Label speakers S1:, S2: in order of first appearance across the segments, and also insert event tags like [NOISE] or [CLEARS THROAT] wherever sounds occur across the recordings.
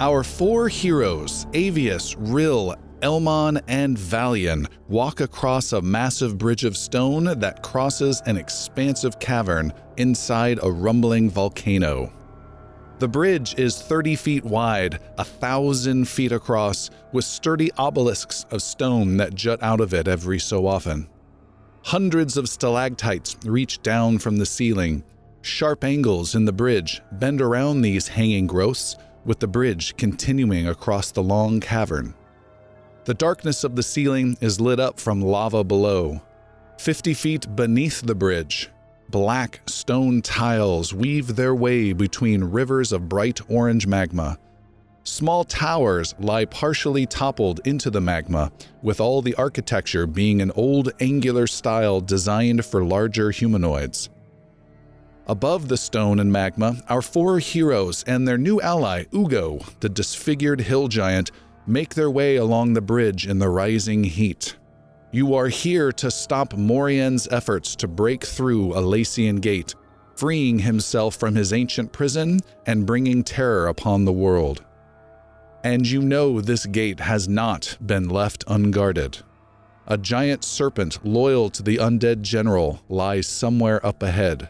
S1: Our four heroes, Avius, Rill, Elmon, and Valian, walk across a massive bridge of stone that crosses an expansive cavern inside a rumbling volcano. The bridge is 30 feet wide, a thousand feet across, with sturdy obelisks of stone that jut out of it every so often. Hundreds of stalactites reach down from the ceiling. Sharp angles in the bridge bend around these hanging growths, with the bridge continuing across the long cavern. The darkness of the ceiling is lit up from lava below. Fifty feet beneath the bridge, black stone tiles weave their way between rivers of bright orange magma. Small towers lie partially toppled into the magma, with all the architecture being an old angular style designed for larger humanoids. Above the stone and magma, our four heroes and their new ally, Ugo, the disfigured hill giant, make their way along the bridge in the rising heat. You are here to stop Morian's efforts to break through Alacian Gate, freeing himself from his ancient prison and bringing terror upon the world. And you know this gate has not been left unguarded. A giant serpent loyal to the undead general lies somewhere up ahead,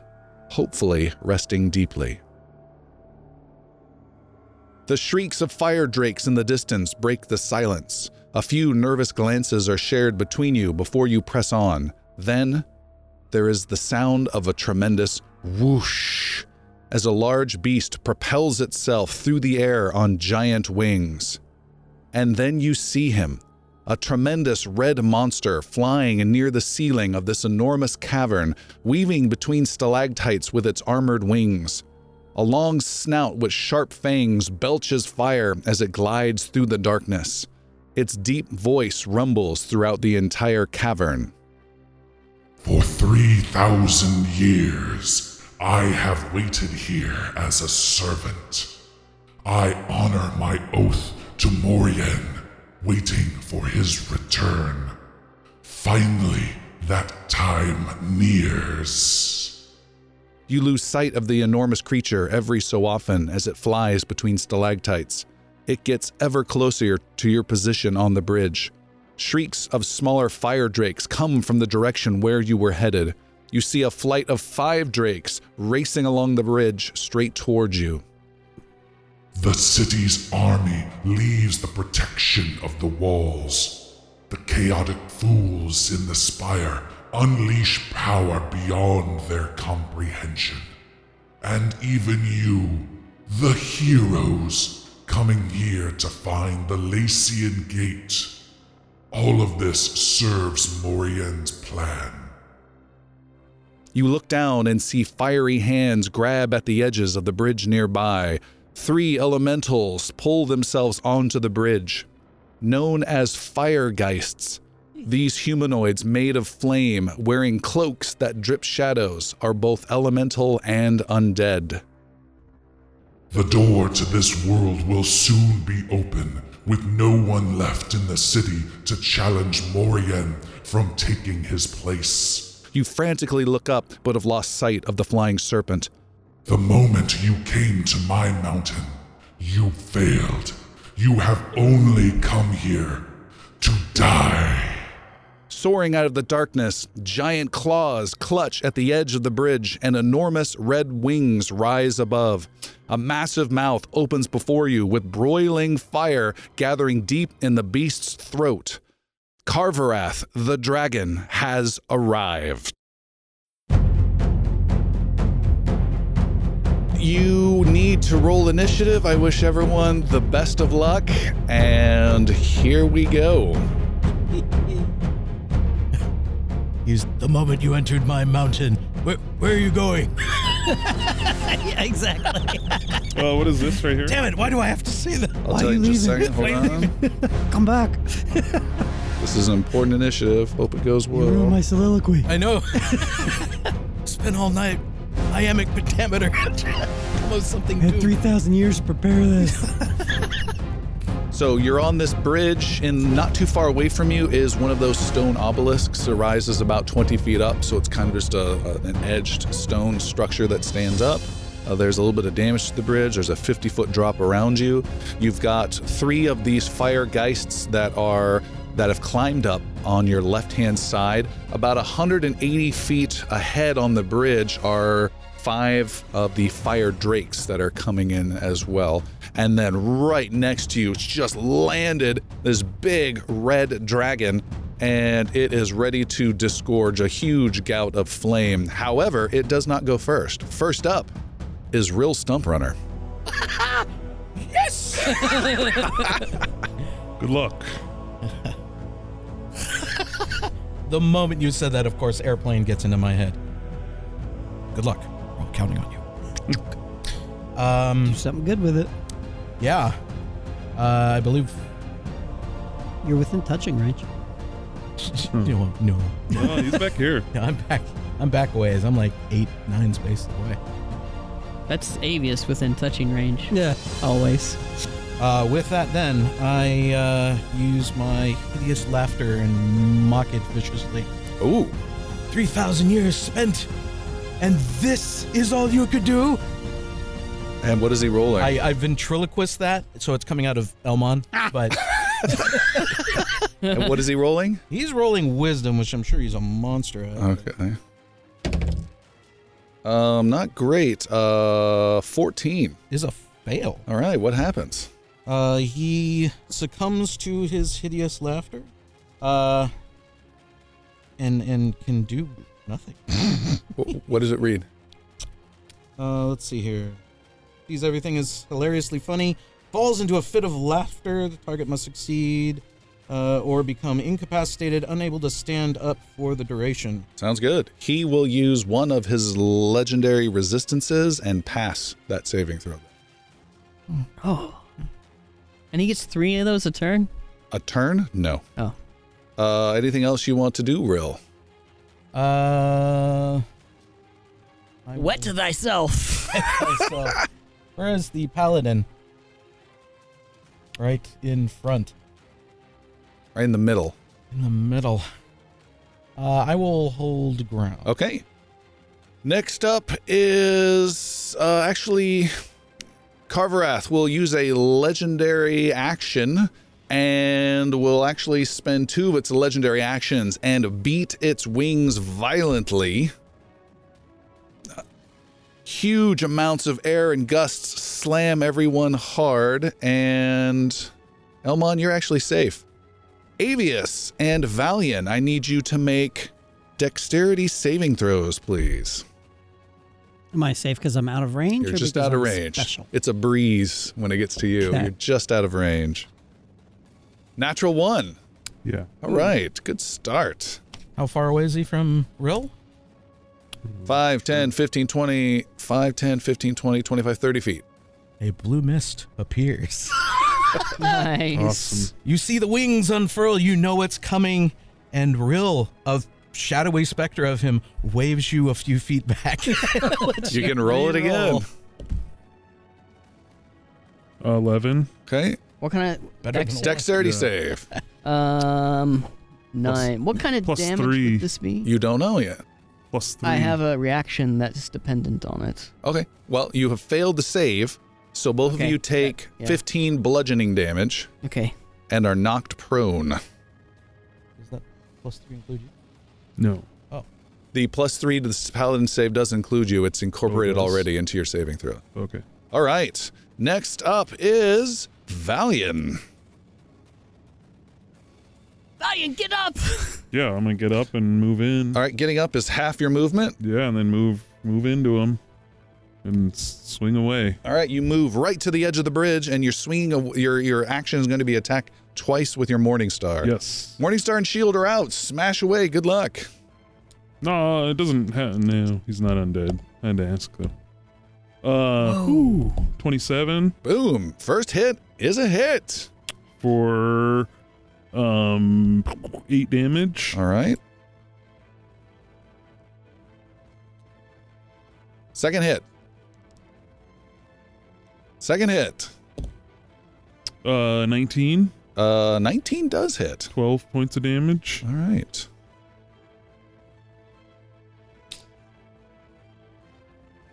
S1: hopefully resting deeply. The shrieks of fire drakes in the distance break the silence. A few nervous glances are shared between you before you press on. Then, there is the sound of a tremendous whoosh as a large beast propels itself through the air on giant wings. And then you see him, a tremendous red monster flying near the ceiling of this enormous cavern, weaving between stalactites with its armored wings. A long snout with sharp fangs belches fire as it glides through the darkness. Its deep voice rumbles throughout the entire cavern.
S2: For 3,000 years, I have waited here as a servant. I honor my oath to Morian, waiting for his return. Finally, that time nears.
S1: You lose sight of the enormous creature every so often as it flies between stalactites. It gets ever closer to your position on the bridge. Shrieks of smaller fire drakes come from the direction where you were headed. You see a flight of five drakes racing along the bridge straight towards you.
S2: The city's army leaves the protection of the walls. The chaotic fools in the spire unleash power beyond their comprehension. And even you, the heroes, coming here to find the Lacian Gate. All of this serves Morian's plan.
S1: You look down and see fiery hands grab at the edges of the bridge nearby. Three elementals pull themselves onto the bridge. Known as firegeists, these humanoids made of flame, wearing cloaks that drip shadows, are both elemental and undead.
S2: The door to this world will soon be open, with no one left in the city to challenge Morian from taking his place.
S1: You frantically look up, but have lost sight of the flying serpent.
S2: The moment you came to my mountain, you failed. You have only come here to die.
S1: Soaring out of the darkness, giant claws clutch at the edge of the bridge and enormous red wings rise above. A massive mouth opens before you with broiling fire gathering deep in the beast's throat. Carverath, the dragon, has arrived. You need to roll initiative. I wish everyone the best of luck. And here we go.
S3: He's the moment you entered my mountain. Where, where are you going?
S4: Yeah, exactly.
S5: Oh, what is this right here?
S3: Damn it! Why do I have to say that?
S1: I'll
S3: why
S1: tell
S3: are
S1: you in just a
S3: leaving?
S1: second.
S3: Why are
S1: Hold
S3: you
S1: on.
S3: leaving? [LAUGHS] Come back.
S1: [LAUGHS] This is an important initiative. Hope it goes well.
S6: Ruin my soliloquy.
S3: I know.
S7: [LAUGHS]
S3: Spent all night iambic pentameter. Almost something
S6: I had
S3: new.
S6: 3,000 years to prepare [LAUGHS] this.
S1: So you're on this bridge, and not too far away from you is one of those stone obelisks that rises about 20 feet up. So it's kind of just a, a- an edged stone structure that stands up. Uh, there's a little bit of damage to the bridge. There's a 50 foot drop around you. You've got three of these fire geists that are that have climbed up on your left hand side. About 180 feet ahead on the bridge are five of the fire drakes that are coming in as well. And then right next to you, it's just landed this big red dragon. And it is ready to disgorge a huge gout of flame. However, it does not go first. First up is Real Stump Runner.
S5: Good luck.
S7: The moment you said that, of course, airplane gets into my head. Good luck. I'm counting on you.
S6: Do
S7: Um,
S6: something good with it.
S7: yeah. Uh, I believe. [LAUGHS]
S6: You're within touching range.
S7: No, no,
S5: Oh, he's back here.
S7: no. [LAUGHS] I'm back. I'm back a ways. I'm like eight, nine spaces away.
S8: That's Avius within touching range.
S7: Yeah.
S8: Always.
S7: Uh, with that, then I uh, use my hideous laughter and mock it viciously.
S1: Ooh,
S7: 3,000 years spent, and this is all you could do?
S1: and what is he rolling?
S7: I, I ventriloquist that, so it's coming out of [LAUGHS] Elmon, but
S1: and what is he rolling?
S7: he's rolling wisdom, which I'm sure he's a monster at.
S1: Okay. Um, not great. Uh, 14.
S7: Is a fail.
S1: All right, what happens?
S7: Uh, he succumbs to his hideous laughter, uh, and and can do nothing.
S1: Wh- what does it read?
S7: Uh, let's see here. Sees everything is hilariously funny, falls into a fit of laughter. The target must succeed uh, or become incapacitated, unable to stand up for the duration.
S1: Sounds good. He will use one of his legendary resistances and pass that saving throw.
S8: Oh. And he gets three of those a turn?
S1: A turn? No.
S8: Oh.
S1: Uh, anything else you want to do, Rill?
S7: Uh,
S8: Wet to thyself.
S7: [LAUGHS] where is the paladin? Right in front,
S1: Right in the middle.
S7: in the middle. Uh, I will hold ground.
S1: Okay. Next up is uh, actually Carverath will use a legendary action and will actually spend two of its legendary actions and beat its wings violently. Huge amounts of air and gusts slam everyone hard, and Elmon, you're actually safe. Avius and Valian, I need you to make dexterity saving throws, please.
S6: Am I safe because I'm out of range?
S1: You're
S6: or
S1: just
S6: because
S1: out of
S6: I'm
S1: range.
S6: Special.
S1: It's a breeze when it gets to you.
S6: Okay.
S1: You're just out of range. Natural one.
S5: Yeah.
S1: All right. Good start.
S7: How far away is he from Rill?
S1: 5, 10, 15, 20, 5, 10, 15, 20, 25, 30 feet.
S7: A blue mist appears.
S8: [LAUGHS] nice.
S5: Awesome.
S7: You see the wings unfurl, you know it's coming, and Rill, a shadowy specter of him, waves you a few feet back.
S1: You can roll it again.
S7: re-roll.
S5: Eleven.
S1: Okay.
S8: What kind
S7: Better than
S1: Dexterity
S5: Yeah.
S1: save.
S8: of um nine? what kind of
S5: plus
S8: damage
S5: three.
S8: would this be?
S1: You don't know yet.
S5: Plus three.
S8: I have a reaction that's dependent on it.
S1: Okay. Well, you have failed the save. So both of
S8: Okay.
S1: you take
S8: Yeah.
S1: 15 bludgeoning damage
S8: Okay.
S1: and are knocked prone.
S7: Does that plus three include you?
S5: no.
S1: The plus three to the paladin save does include you. It's incorporated
S5: Oh, it does.
S1: already into your saving throw.
S5: Okay.
S1: All right. Next up is Valian.
S8: Valiant, get [LAUGHS] up!
S5: Yeah, I'm gonna get up and move in.
S1: All right, getting up is half your movement.
S5: Yeah, and then move move into him, and s- swing away.
S1: All right, you move right to the edge of the bridge, and you're swinging. A, your your action is going to be attack twice with your Morning Star.
S5: Yes.
S1: Morning Star and Shield are out. Smash away. Good luck.
S5: No, it doesn't. Ha- no, he's not undead. I had to ask though. Uh, twenty-seven
S1: Boom. First hit is a hit.
S5: for um eight damage.
S1: All right. Second hit. Second hit.
S5: Uh, 19.
S1: Uh, 19 does hit.
S5: 12 points of damage.
S1: All right.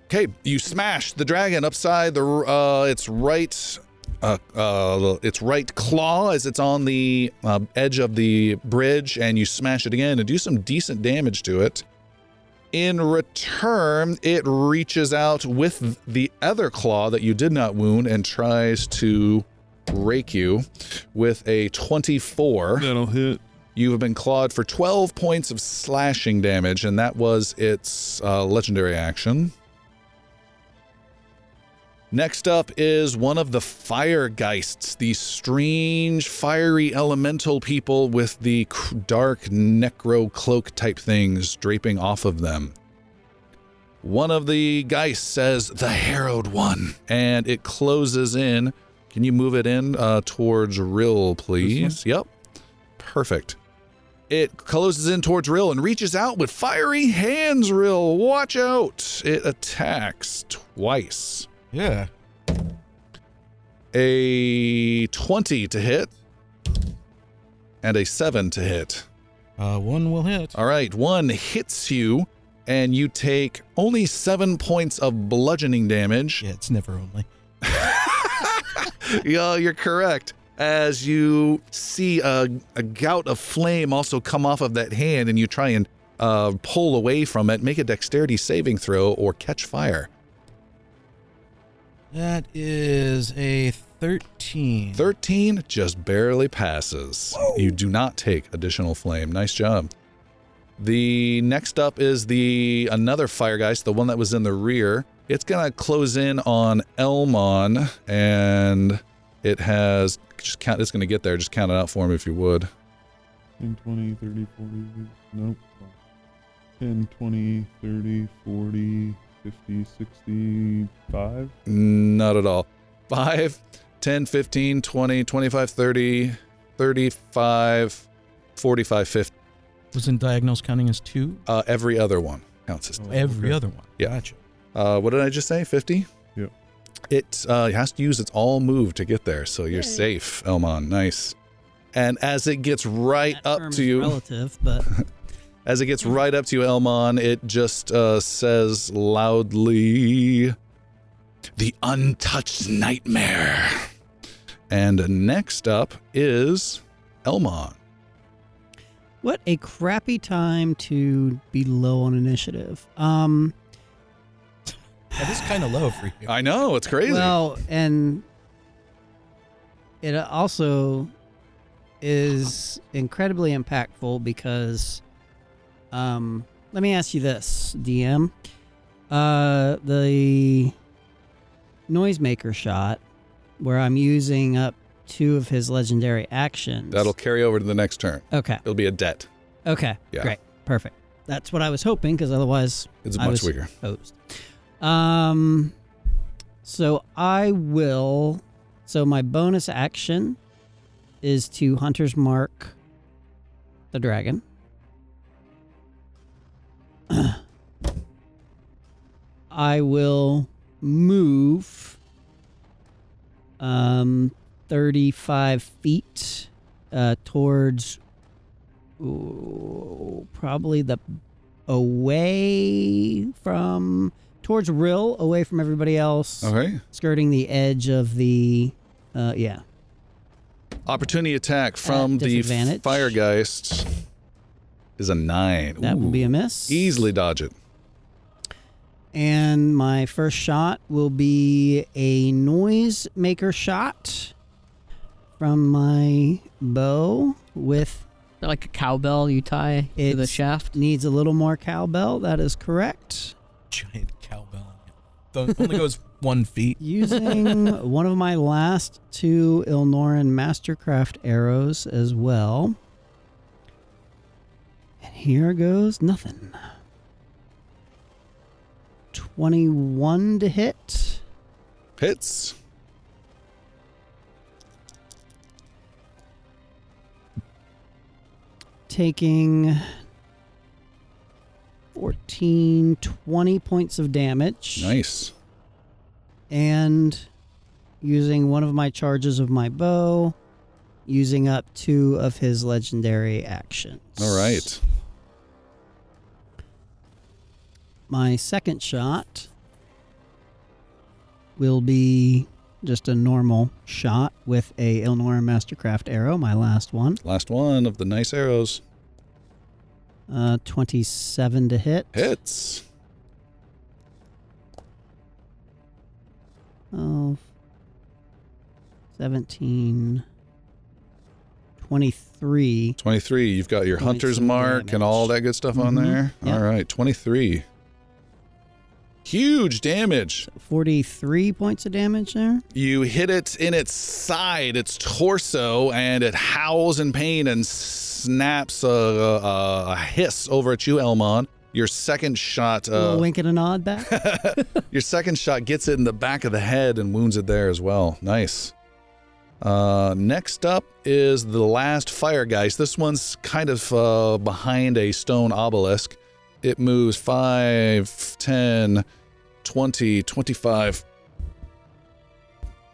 S1: Okay, you smash the dragon upside the uh, its right uh, uh, its right claw as it's on the uh, edge of the bridge, and you smash it again and do some decent damage to it. In return, it reaches out with the other claw that you did not wound and tries to rake you with a 24.
S5: That'll hit.
S1: You have been clawed for 12 points of slashing damage, and that was its uh, legendary action. Next up is one of the fire geists, these strange fiery elemental people with the cr- dark necro cloak type things draping off of them. One of the geists says, The Harrowed One, and it closes in. Can you move it in uh, towards Rill, please? Yep. Perfect. It closes in towards Rill and reaches out with fiery hands, Rill. Watch out. It attacks twice.
S3: Yeah.
S1: A 20 to hit and a 7 to hit.
S3: Uh, one will hit.
S1: All right, one hits you and you take only 7 points of bludgeoning damage.
S3: Yeah, it's never only.
S1: [LAUGHS] yeah, you're correct. As you see a, a gout of flame also come off of that hand, and you try and uh, pull away from it, make a dexterity saving throw or catch fire.
S3: That is a 13.
S1: 13 just barely passes. You do not take additional flame. Nice job. The next up is the another fire geist, the one that was in the rear. It's gonna close in on Elmon, and it has just count. It's gonna get there. Just count it out for me if you would.
S5: 10, 20, 30, 40. Nope. 10, 20, 30, 40, 50, 65.
S1: Not at all. 5, 10, 15, 20, 25, 30, 35, 45, 50.
S3: Wasn't diagonals counting as two?
S1: Uh, every other one counts as
S3: Every
S5: Okay.
S3: other one.
S1: Yeah.
S3: Gotcha.
S1: Uh, what did I just say? 50?
S5: Yep.
S1: It uh, has to use its all move to get there, so you're safe, Elmon. Nice. And as it gets right
S6: That term
S1: up to
S6: is
S1: you,
S6: Relative, but [LAUGHS]
S1: as it gets right up to you, Elmon, it just uh, says loudly, "The untouched nightmare." And next up is Elmon.
S6: What a crappy time to be low on initiative. Um,
S3: That is kind of low for you.
S1: I know it's crazy.
S6: well, and it also is incredibly impactful because, um, let me ask you this, DM, uh, the noisemaker shot where I'm using up two of his legendary actions.
S1: That'll carry over to the next turn.
S6: okay.
S1: It'll be a debt.
S6: Okay.
S1: Yeah.
S6: Great. Perfect. That's what I was hoping because otherwise
S1: It's
S6: I
S1: much
S6: was
S1: weaker.
S6: Hosed. Um. So I will. So my bonus action is to Hunter's Mark the dragon. [CLEARS THROAT] I will move um 35 feet uh towards ooh, probably the away from towards Rill, away from everybody else,
S1: Okay.
S6: skirting the edge of the uh yeah.
S1: Opportunity attack from the
S6: disadvantage.
S1: fire geist is a nine.
S6: That will
S1: Ooh.
S6: be a miss.
S1: easily dodge it.
S6: And my first shot will be a noise maker shot from my bow with
S8: They're like a cowbell you tie to the
S6: It's-
S8: shaft.
S6: needs a little more cowbell. That is correct.
S3: Giant cowbell. on it. Th- Only
S7: [LAUGHS]
S3: goes one feet.
S6: Using one of my last two Ilnoran Mastercraft arrows as well. And here goes nothing. 21 to hit.
S1: Hits.
S6: taking 14, 20 points of damage.
S1: Nice.
S6: And using one of my charges of my bow, using up two of his legendary actions.
S1: All right.
S6: My second shot will be just a normal shot with a Ilnor Mastercraft arrow, my last one.
S1: Last one of the nice arrows.
S6: Uh, 27 to hit.
S1: Hits.
S6: Oh, 17, 23.
S1: 23. You've got your
S6: Points
S1: hunter's
S6: of
S1: mark and all that
S6: damage.
S1: good stuff on
S6: Mhm.
S1: there.
S6: Yeah.
S1: All right, 23. Huge damage.
S6: 43 points of damage there.
S1: You hit it in its side, its torso, and it howls in pain and snaps a, a, a hiss over at you, Elmon. Your second shot,
S6: a
S1: uh,
S6: little wink and a nod back. [LAUGHS]
S1: your second shot gets it in the back of the head and wounds it there as well. Nice. Uh, next up is the last fire geist. This one's kind of uh, behind a stone obelisk. It moves 5, 10, 20, 25.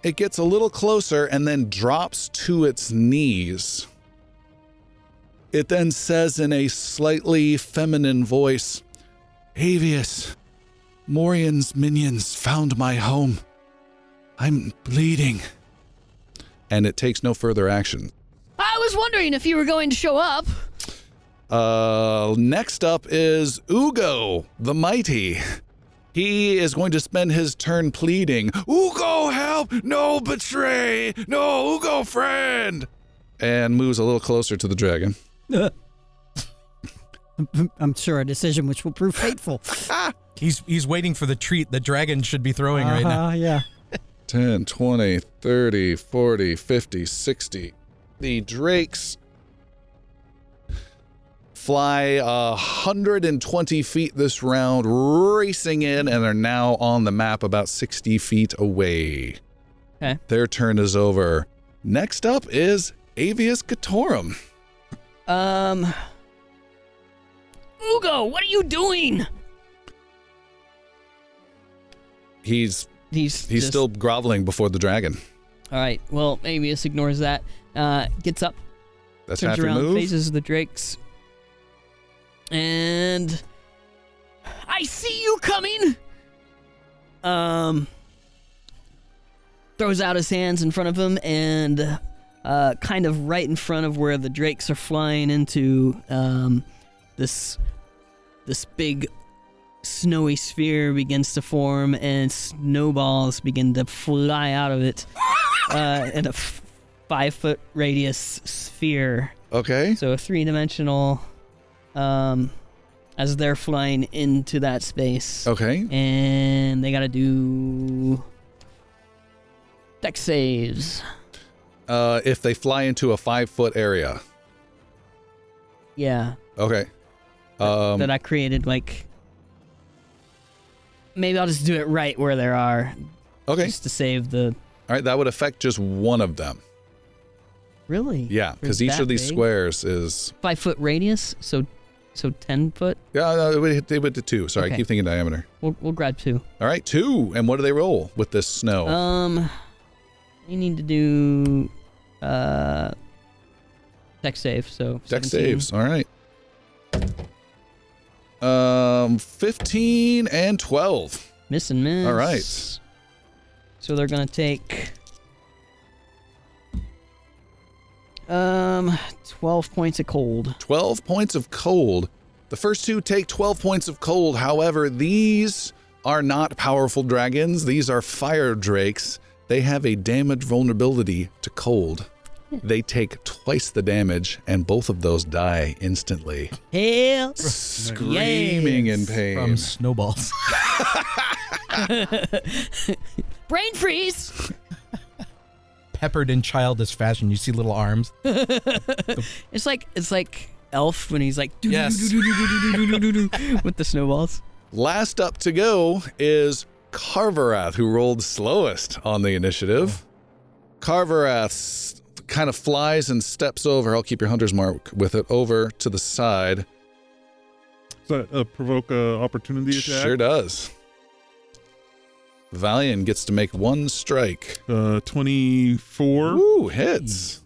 S1: It gets a little closer and then drops to its knees. It then says in a slightly feminine voice, Avius, Morian's minions found my home. I'm bleeding. And it takes no further action.
S9: I was wondering if you were going to show up.
S1: Uh, next up is Ugo the Mighty. He is going to spend his turn pleading, Ugo, help! No betray! No, Ugo, friend! And moves a little closer to the dragon.
S6: I'm sure a decision which will prove fateful.
S7: He's he's waiting for the treat the dragon should be throwing right now.
S6: Uh-huh, yeah.
S1: 10, 20, 30, 40, 50, 60. The drakes fly uh, 120 feet this round, racing in, and are now on the map about 60 feet away.
S8: Okay.
S1: Their turn is over. Next up is Avius Catorum.
S8: Um,
S9: Ugo, what are you doing?
S1: He's
S8: he's
S1: he's
S8: just-
S1: still groveling before the dragon.
S8: all right. Well, Avius ignores that. Uh, gets up,
S1: That's
S8: turns
S1: half your
S8: around,
S1: move.
S8: faces the drakes, and
S9: I see you coming.
S8: um throws out his hands in front of him and uh, kind of right in front of where the drakes are flying into um, this this big snowy sphere begins to form and snowballs begin to fly out of it uh, in a f- five foot radius sphere
S1: Okay.
S8: so a three dimensional um, as they're flying into that space
S1: Okay.
S8: and they gotta do deck saves.
S1: Uh, if they fly into a five foot area.
S8: Yeah,
S1: Okay. Um,
S8: that I created. Like, maybe I'll just do it right where there are,
S1: okay.
S8: just to save the.
S1: All right, that would affect just one of them.
S8: Really?
S1: Yeah, because
S8: Is
S1: each
S8: that
S1: of these
S8: big?
S1: squares is
S8: Five foot radius, so so ten foot.
S1: yeah, no, it would hit, it would do two. Sorry, I
S8: Okay.
S1: keep thinking diameter.
S8: We'll we'll grab two.
S1: All right, two. And what do they roll with this snow?
S8: Um, you need to do uh deck save. So
S1: Deck
S8: 17.
S1: saves. All right. Um, fifteen and twelve.
S8: Miss and miss.
S1: All right.
S8: So they're gonna take um twelve points of cold.
S1: Twelve points of cold. The first two take twelve points of cold. However, these are not powerful dragons. These are fire drakes. They have a damage vulnerability to cold. They take twice the damage, and both of those die instantly.
S8: Hell
S1: screaming in pain.
S7: From snowballs.
S9: Brain freeze.
S7: Peppered in childish fashion. You see little arms.
S8: It's like it's like Elf when he's like "Do, do,
S7: Yes.
S8: do, do, do, do, do, do, do,
S1: [LAUGHS]
S8: do," with the snowballs.
S1: Last up to go is Carverath, who rolled slowest on the initiative. Carverath s- kind of flies and steps over. I'll keep your hunter's mark with it over to the side.
S5: Does that uh, provoke a opportunity attack?
S1: Sure does. Valiant gets to make one strike.
S5: Uh, 24,
S1: Ooh, hits.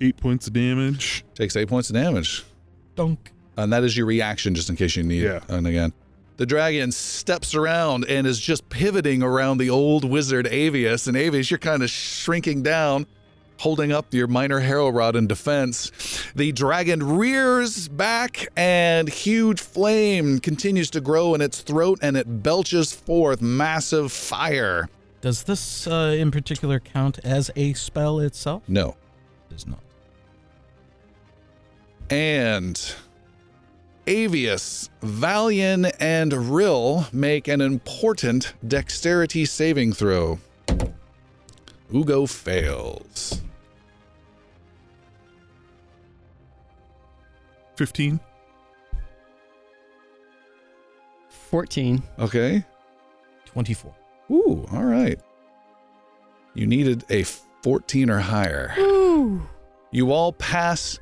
S5: 8 points of damage.
S1: Takes eight points of damage.
S7: Dunk.
S1: And that is your reaction, just in case you need
S5: Yeah.
S1: it. And again, The dragon steps around and is just pivoting around the old wizard Avius. And Avius, you're kind of shrinking down, holding up your minor harrow rod in defense. The dragon rears back, and huge flame continues to grow in its throat and it belches forth massive fire.
S7: Does this uh, in particular count as a spell itself?
S1: No.
S7: Does not.
S1: And Avius, Valian, and Rill make an important dexterity saving throw. Ugo fails.
S5: 15.
S8: 14.
S1: Okay.
S7: 24.
S1: Ooh, all right. You needed a 14 or higher. You all pass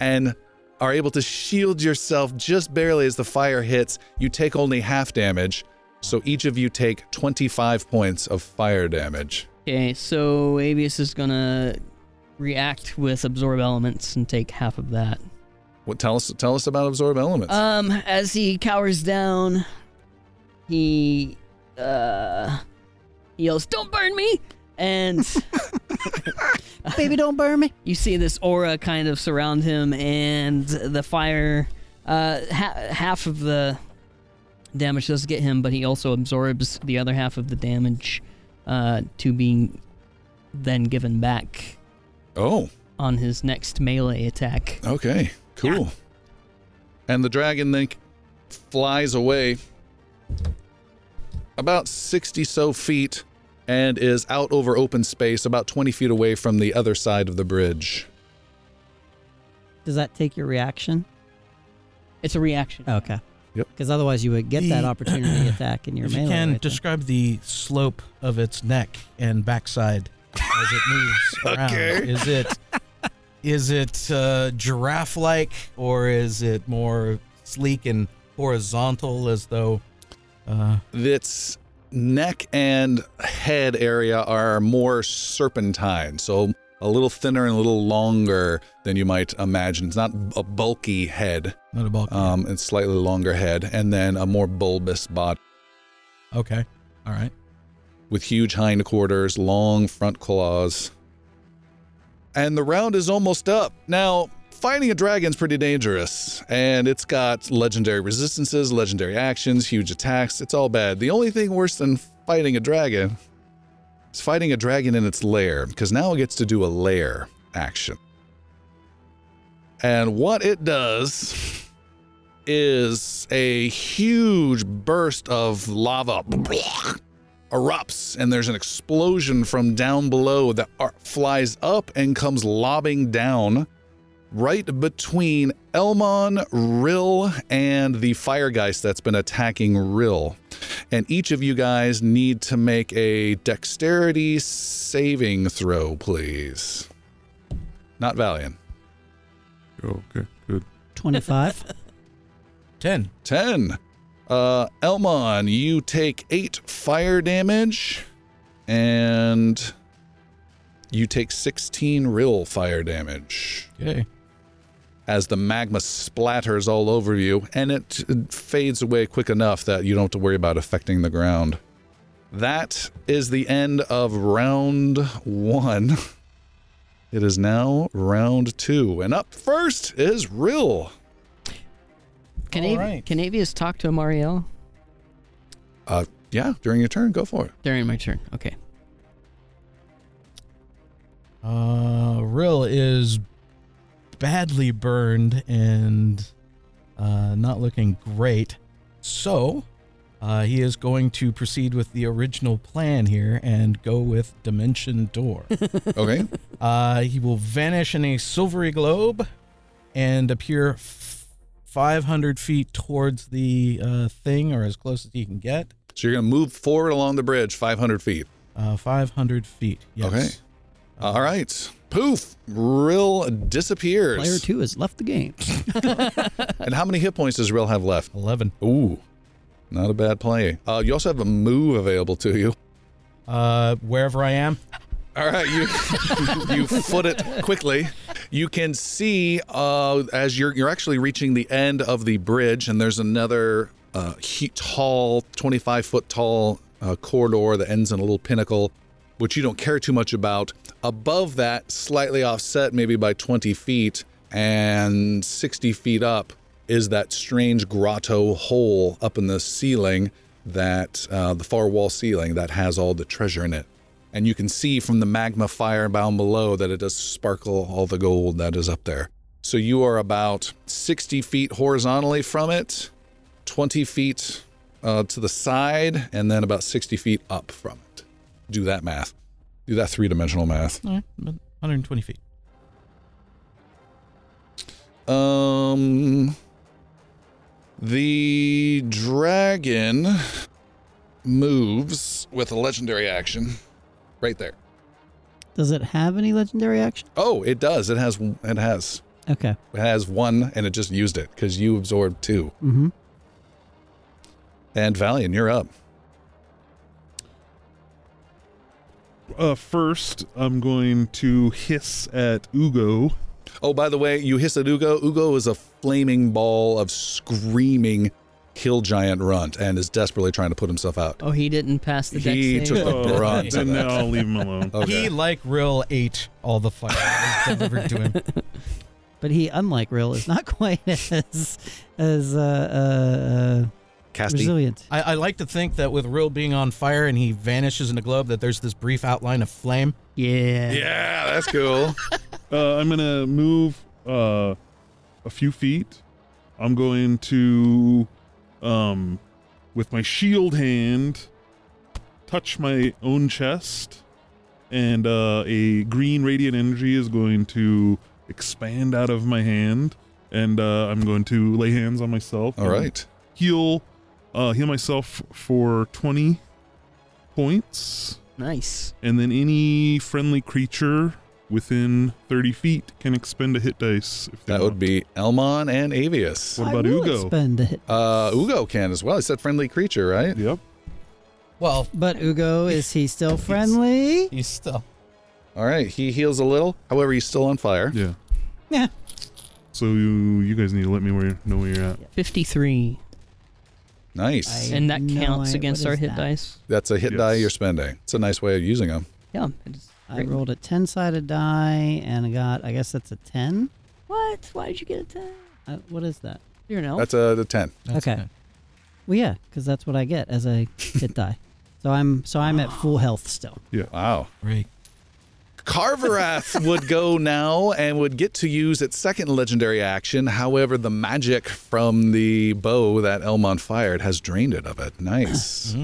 S1: and are able to shield yourself just barely as the fire hits. You take only half damage, so each of you take 25 points of fire damage.
S8: Okay, so Avius is gonna react with absorb elements and take half of that.
S1: What tell us tell us about absorb elements.
S8: Um, as he cowers down, he uh yells, "Don't burn me!" And [LAUGHS]
S6: Baby, don't burn me.
S8: you see this aura kind of surround him, and the fire. Uh, ha- half of the damage does get him, but he also absorbs the other half of the damage uh, to being then given back
S1: oh,
S8: on his next melee attack.
S1: okay. Cool. And the dragon then flies away about 60 so feet and is out over open space about 20 feet away from the other side of the bridge.
S6: Does that take your reaction?
S8: It's a reaction.
S6: Okay.
S1: Yep.
S6: Because otherwise, you would get that
S7: The-
S6: opportunity attack in your
S7: if
S6: melee.
S7: you can,
S6: right there.
S7: describe the slope of its neck and backside as it
S6: [LAUGHS]
S7: moves around.
S1: Okay.
S7: Is it is it uh, giraffe-like or is it more sleek and horizontal, as though uh,
S1: Its neck and head area are more serpentine, so a little thinner and a little longer than you might imagine. It's not a bulky head,
S7: not a bulk?
S1: um, it's slightly longer head, and then a more bulbous body
S7: okay, all right.
S1: with huge hindquarters, long front claws. And the round is almost up. Now, fighting a dragon's pretty dangerous, and it's got legendary resistances, legendary actions, huge attacks. It's all bad. The only thing worse than fighting a dragon is fighting a dragon in its lair, because now it gets to do a lair action. And what it does is a huge burst of lava erupts and there's an explosion from down below that ar- flies up and comes lobbing down right between Elmon, Rill, and the Firegeist that's been attacking Rill. And each of you guys need to make a dexterity saving throw, please. Not Valiant.
S5: Oh, okay, good.
S6: 25.
S7: Ten.
S1: 10. Uh, Elmon, you take 8 fire damage and you take 16 real fire damage
S7: Okay.
S1: as the magma splatters all over you and it fades away quick enough that you don't have to worry about affecting the ground. That is the end of round one. [LAUGHS] It is now round two, and up first is Rill.
S8: Can,
S7: All
S8: Av-
S7: right.
S8: can Avius talk to Amariel?
S1: Uh, yeah, during your turn, go for it.
S8: During my turn. Okay.
S7: Uh, Rill is badly burned and uh, not looking great. So uh, he is going to proceed with the original plan here and go with Dimension Door.
S1: Okay.
S7: uh, he will vanish in a silvery globe and appear f- 500 feet towards the uh, thing or as close as he can get.
S1: So you're going to move forward along the bridge 500 feet.
S7: Uh, 500 feet. Yes.
S1: Okay. All right. Poof. Rill disappears.
S6: Player two has left the game. [LAUGHS]
S1: And how many hit points does Rill have left?
S7: 11.
S1: Ooh. Not a bad play. Uh, you also have a move available to you.
S7: Uh, wherever I am,
S1: All right, you you [LAUGHS] foot it quickly. You can see uh, as you're you're actually reaching the end of the bridge, and there's another uh, he- tall, 25 foot tall uh, corridor that ends in a little pinnacle, which you don't care too much about. Above that, slightly offset maybe by 20 feet and 60 feet up, is that strange grotto hole up in the ceiling that uh, the far wall ceiling that has all the treasure in it. And you can see from the magma fire down below that it does sparkle all the gold that is up there. So you are about 60 feet horizontally from it, 20 feet uh, to the side, and then about 60 feet up from it. Do that math. Do that three dimensional math.
S7: All right, about 120 feet.
S1: Um, the dragon moves with a legendary action right there.
S6: Does it have any legendary action?
S1: Oh, it does. It has. It has.
S6: Okay.
S1: It has one, and it just used it because you absorbed two.
S6: Mm-hmm.
S1: And Valiant, you're up.
S5: Uh, first, I'm going to hiss at Ugo.
S1: Oh, by the way, you hiss at Ugo. Ugo is a flaming ball of screaming kill giant runt and is desperately trying to put himself out.
S8: Oh, he didn't pass the deck
S1: He
S8: save.
S1: took
S6: [LAUGHS]
S1: the
S5: Oh,
S1: brunt of
S5: then
S1: that.
S5: I'll leave him alone.
S1: Okay.
S7: He, like Rill, ate all the fire that was delivered to him. [LAUGHS]
S6: But he, unlike Rill, is not [LAUGHS] quite as as uh, uh, uh,
S1: Casting.
S6: resilient.
S7: I, I like to think that with Rill being on fire and he vanishes in a globe, that there's this brief outline of flame.
S8: Yeah.
S1: Yeah, that's cool.
S5: Uh, I'm gonna move uh, a few feet. I'm going to, um, with my shield hand, touch my own chest, and uh, a green radiant energy is going to expand out of my hand, and uh, I'm going to lay hands on myself.
S1: All
S5: and
S1: right.
S5: heal, uh, heal myself for 20 points
S8: Nice.
S5: and then any friendly creature within 30 feet can expend a hit dice. If they
S1: That would
S5: want.
S1: be Elmon and Avius.
S5: What about
S6: I will
S5: Ugo?
S6: expend a hit.
S1: Uh, Ugo can as well. He said friendly creature, right?
S5: Yep.
S7: Well,
S6: But Ugo, is he still friendly?
S7: he's still.
S1: All right. He heals a little. However, he's still on fire.
S5: Yeah.
S6: Yeah.
S5: So you, you guys need to let me where, know where you're at.
S8: 53.
S1: Nice.
S6: I
S8: and that
S6: know
S8: counts
S6: I-
S8: against
S6: what
S8: our
S6: is
S8: hit
S6: that?
S8: dice.
S1: That's a hit
S5: Yes.
S1: die you're spending. It's a nice way of using them.
S8: Yeah. it is
S6: I
S8: great.
S6: rolled a ten-sided die and I got. I guess that's a ten.
S8: What? Why did you get a 10?
S6: Uh, what is that?
S8: You're an elf.
S1: That's a, the 10.
S7: That's
S6: Okay. Well, yeah, because that's what I get as a hit die. So I'm so I'm at full health still.
S1: Wow.
S7: Right.
S1: Carverath [LAUGHS] would go now and would get to use its second legendary action. However, the magic from the bow that Elmon fired has drained it of it. Nice.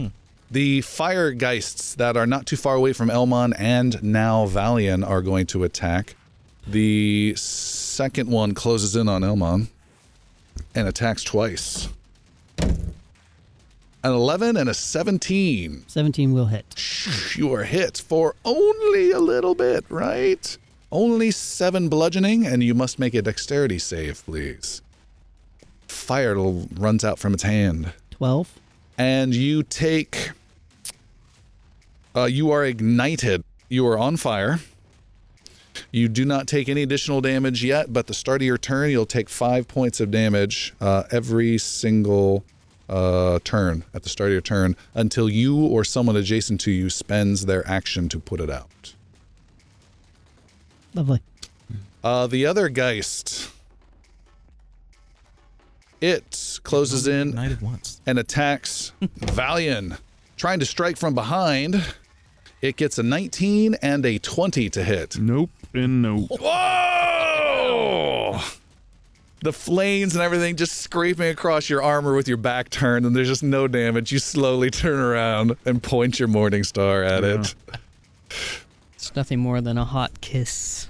S1: The fire geists that are not too far away from Elmon and now Valian are going to attack. The second one closes in on Elmon and attacks twice. An 11 and a 17.
S6: Seventeen will hit.
S1: You are hit for only a little bit, right? Only seven bludgeoning, and you must make a dexterity save, please. Fire l- runs out from its hand,
S6: Twelve.
S1: and you take. Uh, you are ignited. You are on fire. You do not take any additional damage yet, but the start of your turn, you'll take five points of damage uh, every single uh, turn at the start of your turn until you or someone adjacent to you spends their action to put it out.
S6: Lovely.
S1: Uh, the other Geist. It closes in
S7: Ignited once.
S1: and [LAUGHS] attacks Valian, trying to strike from behind. It gets a 19 and a 20 to hit.
S5: Nope and nope.
S1: Whoa! The flames and everything just scraping across your armor with your back turned, and there's just no damage. You slowly [LAUGHS] turn around and point your morning star at it.
S8: It's nothing more than a hot kiss.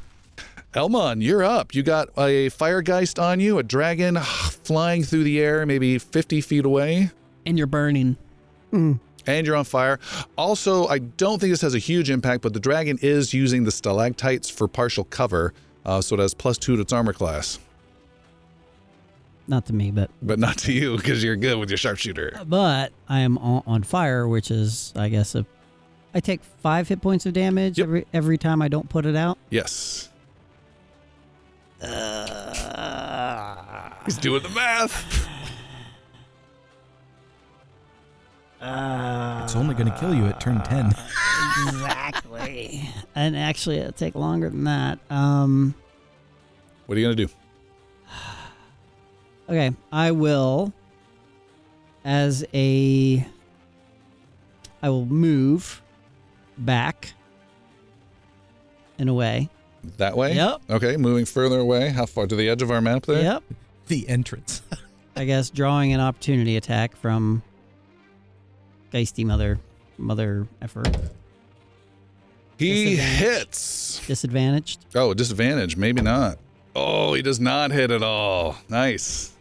S1: Elmon, you're up. You got a firegeist on you, a dragon [SIGHS] flying through the air, maybe 50 feet away.
S8: And you're burning.
S1: and you're on fire. Also, I don't think this has a huge impact, but the dragon is using the stalactites for partial cover, uh, so it has plus two to its armor class,
S6: Not to me, but
S1: but not to you because you're good with your sharpshooter.
S6: but I am on, on fire, which is I guess a. I take five hit points of damage
S1: Yep.
S6: every every time I don't put it out. [LAUGHS]
S1: Yes.
S6: Uh.
S1: He's doing the math.
S7: It's only going to kill you at turn 10.
S6: exactly. and actually, it'll take longer than that. Um,
S1: What are you going to do?
S6: okay, I will, as a, I will move back in a way.
S1: That way?
S6: Yep.
S1: Okay, moving further away. How far? To the edge of our map there?
S6: Yep.
S7: [LAUGHS] the entrance. [LAUGHS]
S6: I guess drawing an opportunity attack from Geisty Mother, Mother Effer,
S1: He
S6: Disadvantage.
S1: hits.
S6: disadvantaged.
S1: Oh, disadvantage. Maybe not. Oh, he does not hit at all. Nice.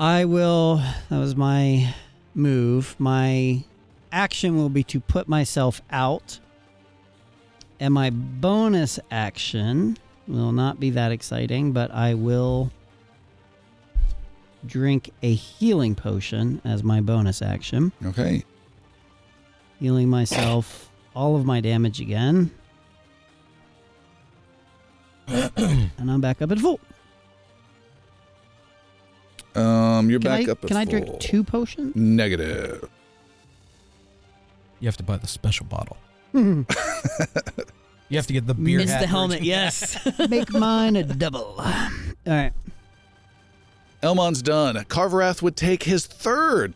S6: I will. That was my move. My action will be to put myself out, and my bonus action will not be that exciting, but I will drink a healing potion as my bonus action,
S1: Okay.
S6: healing myself all of my damage again. and I'm back up at full.
S1: Um, you're
S6: Can
S1: back
S6: I,
S1: up. at
S6: can I drink
S1: full. [LAUGHS]
S6: two potions?
S1: Negative.
S7: You have to buy the special [LAUGHS] bottle. You have to get the beer
S8: It's
S7: hat
S8: the
S1: [LAUGHS]
S8: helmet,
S7: version.
S8: yes. [LAUGHS]
S6: Make mine a double. [SIGHS] All right.
S1: Elmon's done. Carverath would take his third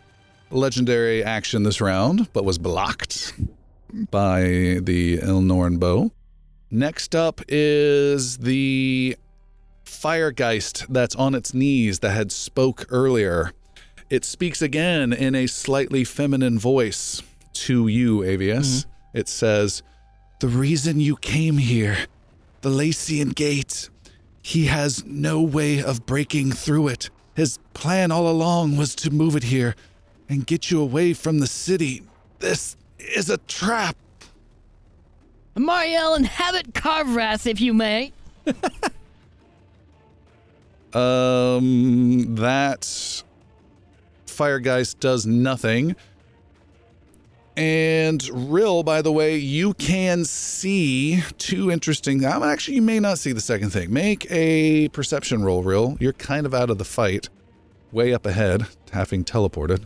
S1: legendary action this round, but was blocked by the Elnorn bow. Next up is the Firegeist that's on its knees that had spoke earlier. It speaks again in a slightly feminine voice to you, Avius. It says, The reason you came here, the Lacian Gate, he has no way of breaking through it. His plan all along was to move it here and get you away from the city. This is a trap.
S9: Mariel, inhabit Carvrath, if you may.
S1: Um, that Firegeist does nothing. And Rill, by the way, you can see two interesting. I'm actually, you may not see the second thing. Make a perception roll, Rill. You're kind of out of the fight, way up ahead, having teleported.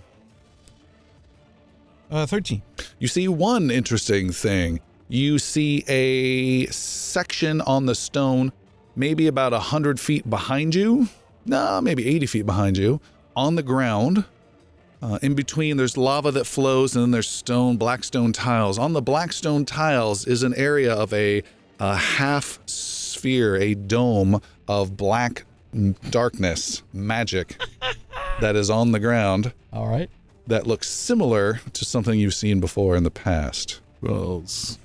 S7: Uh, 13.
S1: You see one interesting thing. You see a section on the stone, maybe about 100 feet behind you. Nah, maybe 80 feet behind you, on the ground. Uh, in between, there's lava that flows, and then there's stone, black stone tiles. On the black stone tiles is an area of a, a half sphere, a dome of black darkness, magic, that is on the ground
S7: All right.
S1: that looks similar to something you've seen before in the past.
S5: Wells.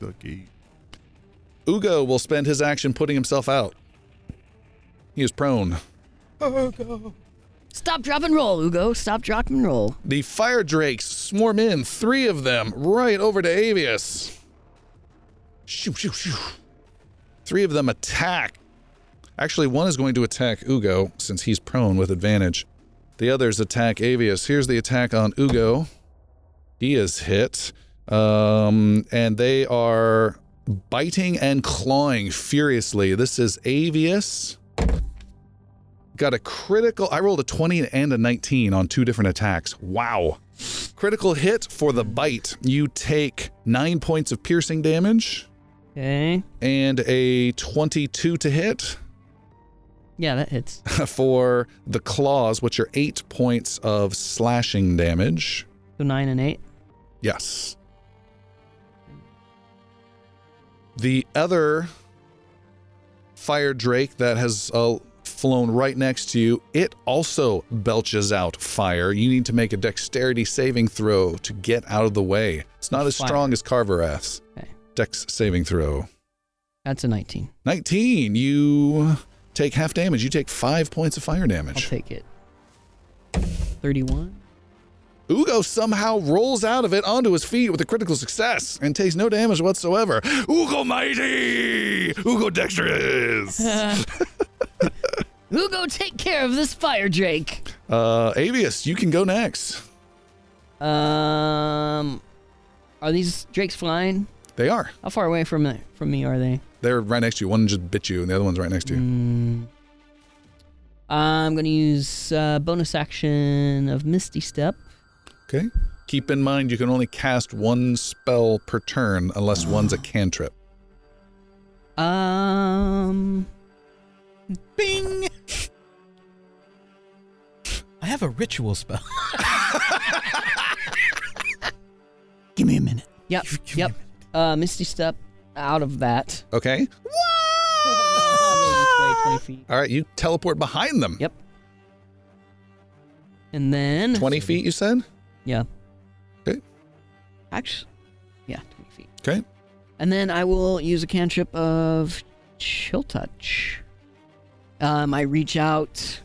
S5: Ducky.
S1: Ugo will spend his action putting himself out. He is prone.
S9: Stop, drop, and roll, Ugo. Stop, drop, and roll.
S1: The fire drakes swarm in, three of them, right over to Avius. Shoo, shoo, shoo. Three of them attack. Actually, one is going to attack Ugo since he's prone with advantage. The others attack Avius. Here's the attack on Ugo. He is hit. Um, and they are biting and clawing furiously. This is Avius. Got a critical. I rolled a 20 and a 19 on two different attacks. Wow. Critical hit for the bite. You take nine points of piercing damage
S8: okay.
S1: and a 22 to hit [LAUGHS]
S8: Yeah, that hits.
S1: for the claws, which are eight points of slashing damage.
S8: So nine and eight.
S1: Yes. The other fire drake that has uh, flown right next to you, it also belches out fire. You need to make a dexterity saving throw to get out of the way. It's not as
S8: Fire.
S1: strong as Carverath's.
S8: Okay.
S1: Dex saving throw.
S8: That's a 19.
S1: 19. You take half damage. You take five points of fire
S8: I'll
S1: damage.
S8: take it. 31.
S1: Ugo somehow rolls out of it onto his feet with a critical success and takes no damage whatsoever. Ugo mighty! Ugo dexterous!
S8: [LAUGHS] Uh,
S9: Ugo, take care of this fire drake.
S1: uh, Avius, you can go next.
S8: Um, are these drakes flying?
S1: They are.
S8: How far away from the, from me are they?
S1: They're right next to you. One just bit you, and the other one's right next to you.
S8: Mm. I'm gonna use uh, bonus action of Misty Step
S1: Okay. Keep in mind you can only cast one spell per turn unless
S8: Ah.
S1: one's a cantrip.
S8: Um,
S7: Bing! [LAUGHS] I have a ritual spell. [LAUGHS]
S6: Give me a minute.
S8: yep, yep. Uh, Misty Step out of that.
S1: Okay.
S8: This way, 20 feet.
S1: All right. You teleport behind them.
S8: Yep. And then,
S1: 20 feet, you said?
S8: yeah.
S1: Okay.
S8: Actually, yeah, 20 feet.
S1: Okay.
S8: And then I will use a cantrip of Chill Touch. Um, I reach out.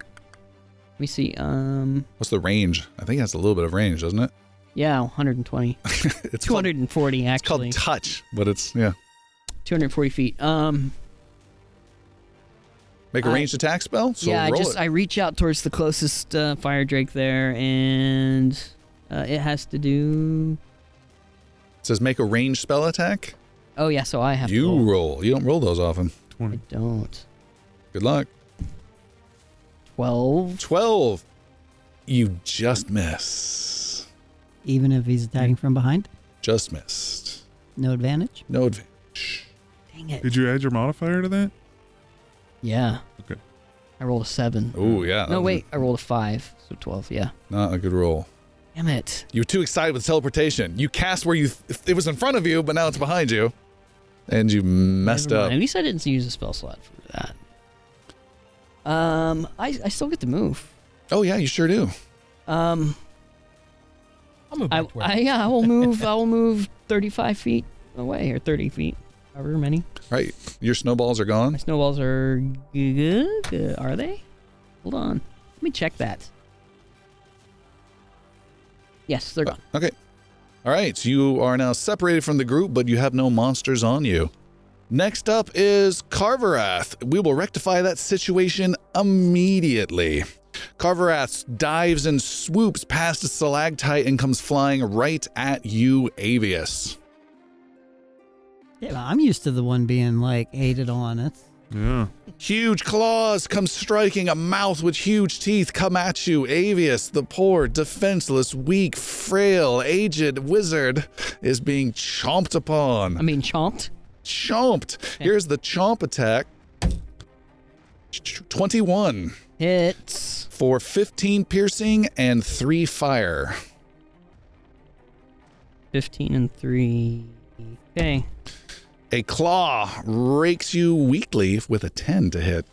S8: Let me see. Um,
S1: What's the range? I think it has a little bit of range, doesn't it? [LAUGHS]
S8: yeah, 120,
S1: it's called-
S8: 240
S1: it's called
S8: actually,
S1: touch, but it's, yeah.
S8: 240 feet. Um,
S1: Make a
S8: I-
S1: ranged attack spell? So
S8: Uh, yeah, I
S1: roll
S8: just
S1: it.
S8: I reach out towards the closest uh, fire drake there, and uh, it has to do.
S1: It says make a ranged spell attack.
S8: Oh yeah, so I have
S1: You
S8: to. roll.
S1: roll. You don't roll those often.
S8: I
S5: 20.
S8: don't.
S1: Good luck.
S8: 12.
S1: 12. You just miss.
S6: Even if he's attacking from behind,
S1: Just missed.
S6: no advantage.
S1: No advantage.
S8: Dang it.
S5: Did you add your modifier to that?
S8: Yeah.
S5: Okay.
S8: I rolled a seven.
S1: Oh, yeah. that
S8: No
S1: was
S8: wait, I rolled a five, so 12. Yeah.
S1: Not a good roll.
S8: Damn it.
S1: You were too excited with teleportation. You cast where you, th- it was in front of you, but now it's behind you. And you messed
S8: Never
S1: up.
S8: mind. At least I didn't use a spell slot for that. Um, I, I still get to move.
S1: Oh, yeah, you sure do.
S8: Um,
S7: I'll move
S8: I,
S7: back to where
S8: I, yeah, I
S1: [LAUGHS]
S8: will move. I will move 35 feet away or 30 feet, however many.
S1: Right. Your snowballs are
S8: My
S1: gone.
S8: snowballs are good. Uh, Are they? Hold on. Let me check that. Yes, they're gone.
S1: Okay. All right. So you are now separated from the group, but you have no monsters on you. Next up is Carverath. We will rectify that situation immediately. Carverath dives and swoops past a stalactite and comes flying right at you, Avius.
S6: Yeah, I'm used to the one being like hated on. That's
S5: Yeah.
S1: Huge claws come striking, a mouth with huge teeth come at you. Avius, the poor, defenseless, weak, frail, aged wizard, is being chomped upon.
S8: I mean, chomped.
S1: chomped. Here's the chomp attack. 21
S8: Hits.
S1: for 15 piercing and 3 fire.
S8: 15 and 3. Okay.
S1: A claw rakes you weakly with a 10 to hit.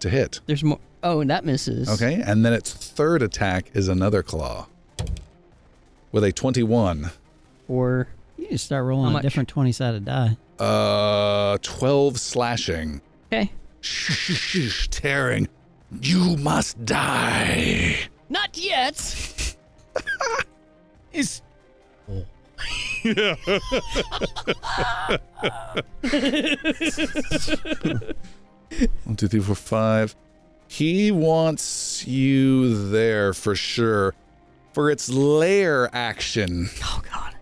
S1: To hit.
S8: There's more. Oh, and that misses.
S1: Okay, and then its third attack is another claw with a 21.
S8: Four.
S6: you need to start
S8: How
S6: rolling a
S8: much?
S6: different twenty sided die.
S1: Uh 12 slashing.
S8: Okay.
S1: Tearing. You must die.
S9: Not yet.
S7: is
S1: One, two, three, four, five. He wants you there for sure. For its lair action,
S9: Oh God.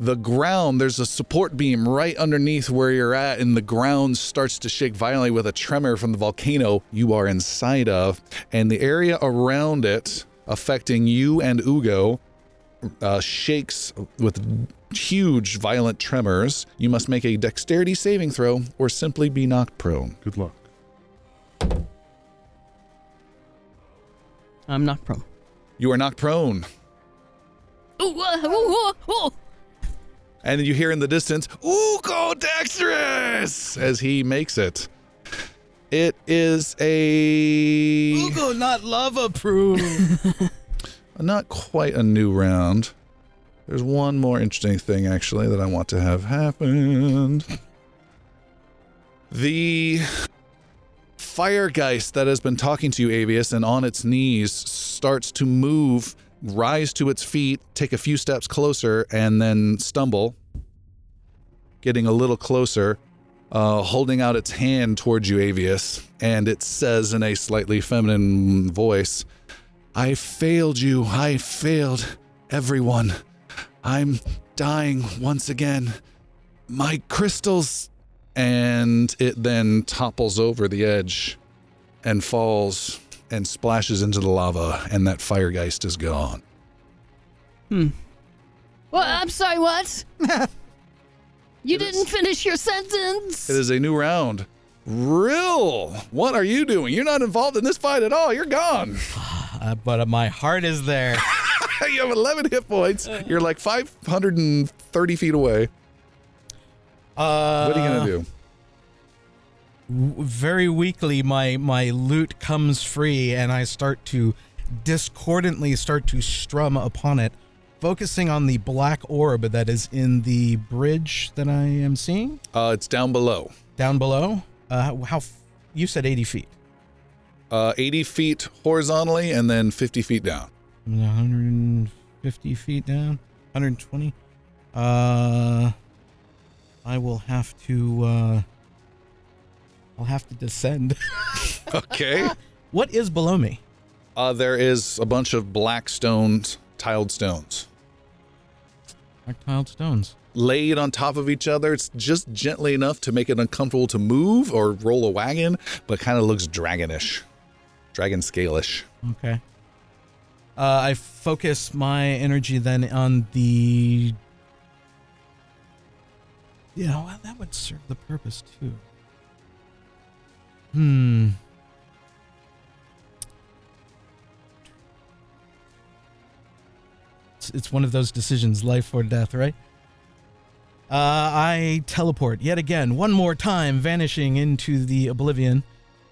S1: the ground, there's a support beam right underneath where you're at, and the ground starts to shake violently with a tremor from the volcano you are inside of, and the area around it, affecting you and Ugo, uh, shakes with huge violent tremors. You must make a dexterity saving throw or simply be knocked prone.
S5: Good luck.
S8: I'm not prone.
S1: You are knocked prone.
S9: Ooh, uh, ooh, ooh, ooh.
S1: And then you hear in the distance, Ooh, go dexterous! As he makes it. It is a.
S7: Google not lava proof.
S1: Not quite a new round. There's one more interesting thing, actually, that I want to have happen. The firegeist that has been talking to you, Avius, and on its knees starts to move, rise to its feet, take a few steps closer, and then stumble, getting a little closer, uh, holding out its hand towards you, Avius. And it says in a slightly feminine voice, I failed you. I failed everyone. I'm dying once again. My crystals. And it then topples over the edge and falls and splashes into the lava, and that firegeist is gone.
S9: What? I'm sorry,
S1: [LAUGHS]
S9: what? you didn't finish your sentence.
S1: It is a new round. Rill, what are you doing? You're not involved in this fight at all. You're gone.
S7: [LAUGHS]
S1: [LAUGHS]
S7: Uh, but my heart is there.
S1: you have 11 hit points. You're like 530 feet away.
S7: Uh,
S1: What are you going to do?
S7: w- very weakly my my lute comes free and I start to discordantly start to strum upon it, focusing on the black orb that is in the bridge that I am seeing
S1: Uh, it's down below.
S7: down below. Uh, how- how f- you said eighty feet?
S1: Uh, 80 feet horizontally and then 50 feet down.
S7: One hundred and fifty feet down. One hundred and twenty. Uh, I will have to. Uh, I'll have to descend. [LAUGHS]
S1: Okay.
S7: what is below me?
S1: uh, there is a bunch of black stones, tiled stones,
S7: Tactile stones.
S1: laid on top of each other. It's just gently enough to make it uncomfortable to move or roll a wagon, but kind of looks dragonish, dragon scalish.
S7: Okay. Uh, I focus my energy then on the. Yeah, well, that would serve the purpose too. Hmm. It's, it's one of those decisions, life or death, right? Uh, I teleport yet again, one more time, vanishing into the oblivion,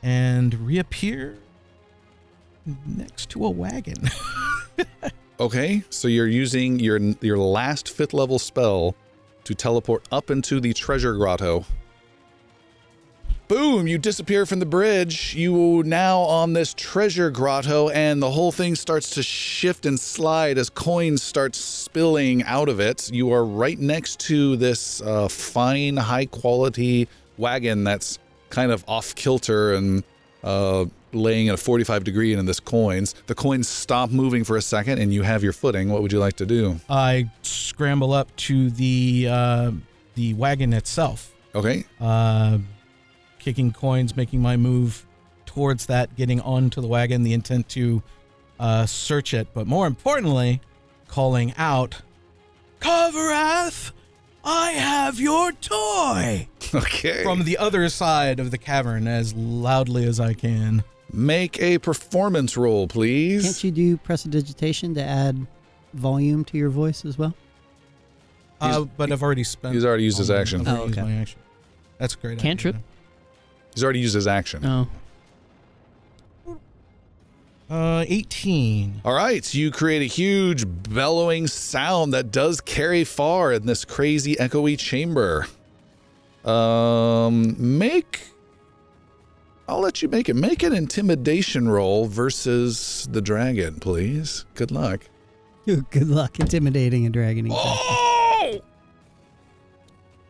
S7: and reappear next to a wagon. [LAUGHS]
S1: Okay, so you're using your your last fifth level spell to teleport up into the treasure grotto. Boom! You disappear from the bridge. You now on this treasure grotto, and the whole thing starts to shift and slide as coins start spilling out of it. You are right next to this uh, fine, high quality wagon that's kind of off kilter and uh, laying at a 45 degree and in this coins. The coins stop moving for a second and you have your footing. What would you like to do?
S7: I scramble up to the uh, the wagon itself,
S1: Okay. [LAUGHS]
S7: uh, kicking coins, making my move towards that, getting onto the wagon, the intent to uh, search it, but more importantly, calling out, "Coverath, I have your toy!"
S1: Okay.
S7: From the other side of the cavern, as loudly as I can.
S1: Make a performance roll,
S6: Can't
S1: please.
S6: you do prestidigitation to add volume to your voice as well? [LAUGHS]
S7: Uh, but I've already spent.
S1: He's already used his
S7: Oh,
S1: action.
S7: I've already
S8: Oh,
S7: used
S8: okay.
S7: my action. That's a great. idea,
S8: Cantrip?
S7: though.
S1: He's already used his action.
S8: Oh.
S7: Uh, 18.
S1: All right, you create a huge bellowing sound that does carry far in this crazy echoey chamber. Um, make. I'll let you make it. Make an intimidation roll versus the dragon, please. Good luck.
S6: Good luck intimidating a dragon. in combat.
S1: Oh!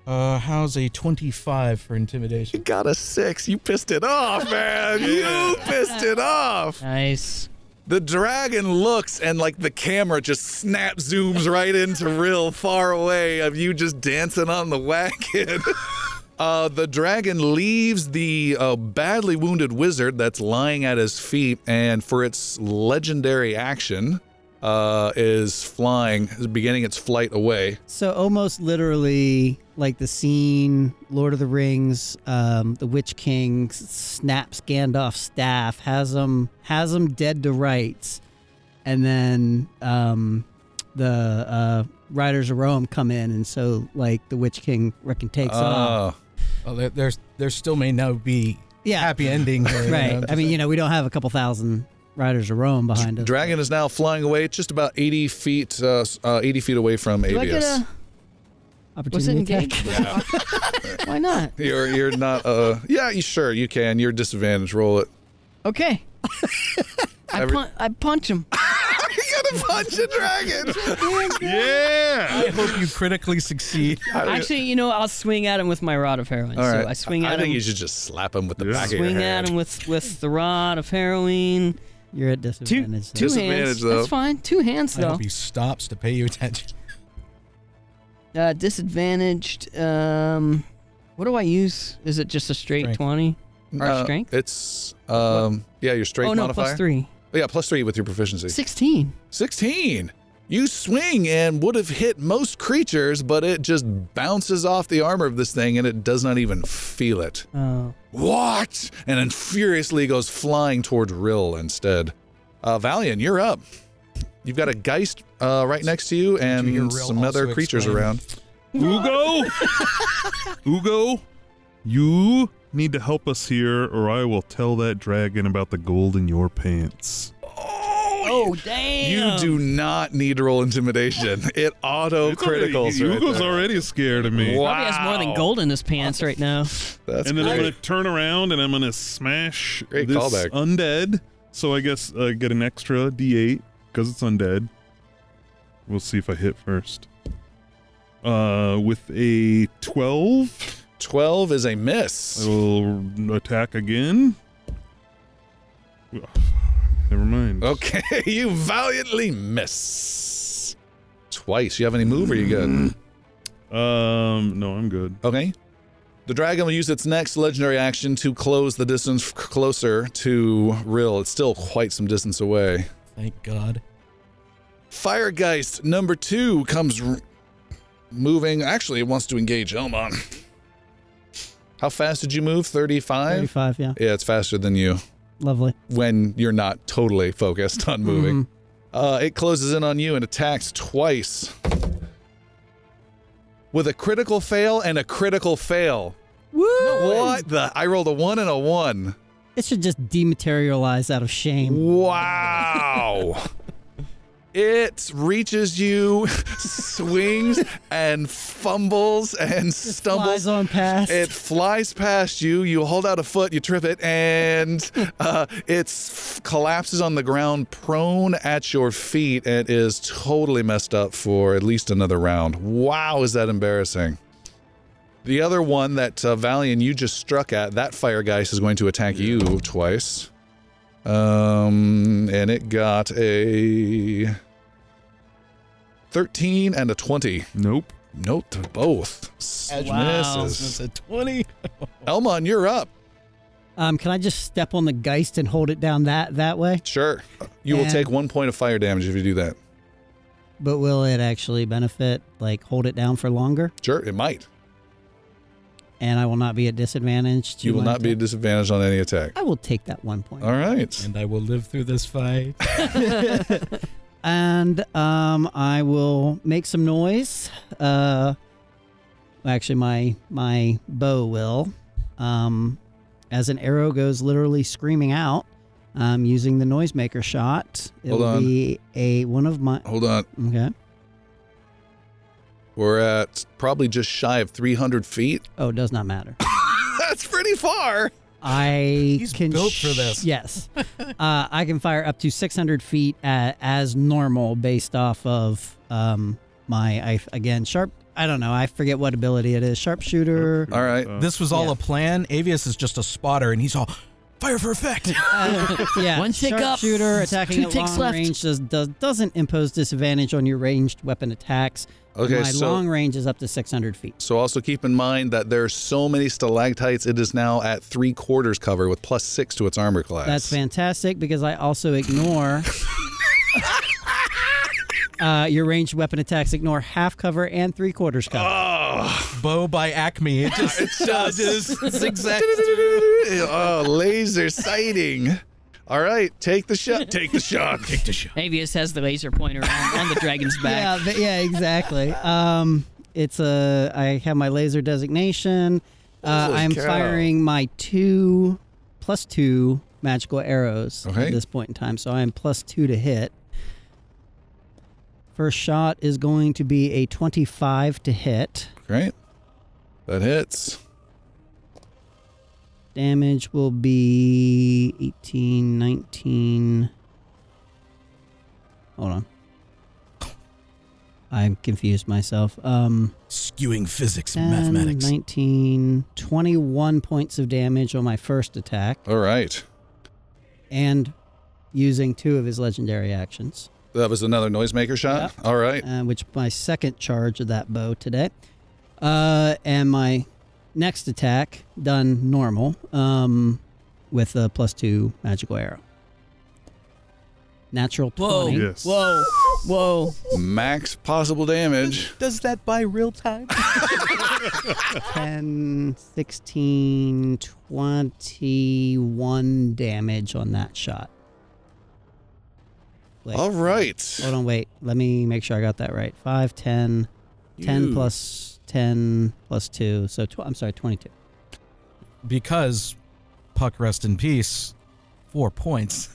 S7: Uh, how's a 25 for
S1: You
S7: intimidation?
S1: got a six. You pissed it off, man. You pissed it off.
S8: Nice.
S1: The dragon looks and like the camera just snap zooms right into real far away of you just dancing on the wagon. [LAUGHS] Uh, the dragon leaves the uh, badly wounded wizard that's lying at his feet, and for its legendary action, uh, is flying, is beginning its flight away.
S6: So almost literally, like the scene, Lord of the Rings, um, the Witch King s- snaps Gandalf's staff, has him has him dead to rights, and then um, the uh, Riders of Rome come in, and so like the Witch King freaking takes off.
S1: Ah.
S7: Oh, there, there's, there still may now be
S6: Yeah,
S7: happy ending. Here, you know,
S6: right.
S7: I'm
S6: I
S7: just
S6: mean,
S7: saying.
S6: you know, we don't have a couple thousand Riders of Rome behind us.
S1: Dragon is now flying away, just about 80 feet, uh, s- uh, 80 feet away from ABS.
S8: Do I get a. Was it
S6: Opportunity attack.
S8: engaged? [LAUGHS] Why not?
S1: You're you're not uh yeah, you sure you can. You're disadvantage, roll it. [LAUGHS]
S8: Okay. I,
S1: Every-
S8: pun- I punch
S1: [LAUGHS]
S8: him.
S1: you gotta punch a dragon.
S5: Yeah.
S7: I hope you critically
S6: [LAUGHS]
S7: succeed.
S8: Actually, you know, I'll swing at him with my rod of heroin.
S1: All right.
S8: So I swing at
S1: I
S8: him.
S1: think you should just slap him with the
S5: Yeah.
S1: back of your
S8: swing
S1: hand.
S8: at him with, with the rod of heroin.
S6: You're at
S8: Two,
S6: disadvantage.
S8: two
S1: Disadvantage,
S8: hands.
S1: though.
S8: That's fine. Two hands,
S7: I
S8: though.
S7: hope he stops to pay you attention.
S8: Uh, disadvantaged. Um, what do I use? Is it just a straight
S7: Strength.
S8: 20? Our
S1: Uh,
S8: strength?
S1: It's um yeah, your strength
S8: oh no,
S1: modifier.
S8: plus three.
S1: Oh, yeah, plus three with your proficiency.
S9: 16.
S1: 16. You swing and would have hit most creatures, but it just bounces off the armor of this thing and it does not even feel it.
S8: Oh.
S1: What? And then furiously goes flying towards Rill instead. Uh, Valian, you're up. You've got a Geist uh, right next to you
S7: you hear
S1: and
S7: Rill
S1: some other
S7: also
S1: creatures
S7: explain?
S1: around.
S5: Ugo! Ugo, you need to help us here, or I will tell that dragon about the gold in your pants.
S8: Oh damn!
S1: You do not need to roll intimidation. It auto Oh, criticals.
S5: Already,
S1: right
S5: Ugo's
S1: there.
S5: already scared of me.
S1: Wow.
S8: Probably has more than gold in his pants right now.
S1: That's
S5: and then I'm
S1: great.
S5: going to turn around and I'm going to smash
S1: Great
S5: this
S1: callback.
S5: undead. So I guess I get an extra d8 because it's undead. We'll see if I hit first. Uh, with a 12,
S1: 12 is a miss.
S5: I will attack again. Ugh, Never mind.
S1: Okay, [LAUGHS] you valiantly miss. Twice. You have any move? Or are you
S5: Mm.
S1: good?
S5: Um, no, I'm good.
S1: Okay. The dragon will use its next legendary action to close the distance f- closer to Rill. It's still quite some distance away.
S7: Thank God.
S1: Firegeist number two comes r- moving. Actually, it wants to engage Elmon. How fast did you move? 35?
S6: 35, yeah.
S1: Yeah, it's faster than you
S6: Lovely.
S1: when you're not totally focused on moving.
S6: Mhm.
S1: Uh, it closes in on you and attacks twice. With a critical fail and a critical fail. What the? I rolled a one and a one.
S6: It should just dematerialize out of shame.
S1: Wow. it reaches you, [LAUGHS] swings, and fumbles and
S6: Flies
S1: stumbles.
S6: on past.
S1: It flies past you. You hold out a foot, you trip it, and uh, it s- collapses on the ground, prone at your feet, and is totally messed up for at least another round. Wow, is that embarrassing? The other one that uh, Valian you just struck at, that fire geist is going to attack you twice. Um, and it got a 13 and a 20.
S5: Nope.
S1: Nope to both.
S8: Wow.
S1: Misses.
S7: a 20.
S1: Elmon, you're up.
S6: Um, can I just step on the geist and hold it down that that way?
S1: Sure. You will
S6: And-
S1: take one point of fire damage if you do that.
S6: But will it actually benefit? Like hold it down for longer,
S1: Sure, it might.
S6: and I will not be at disadvantage. To
S1: You will
S6: my
S1: not be
S6: attack?
S1: disadvantaged on any attack.
S6: I will take that one point.
S1: All right.
S7: And I will live through this fight.
S6: and um, I will make some noise. Uh, actually, my my bow will, um, as an arrow goes literally screaming out. Um, using the noisemaker shot, it
S1: Hold
S6: will
S1: on.
S6: be a one of my
S1: Hold on.
S6: okay.
S1: We're at probably just shy of 300 feet.
S6: Oh, it does not matter.
S1: [LAUGHS] That's pretty far.
S6: I
S7: He's
S6: can
S7: built for this. [LAUGHS]
S6: Yes, uh, I can fire up to 600 feet a as normal based off of um, my I, again sharp. I don't know. I forget what ability it is. Sharpshooter.
S1: All right.
S5: Uh,
S7: This was all
S6: Yeah.
S7: a plan. Avius is just a spotter, and he's all fire for effect.
S6: Uh, yeah,
S8: One tick up,
S6: sharpshooter attacking
S8: two
S6: at
S8: ticks
S6: long
S8: left.
S6: range does, does doesn't impose disadvantage on your ranged weapon attacks.
S1: Okay,
S6: my
S1: so-
S6: long range is up to 600 feet.
S1: So also keep in mind that there are so many stalactites, it is now at three quarters cover with plus six to its armor class.
S6: That's fantastic because I also
S8: [LAUGHS]
S6: ignore. Uh, your ranged weapon attacks ignore half cover and three quarters cover.
S7: [LAUGHS] Bow by [LAUGHS] Acme. It
S6: [LAUGHS]
S7: just,
S1: just- [LAUGHS]
S7: just zigzags.
S1: oh, laser sighting. All right, take the shot. Take the shot. take the shot.
S8: Avius has the laser pointer on, on the [LAUGHS] dragon's
S6: Yeah,
S8: back.
S6: but Uh, yeah, exactly. Um, it's a. I have my laser designation. Uh,
S1: Holy
S6: I'm
S1: cow.
S6: firing my two plus two magical arrows
S1: Okay.
S6: at this point in time, so I am plus two to hit. First shot is going to be a 25 to hit.
S1: Great. That hits.
S6: Damage will be 18, 19. Hold on. I confused myself. Um.
S7: Skewing physics,
S6: 10,
S7: and mathematics.
S6: 19, 21 points of damage on my first attack
S1: All right.
S6: and using two of his legendary actions,
S1: That was another noisemaker shot. All right.
S6: uh, which my second charge of that bow today. Uh, and my Next attack done normal um, with a plus two magical arrow. Natural
S8: Whoa.
S6: twenty.
S5: Yes.
S8: Whoa. Whoa.
S1: Max possible damage.
S7: Does that buy real time?
S6: 10, 16, 21 damage on that shot. Wait,
S1: All right.
S6: Hold on, wait. Let me make sure I got that right. 5, 10, 10
S1: You-
S6: plus 10 plus 2. So tw- I'm sorry, 22.
S7: because Puck rest in peace, four points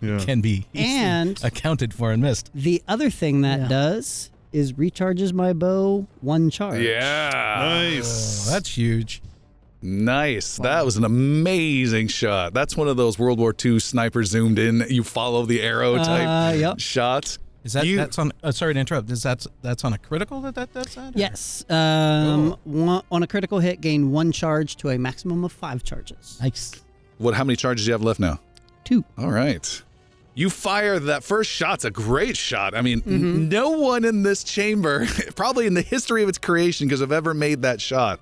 S5: Yeah.
S7: can be easily
S6: And
S7: accounted for and missed.
S6: the other thing that
S8: Yeah.
S6: does is recharges my bow one charge.
S1: Yeah.
S5: nice.
S7: Oh, that's huge.
S1: Nice. That was an amazing shot. That's one of those World War II sniper zoomed in, you follow the arrow type
S6: Uh, yep.
S1: shots.
S7: Is that
S1: You-
S7: that's on? Uh, sorry to interrupt. Is that that's on a critical that that that's on?
S6: Yes. Um, one, on a critical hit, gain one charge to a maximum of five charges.
S7: Nice.
S1: What? How many charges do you have left now?
S6: Two.
S1: All right. You fire that first shot's a great shot. I mean, n- no one in this chamber, [LAUGHS] probably in the history of its creation, because I've ever made that shot.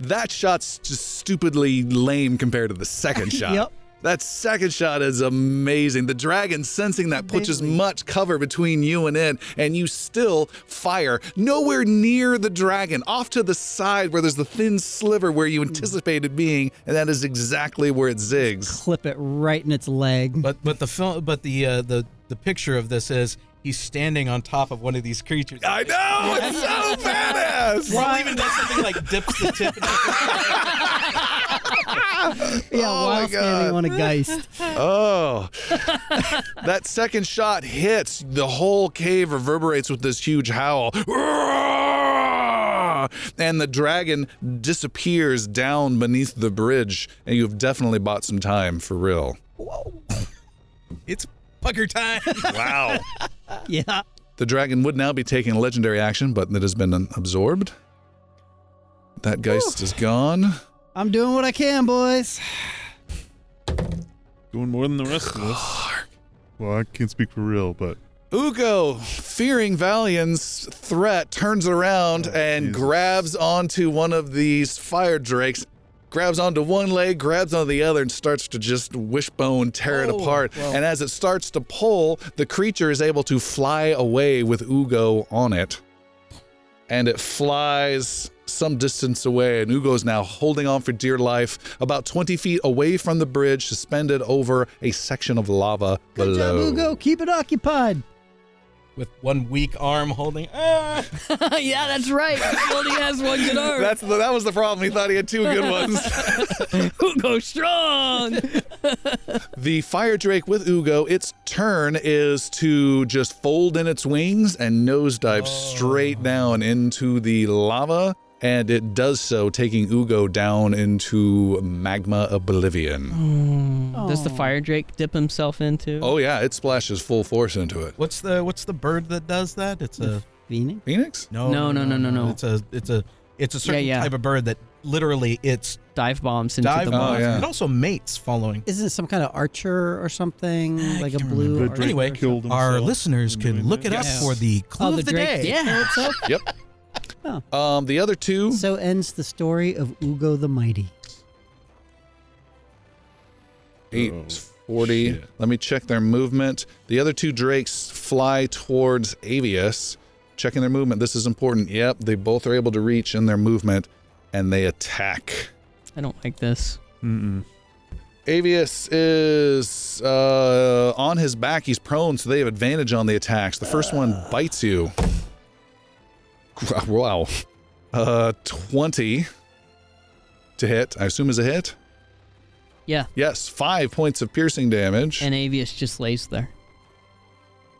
S1: That shot's just stupidly lame compared to the second shot.
S6: Yep.
S1: That second shot is amazing. The dragon sensing that puts as much cover between you and it, and you still fire nowhere near the dragon, off to the side where there's the thin sliver where you anticipated being, and that is exactly where it zigs.
S6: Clip it right in its leg.
S7: But but the film but the uh, the the picture of this is he's standing on top of one of these creatures.
S1: I know it's so badass.
S7: Well, even does something like dips the tip.
S6: yeah,
S1: Oh my
S6: while standing
S1: God.
S6: on a [LAUGHS] geist.
S1: Oh, [LAUGHS] that second shot hits. The whole cave reverberates with this huge howl. And the dragon disappears down beneath the bridge. And you've definitely bought some time for real.
S7: [LAUGHS] it's pucker time.
S1: Wow.
S6: Yeah.
S1: the dragon would now be taking legendary action, but it has been absorbed. That geist is gone.
S6: I'm doing what I can, boys.
S5: Doing more than the rest of us. Well, I can't speak for real, but
S1: Ugo, fearing Valian's threat, turns around
S6: Oh,
S1: and
S5: Jesus.
S1: grabs onto one of these fire drakes, grabs onto one leg, grabs onto the other, and starts to just wishbone tear
S6: Oh,
S1: it apart. And as it starts to pull, the creature is able to fly away with Ugo on it. And it flies some distance away, and Ugo's now holding on for dear life, about 20 feet away from the bridge, suspended over a section of lava
S6: Good job,
S1: below.
S6: Ugo. Oh, Keep it occupied.
S7: [LAUGHS] With one weak arm holding. Ah!
S8: [LAUGHS]
S9: yeah, that's right.
S8: He only has one good arm. [LAUGHS]
S1: That's the, that was the problem. He thought he had two good ones. [LAUGHS]
S8: Hugo [LAUGHS] strong.
S1: the fire drake with Ugo, its turn is to just fold in its wings and nosedive straight down into the lava. And it does so, taking Ugo down into magma oblivion.
S8: Does the fire drake dip himself into?
S1: Oh, yeah, it splashes full force into it.
S7: What's the what's the bird that does that? It's a
S6: Phoenix?
S1: Phoenix?
S7: no
S8: No, no, no, no, no.
S7: It's a it's a it's a certain
S8: yeah.
S7: type of bird that literally it's
S8: dive bombs into
S7: dive
S8: the
S1: bomb.
S8: lava.
S7: bombs.
S1: yeah.
S7: It also mates following.
S6: Isn't it some kind of archer or something? Like a
S7: can't
S5: the
S6: blue
S7: remember.
S6: archer?
S5: Drake
S7: Anyway,
S5: killed himself.
S7: Our listeners
S5: in
S7: can
S5: doing
S7: look it
S5: that.
S7: up
S6: Yes.
S7: for the clue
S6: Oh,
S7: of
S6: the
S7: the,
S6: Drake
S7: day.
S6: did
S8: Yeah.
S1: Yep. Um, the other two.
S6: So ends the story of Ugo the Mighty.
S1: Eight forty.
S5: shit.
S1: Let me check their movement. The other two drakes fly towards Avius, checking their movement. This is important. Yep, they both are able to reach in their movement, and they attack.
S8: I don't like this.
S5: Mm-mm.
S1: Avius is uh, on his back. He's prone, so they have advantage on the attacks. The first one bites you. Wow. Uh, 20 to hit. I assume is a hit.
S8: Yeah.
S1: Yes, five points of piercing damage.
S8: And Avius just lays there.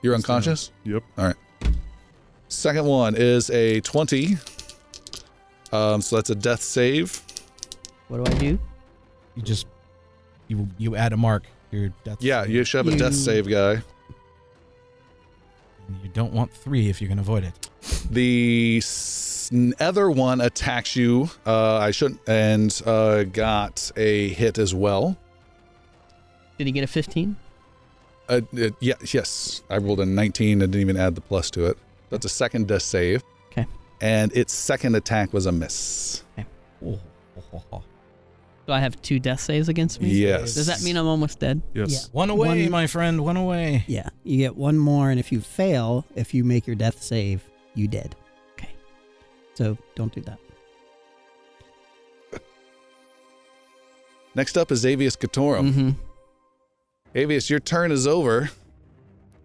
S1: You're unconscious?
S5: Yep.
S1: All right. Second one is a 20. Um, so that's a death save.
S8: What do I do?
S7: You just you you add a mark. Your death.
S1: Yeah, you
S7: you,
S1: should have a death
S6: You-
S1: save guy.
S7: you don't want three if you can avoid it.
S1: [LAUGHS] The s- other one attacks you. Uh, I shouldn't, and uh, got a hit as well.
S8: Did he get a 15?
S1: Uh, it, yeah, yes, I rolled a 19. I didn't even add the plus to it. That's a second death save.
S8: Okay.
S1: And its second attack was a miss.
S7: Oh,
S8: Do I have two death saves against me?
S1: Yes.
S8: Does that mean I'm almost dead?
S5: Yes.
S7: One away,
S6: One-
S7: my friend, one away.
S6: Yeah, you get one more, and if you fail, if you make your death save, you dead.
S8: Okay.
S6: So don't do that.
S1: Next up is Avius Catorum.
S8: Mm-hmm.
S1: Avius, your turn is over.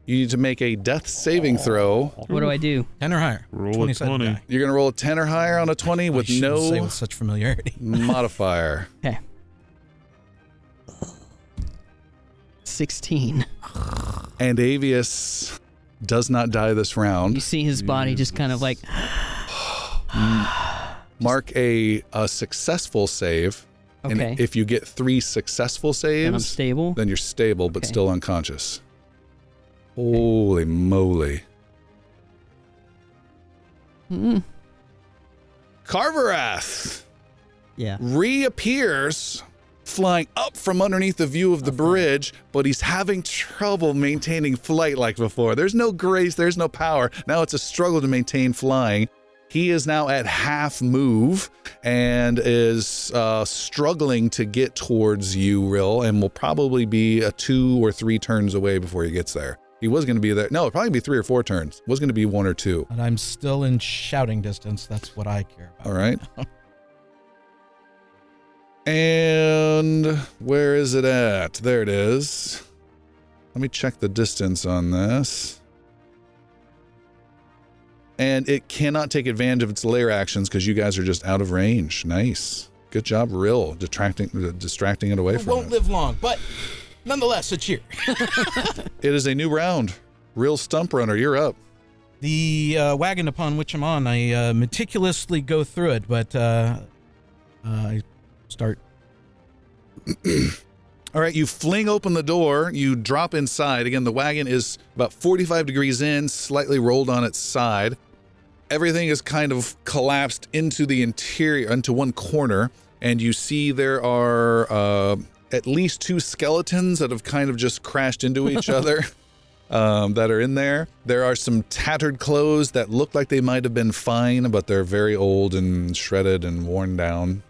S1: You need to make a death saving throw.
S8: What do I do?
S7: 10 or higher.
S5: Roll a
S7: 20 sided
S5: 20.
S7: die.
S1: You're going to roll a 10 or higher on a
S8: Oh,
S1: 20 with
S7: I shouldn't say
S1: no
S7: with such familiarity. [LAUGHS]
S1: modifier.
S8: 16.
S1: And Avius does not die this round.
S8: You see his body just kind of like,
S1: Mark a, a successful save.
S8: okay.
S1: And if you get three successful
S8: And I'm
S1: saves,
S8: stable.
S1: then you're stable but
S8: Okay.
S1: still unconscious. Holy moly.
S8: Mm.
S1: Carverath
S8: [LAUGHS]
S6: Yeah.
S1: reappears flying up from underneath the view of the bridge, but he's having trouble maintaining flight like before. There's no grace, there's no power. Now it's a struggle to maintain flying. He is now at half move and is uh, struggling to get towards you, Rill, and will probably be a two or three turns away before he gets there. He was going to be there. No, it'd probably be three or four turns. Was going to be one or two.
S7: But I'm still in shouting distance. That's what I care about.
S1: All right. and where is it at? There it is. Let me check the distance on this. And it cannot take advantage of its layer actions because you guys are just out of range. Nice. Good job, Rill, detracting, distracting it away
S3: It
S1: from
S3: won't
S1: it.
S3: live long, but nonetheless, a cheer.
S1: it is a new round. Rill Stump Runner, you're up.
S7: The uh, wagon upon which I'm on, I uh, meticulously go through it, but uh, uh, I start.
S1: All right, you fling open the door, you drop inside. Again, the wagon is about 45 degrees in, slightly rolled on its side. Everything is kind of collapsed into the interior, into one corner, and you see there are uh, at least two skeletons that have kind of just crashed into each other um, that are in there. There are some tattered clothes that look like they might have been fine, but they're very old and shredded and worn down.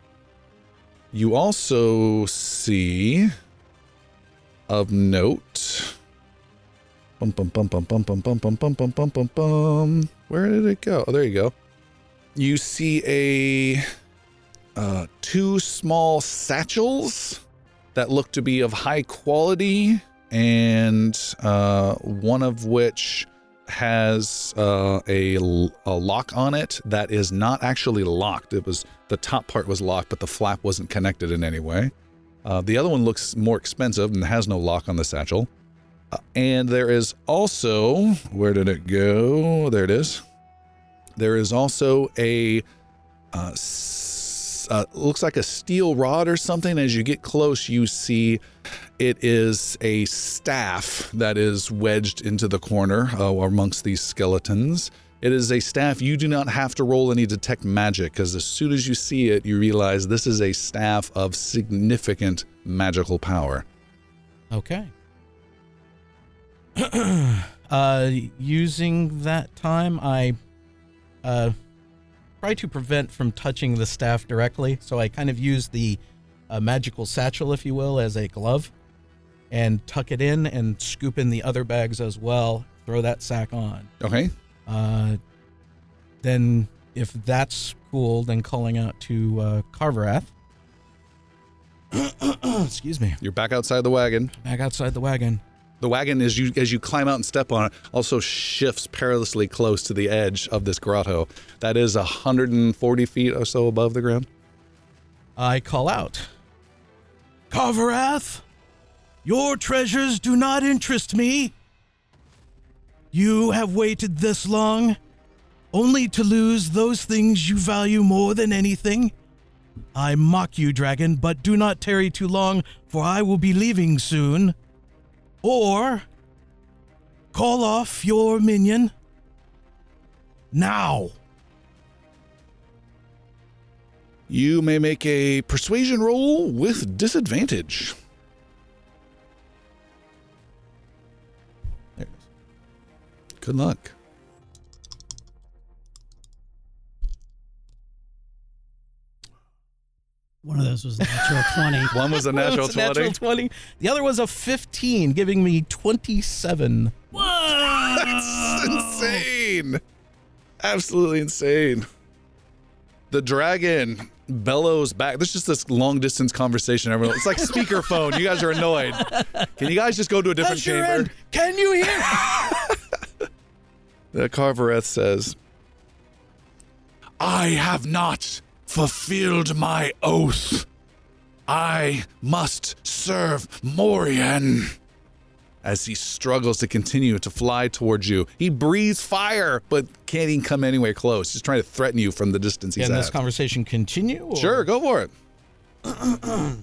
S1: You also see of note. Bum bum bum bum bum bum bum bum bum bum bum bum bum. Where did it go? Oh, there you go. You see a uh, two small satchels that look to be of high quality, and uh, one of which has uh, a, l- a lock on it that is not actually locked. It was the top part was locked, but the flap wasn't connected in any way. Uh, the other one looks more expensive and has no lock on the satchel. Uh, and there is also, where did it go? There it is. There is also a, uh, s- uh, looks like a steel rod or something. As you get close, you see it is a staff that is wedged into the corner uh, amongst these skeletons. It is a staff. You do not have to roll any detect magic because as soon as you see it, you realize this is a staff of significant magical power.
S7: Okay. [CLEARS THROAT] uh, using that time, I uh, try to prevent from touching the staff directly, so I kind of use the uh, magical satchel, if you will, as a glove, and tuck it in and scoop in the other bags as well. Throw that sack on.
S1: Okay.
S7: Uh, then, if that's cool, then calling out to uh, Carverath. [CLEARS THROAT] Excuse me.
S1: You're back outside the wagon.
S7: Back outside the wagon.
S1: The wagon, as you as you climb out and step on it, also shifts perilously close to the edge of this grotto. That is 140 feet or so above the ground.
S7: I call out, Carverath, your treasures do not interest me. You have waited this long only to lose those things you value more than anything. I mock you, dragon, but do not tarry too long, for I will be leaving soon. Or call off your minion now.
S1: You may make a persuasion roll with disadvantage.
S7: There it
S1: Good luck.
S6: One of those was the [LAUGHS] natural 20.
S1: One [LAUGHS] was a natural,
S7: It's a natural
S1: 20.
S7: 20. The other was a 15, giving me 27.
S1: That's [LAUGHS] insane. Absolutely insane. The dragon bellows back. There's just this long distance conversation. Everyone, [LAUGHS] it's like speakerphone. You guys are annoyed. Can you guys just go to a different
S7: That's your
S1: chamber?
S7: end. Can you hear?
S1: The Uh, Carvereth says,
S2: I have not fulfilled my oath. I must serve Morian.
S1: as he struggles to continue to fly towards you. He breathes fire, but can't even come anywhere close. He's trying to threaten you from the distance he's
S7: Can this
S1: at.
S7: conversation continue? or-
S1: sure, go for it.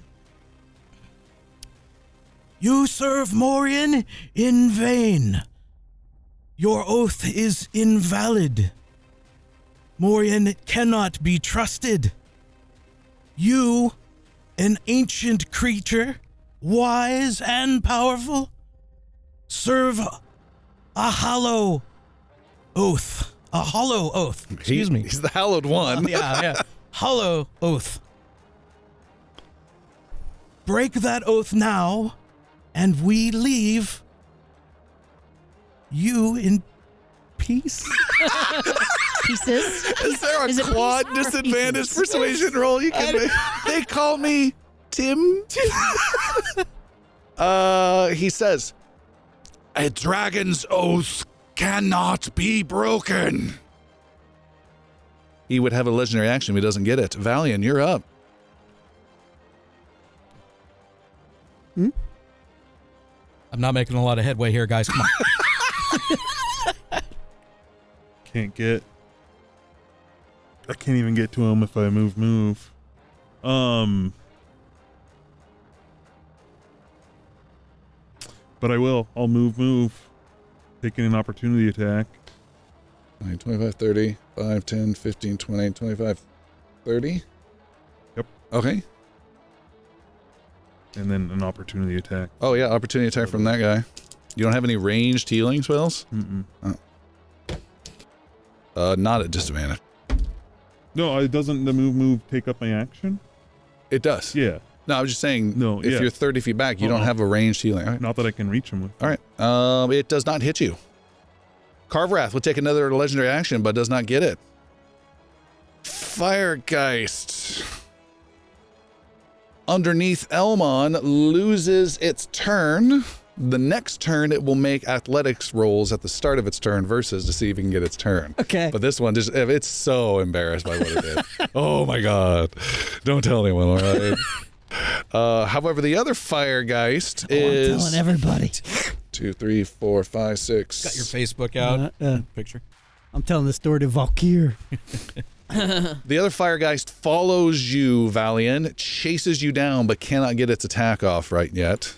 S7: You serve Morian in vain. Your oath is invalid. Morian cannot be trusted. You, an ancient creature, wise and powerful, serve a hollow oath. A hollow oath. Excuse
S1: He-
S7: me.
S1: He's the hallowed one.
S7: yeah, yeah. [LAUGHS] Hollow oath. Break that oath now, and we leave you in peace.
S9: Pieces.
S1: Is there a
S9: Is it
S1: quad
S9: Pixar? [LAUGHS]
S1: disadvantage persuasion roll you can make? They call me
S9: [LAUGHS]
S1: Tim. uh, he says,
S2: A dragon's oath cannot be broken.
S1: he would have a legendary action if he doesn't get it. Valian, you're up.
S7: I'm not making a lot of headway here, guys. Come on.
S5: Can't get. I can't even get to him if I move, move. Um. But I will. I'll move, move. Taking an opportunity attack.
S1: 9, 25, 30, 5, 10, 15, 20, 25, 30.
S5: Yep.
S1: Okay.
S5: And then an opportunity attack.
S1: Oh, yeah. Opportunity attack from that guy. You don't have any ranged healing spells?
S5: Mm-mm.
S1: Uh, not at disadvantage.
S5: No, it doesn't the move, move take up my action?
S1: It does.
S5: Yeah.
S1: No, I was just saying,
S5: No,
S1: if
S5: yeah.
S1: you're 30 feet back, you don't
S5: Uh-uh.
S1: have a ranged healing. All right.
S5: Not that I can reach him with.
S1: All right. Um, it does not hit you. Carverath will take another legendary action, but does not get it. Firegeist. Underneath Elmon loses its turn. The next turn, it will make athletics rolls at the start of its turn versus to see if it can get its turn.
S6: Okay.
S1: But this one, just eh, it's so embarrassed by what it
S7: [LAUGHS]
S1: did. oh my god! Don't tell anyone. All right. uh, however, the other firegeist
S6: I'm
S1: is
S6: telling everybody.
S1: two, three, four, five, six.
S7: [LAUGHS] Got your Facebook out.
S6: Uh, uh,
S7: Picture.
S6: I'm telling the story to Valkyr.
S1: The other firegeist follows you, Valian, chases you down, but cannot get its attack off right yet.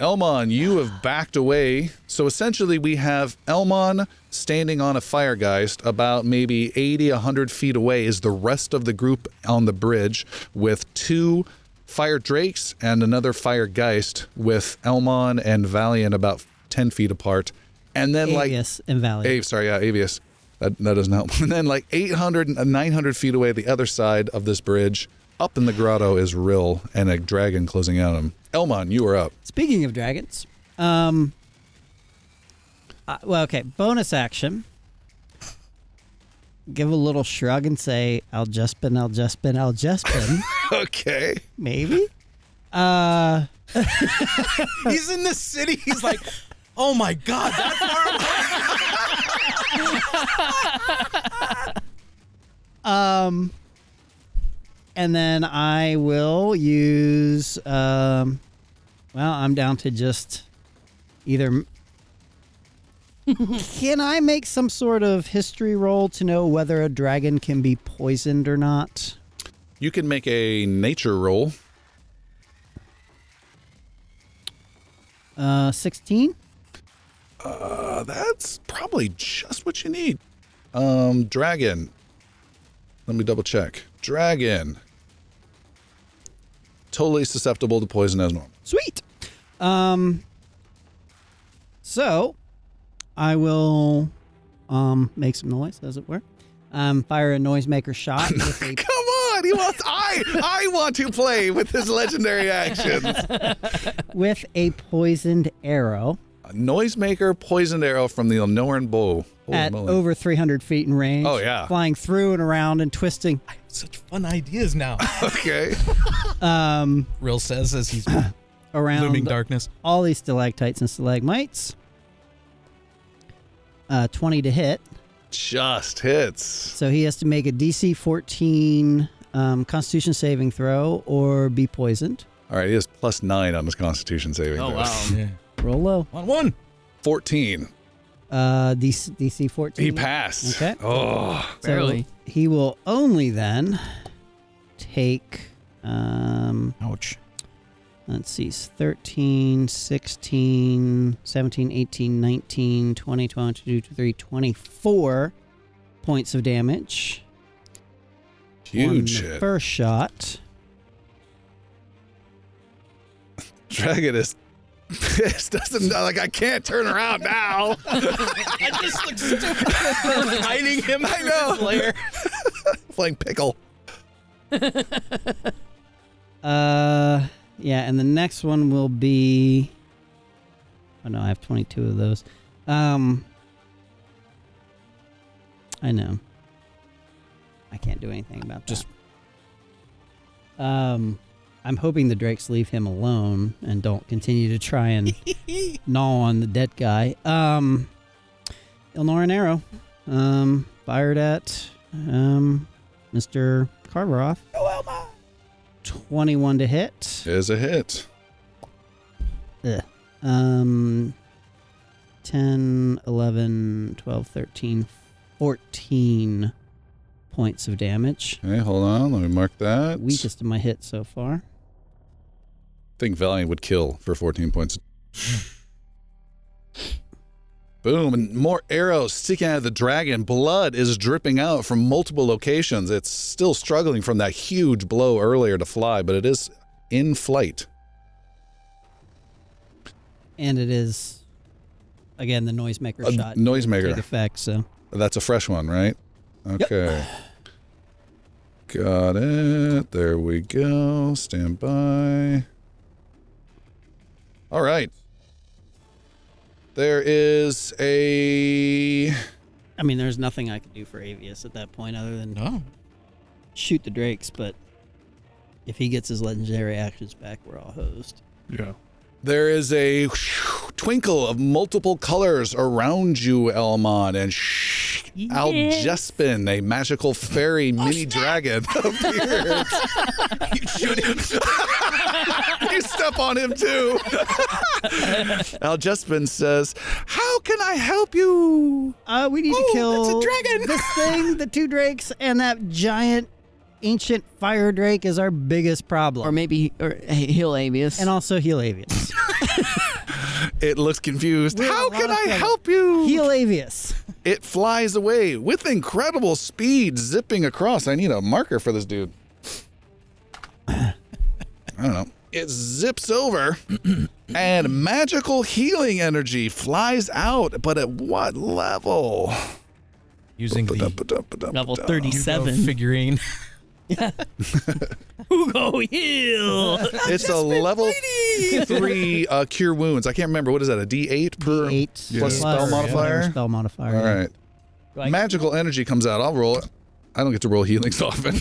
S1: Elmon, you have backed away. So essentially, we have Elmon standing on a firegeist about maybe 80, 100 feet away, is the rest of the group on the bridge with two fire drakes and another firegeist with Elmon and Valian about 10 feet apart. And then, like,
S6: Yes, in Valley.
S1: Ave, sorry, yeah, Avius. That, that doesn't help. [LAUGHS] And then, like 800, and 900 feet away, the other side of this bridge, up in the grotto is Rill and a dragon closing in on him. Elmon, you are up. [LAUGHS]
S6: Speaking of dragons, um, uh, well, okay, bonus action. Give a little shrug and say, "I'll just been, I'll just been, I'll just been."
S1: Okay.
S6: Maybe. Uh,
S7: He's in the city. He's like, [LAUGHS] oh my God, that far away.
S6: um, and then I will use. Um, well, I'm down to just either. can I make some sort of history roll to know whether a dragon can be poisoned or not?
S1: You can make a nature roll.
S6: Uh, 16?
S1: Uh, that's probably just what you need. Um, dragon. Let me double check. Dragon. Totally susceptible to poison as normal. [LAUGHS]
S6: Sweet. Um, so I will
S1: [LAUGHS] Oh
S6: um, make some noise, as it were. Um, fire a noisemaker shot with a
S1: Come on, he wants. I I want to play with his legendary actions.
S6: with a poisoned arrow
S1: A noisemaker, poisoned arrow from the Elnoran bow. Holy
S6: at
S1: moly.
S6: over 300 feet in range.
S1: Oh, yeah.
S6: Flying through and around and twisting.
S7: Such fun ideas now.
S1: Okay.
S6: Um,
S7: [LAUGHS] Rill says as he's looming
S6: around
S7: darkness.
S6: all these stalactites and stalagmites. Uh, 20 to hit.
S1: Just hits.
S6: So he has to make a DC 14 um, Constitution saving throw or be poisoned.
S1: All right, he has plus nine on his Constitution saving.
S8: Oh
S1: throw.
S8: wow.
S7: Yeah.
S6: Roll low.
S7: On one.
S1: Fourteen.
S6: Uh, DC, DC 14.
S1: He passed.
S6: Mm, Okay.
S1: Oh,
S6: So
S8: Barely.
S6: he will only then take, um,
S7: Ouch.
S6: let's see, 13, 16, 17, 18, 19, 20, 22, 23, 24 points of damage.
S1: huge
S6: on the
S1: hit.
S6: First shot.
S1: Dragon is [LAUGHS] pissed. Doesn't like I can't turn around
S6: [LAUGHS]
S1: now.
S8: I just look stupid hiding him.
S1: I know. [LAUGHS] Playing pickle.
S6: Uh, yeah, and the next one will be. Oh no, I have twenty-two of those. Um, I know. I can't do anything about that.
S7: Just-
S6: Um, I'm hoping the Drakes leave him alone and don't continue to try and gnaw on the dead guy. Um, Ilnoran arrow, um, fired at um, Mr. Karvaroff. 21 to hit.
S1: Is a hit.
S6: Um, 10, 11, 12, 13, 14 points of damage.
S1: Okay, hold on. Let me mark that.
S6: Weakest of my hits so far.
S1: think Valiant would kill for 14 points. Boom, and more arrows sticking out of the dragon. Blood is dripping out from multiple locations. It's still struggling from that huge blow earlier to fly, but it is in flight.
S6: And it is, again, the noisemaker
S1: A
S6: shot. Take
S1: noisemaker.
S6: effect, so.
S1: That's a fresh one, right? Okay. Got it. There we go. Stand by. All right. There is a
S6: I mean, there's nothing I could do for Avius at that point other than
S7: No.
S6: shoot the Drakes, but if he gets his legendary actions back, we're all hosed.
S5: Yeah.
S1: There is a twinkle of multiple colors around you, Elmon, and shh, Aljespin, a magical fairy
S6: Oh,
S1: mini dragon, [LAUGHS] appears. you shoot him. [LAUGHS] you step on him too. [LAUGHS] Aljespin says, "How can I help you?"
S6: Uh, we need
S1: Oh,
S6: to kill
S1: that's a dragon! [LAUGHS]
S6: this thing, the two drakes, and that giant ancient fire drake is our biggest problem.
S8: [LAUGHS] Or maybe or hey, he'll Avius.
S6: and also
S1: [LAUGHS]
S6: Helavius.
S1: It looks confused.
S6: We're in
S1: How
S6: a lot
S1: can
S6: of
S1: I
S6: trouble.
S1: help you?
S6: Helavius.
S1: It flies away with incredible speed, zipping across. I need a marker for this dude. I don't know. It zips over, [CLEARS THROAT] and magical healing energy flies out, but at what level?
S7: Using the
S8: level
S7: Hugo
S8: 37.
S7: figurine.
S8: Hugo heal.
S1: It's a level three uh, cure wounds. I can't remember. What is that? A D8 per?
S6: Eight
S1: Plus spell
S6: whatever
S1: modifier?
S6: Spell modifier.
S1: All right.
S8: Like-
S1: Magical energy comes out. I'll roll it. I don't get to roll healings [LAUGHS] often.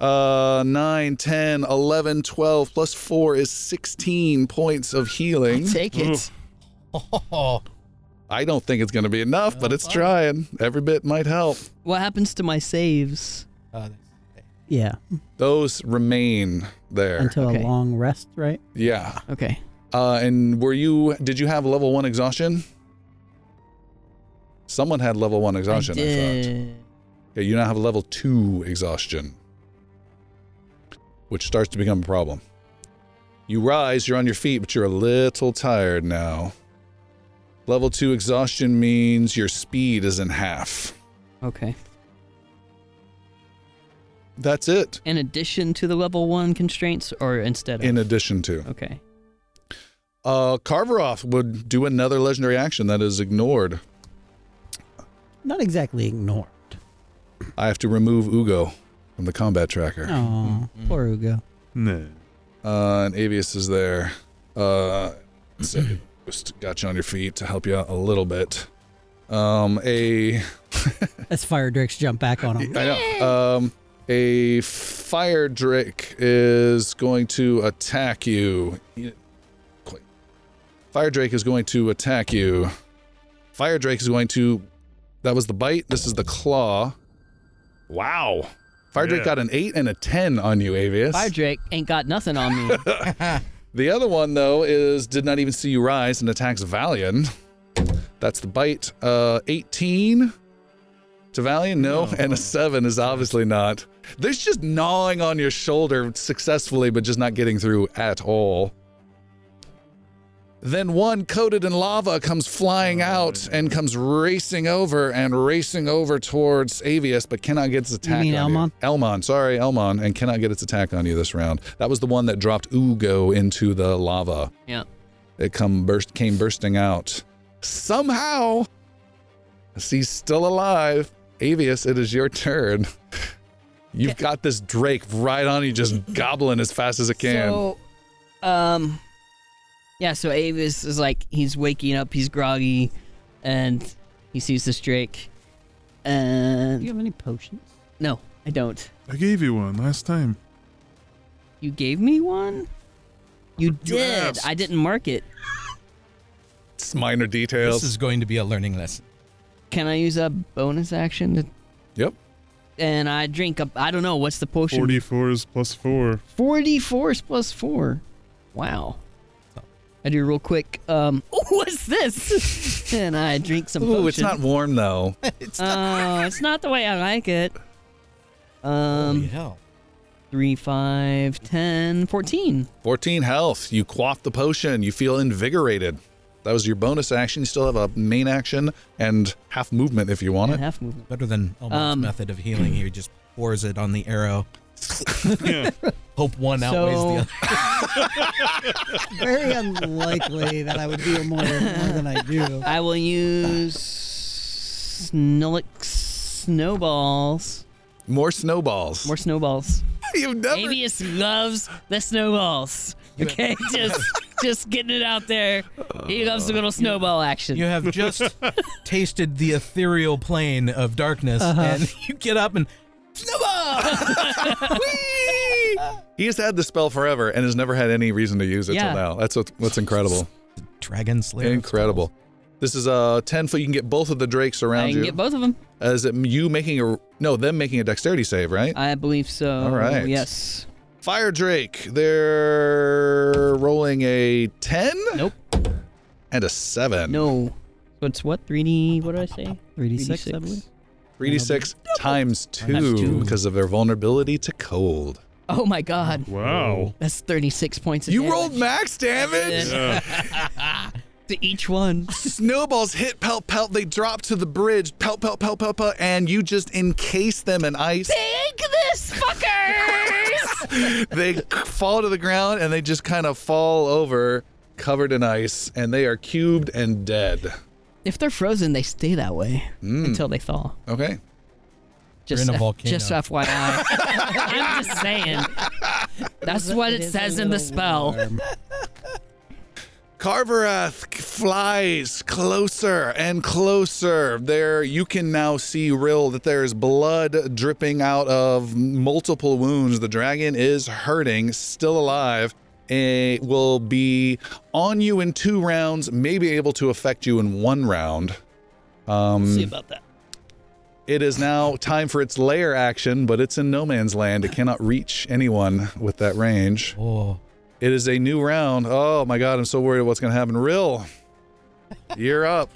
S1: uh, 9, 10, 11, 12, plus 4 is 16 points of healing.
S8: Take it.
S7: Oh,
S1: I don't think it's going to be enough, but it's trying. Every bit might help.
S8: What happens to my saves?
S7: uh,
S6: Yeah.
S1: Those remain there.
S6: Until
S8: Okay.
S6: a long rest, right?
S1: yeah.
S8: Okay.
S1: Uh, and were you, did you have level 1 exhaustion? Someone had level 1 exhaustion,
S8: I
S1: I, thought.
S8: did.
S1: Yeah, you now have level two exhaustion, which starts to become a problem. You rise, you're on your feet, but you're a little tired now. Level two exhaustion means your speed is in half.
S8: Okay.
S1: That's it,
S8: In addition to the level one constraints, or instead of.
S1: in addition to.
S8: okay.
S1: Uh, Karvaroff would do another legendary action that is ignored.
S6: Not exactly ignored.
S1: I have to remove Ugo from the combat tracker.
S6: Oh, poor Ugo.
S5: Nah.
S1: Uh, and Avius is there. Uh, [CLEARS THROAT] so just got you on your feet to help you out a little bit. Um, a
S6: That's Fire Drake's jump back on him.
S1: I know. Um, a fire drake is going to attack you. Quick. Fire drake is going to attack you. Fire drake is going to. That was the bite. This is the claw. Wow. Fire drake
S5: Yeah.
S1: got an eight and a ten on you, Avius.
S8: Fire Drake ain't got nothing on [LAUGHS] me.
S1: The other one though is did not even see you rise and attacks Valiant. That's the bite. Uh, 18 to Valiant, no, and a seven is obviously not. There's just gnawing on your shoulder successfully, but just not getting through at all. Then one coated in lava comes flying out and comes racing over and racing over towards Avius, but cannot get its attack
S6: mean
S1: on
S6: Elmon?
S1: Elmon, sorry, Elmon, and cannot get its attack on you this round. That was the one that dropped Ugo into the lava.
S8: Yeah.
S1: It come burst came bursting out. Somehow, as he's still alive, Avius, it is your turn. [LAUGHS] You've got this Drake right on you, just gobbling as fast as it can.
S8: So, um, yeah. So Avis is like he's waking up. He's groggy, and he sees this Drake.
S6: Do you
S8: And
S6: have any potions?
S8: no, I don't.
S5: I gave you one last time.
S8: You gave me one. You did.
S5: Yes.
S8: I didn't mark it.
S1: it's minor details.
S7: This is going to be a learning lesson.
S8: Can I use a bonus action? To,
S1: yep.
S8: and I drink up. I don't know what's the potion.
S5: 44 is plus four.
S8: 44 is plus four. Wow. I do real quick. Um, [LAUGHS] ooh, what's
S1: [LAUGHS]
S8: this? and I drink some.
S1: Ooh,
S8: potion.
S1: it's not warm
S7: [LAUGHS]
S1: though.
S8: Oh, it's not the way I like it.
S7: Holy
S8: Um,
S7: hell.
S8: three, five, ten, fourteen.
S1: 14 health. You quaff the potion. You feel invigorated. That was your bonus action. You still have a main action and half movement if you want
S8: and
S1: it.
S8: half movement.
S7: Better than Elmo's
S8: Um,
S7: method of healing. He just pours it on the [LAUGHS] arrow.
S5: Yeah.
S7: Hope one outweighs the
S8: So-
S7: other.
S6: Very unlikely that I would deal more, more than I
S8: [LAUGHS]
S6: do.
S8: I will use Snillick snowballs.
S1: More snowballs.
S8: More snowballs.
S1: [LAUGHS] You've never.
S8: Avius loves the snowballs.
S1: [LAUGHS]
S8: Okay, just just getting it out there. He loves the
S1: Uh,
S8: little snowball action.
S7: You have just [LAUGHS] tasted the ethereal plane of darkness,
S8: Uh-huh.
S7: and [LAUGHS] you get up and
S8: [LAUGHS]
S1: He has had the spell forever and has never had any reason to use it
S8: Yeah.
S1: till now. That's what, what's incredible.
S7: dragon slayer.
S1: incredible. This is a 10 foot. You can get both of the drakes around
S8: I can
S1: you.
S8: get both of them.
S1: As it, you making a no, them making a dexterity save, right?
S8: I believe so.
S1: All right.
S8: Yes.
S1: Fire Drake. They're rolling a 10
S8: Nope.
S1: and a 7.
S8: No. So it's what? 3D. What did I say?
S6: 3d6, I believe.
S1: 3d6 times 2
S8: two.
S1: because of their vulnerability to cold.
S8: Oh my god.
S5: Wow.
S8: That's 36 points of
S1: You
S8: damage
S1: rolled max damage?
S5: Yeah.
S8: [LAUGHS] to each one.
S1: Snowballs hit pelt pelt. They drop to the bridge. Pelt pelt pelt pelt pelt. And you just encase them in ice.
S9: Take this, fuckers!
S1: they c- fall to the ground and they just kind of fall over covered in ice and they are cubed and dead.
S8: [LAUGHS] If they're frozen, they stay that way
S1: Mm.
S8: until they thaw.
S1: Okay.
S8: Just,
S7: in a
S8: F-
S7: volcano.
S8: just FYI.
S7: [LAUGHS]
S8: I'm just saying. That's what it,
S6: is a
S8: says in the
S6: little
S8: spell.
S6: warm.
S1: Carverath c- flies closer and closer. There, you can now see, Rill, that there is blood dripping out of multiple wounds. The dragon is hurting, still alive. It will be on you in two rounds, maybe able to affect you in one round.
S8: See
S1: Um,
S8: about that.
S1: It is now time for its lair action, but it's in no man's land. It cannot reach anyone with that range.
S7: Oh,
S1: It is a new round. Oh my god, I'm so worried what's going to happen. Rill, you're up.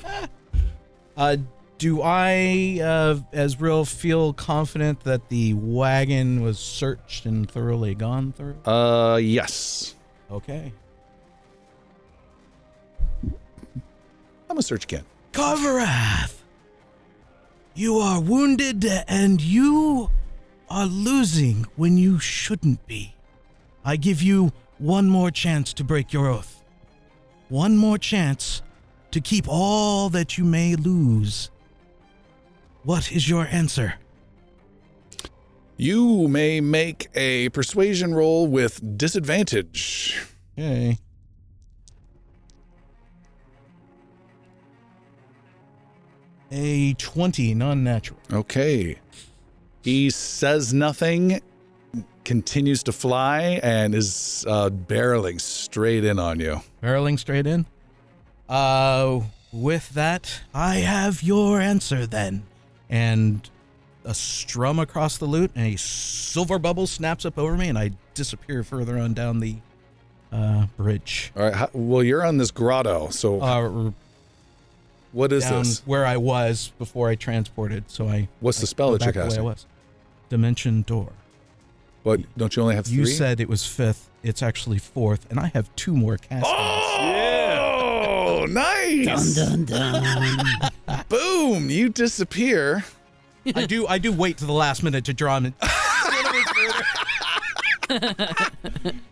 S7: uh, do I, uh, as real, feel confident that the wagon was searched and thoroughly gone through?
S1: Uh, yes.
S7: Okay.
S1: I'm a search again.
S7: Carverath, you are wounded and you are losing when you shouldn't be. I give you one more chance to break your oath. One more chance to keep all that you may lose. What is your answer?
S1: You may make a persuasion roll with disadvantage.
S3: Hey. A 20, non natural.
S1: Okay. He says nothing, continues to fly, and is uh, barreling straight in on you.
S7: Barreling straight in. Uh, with that, I have your answer then. And a strum across the lute, and a silver bubble snaps up over me, and I disappear further on down the uh, bridge.
S1: All right. How, well, you're on this grotto. So,
S7: Uh, or
S1: what Oh. is
S7: down
S1: this?
S7: where I was before I transported, so I
S1: What's the spell
S7: go
S1: that you're
S7: back the way I
S1: casting?
S7: was. Dimension door.
S1: What? Don't you only have three?
S7: You said it was fifth. It's actually fourth, and I have two more castings.
S1: [GASPS] Oh, nice.
S6: Dun, dun.
S1: Boom. You disappear.
S7: I do. I do wait to the last minute to draw them.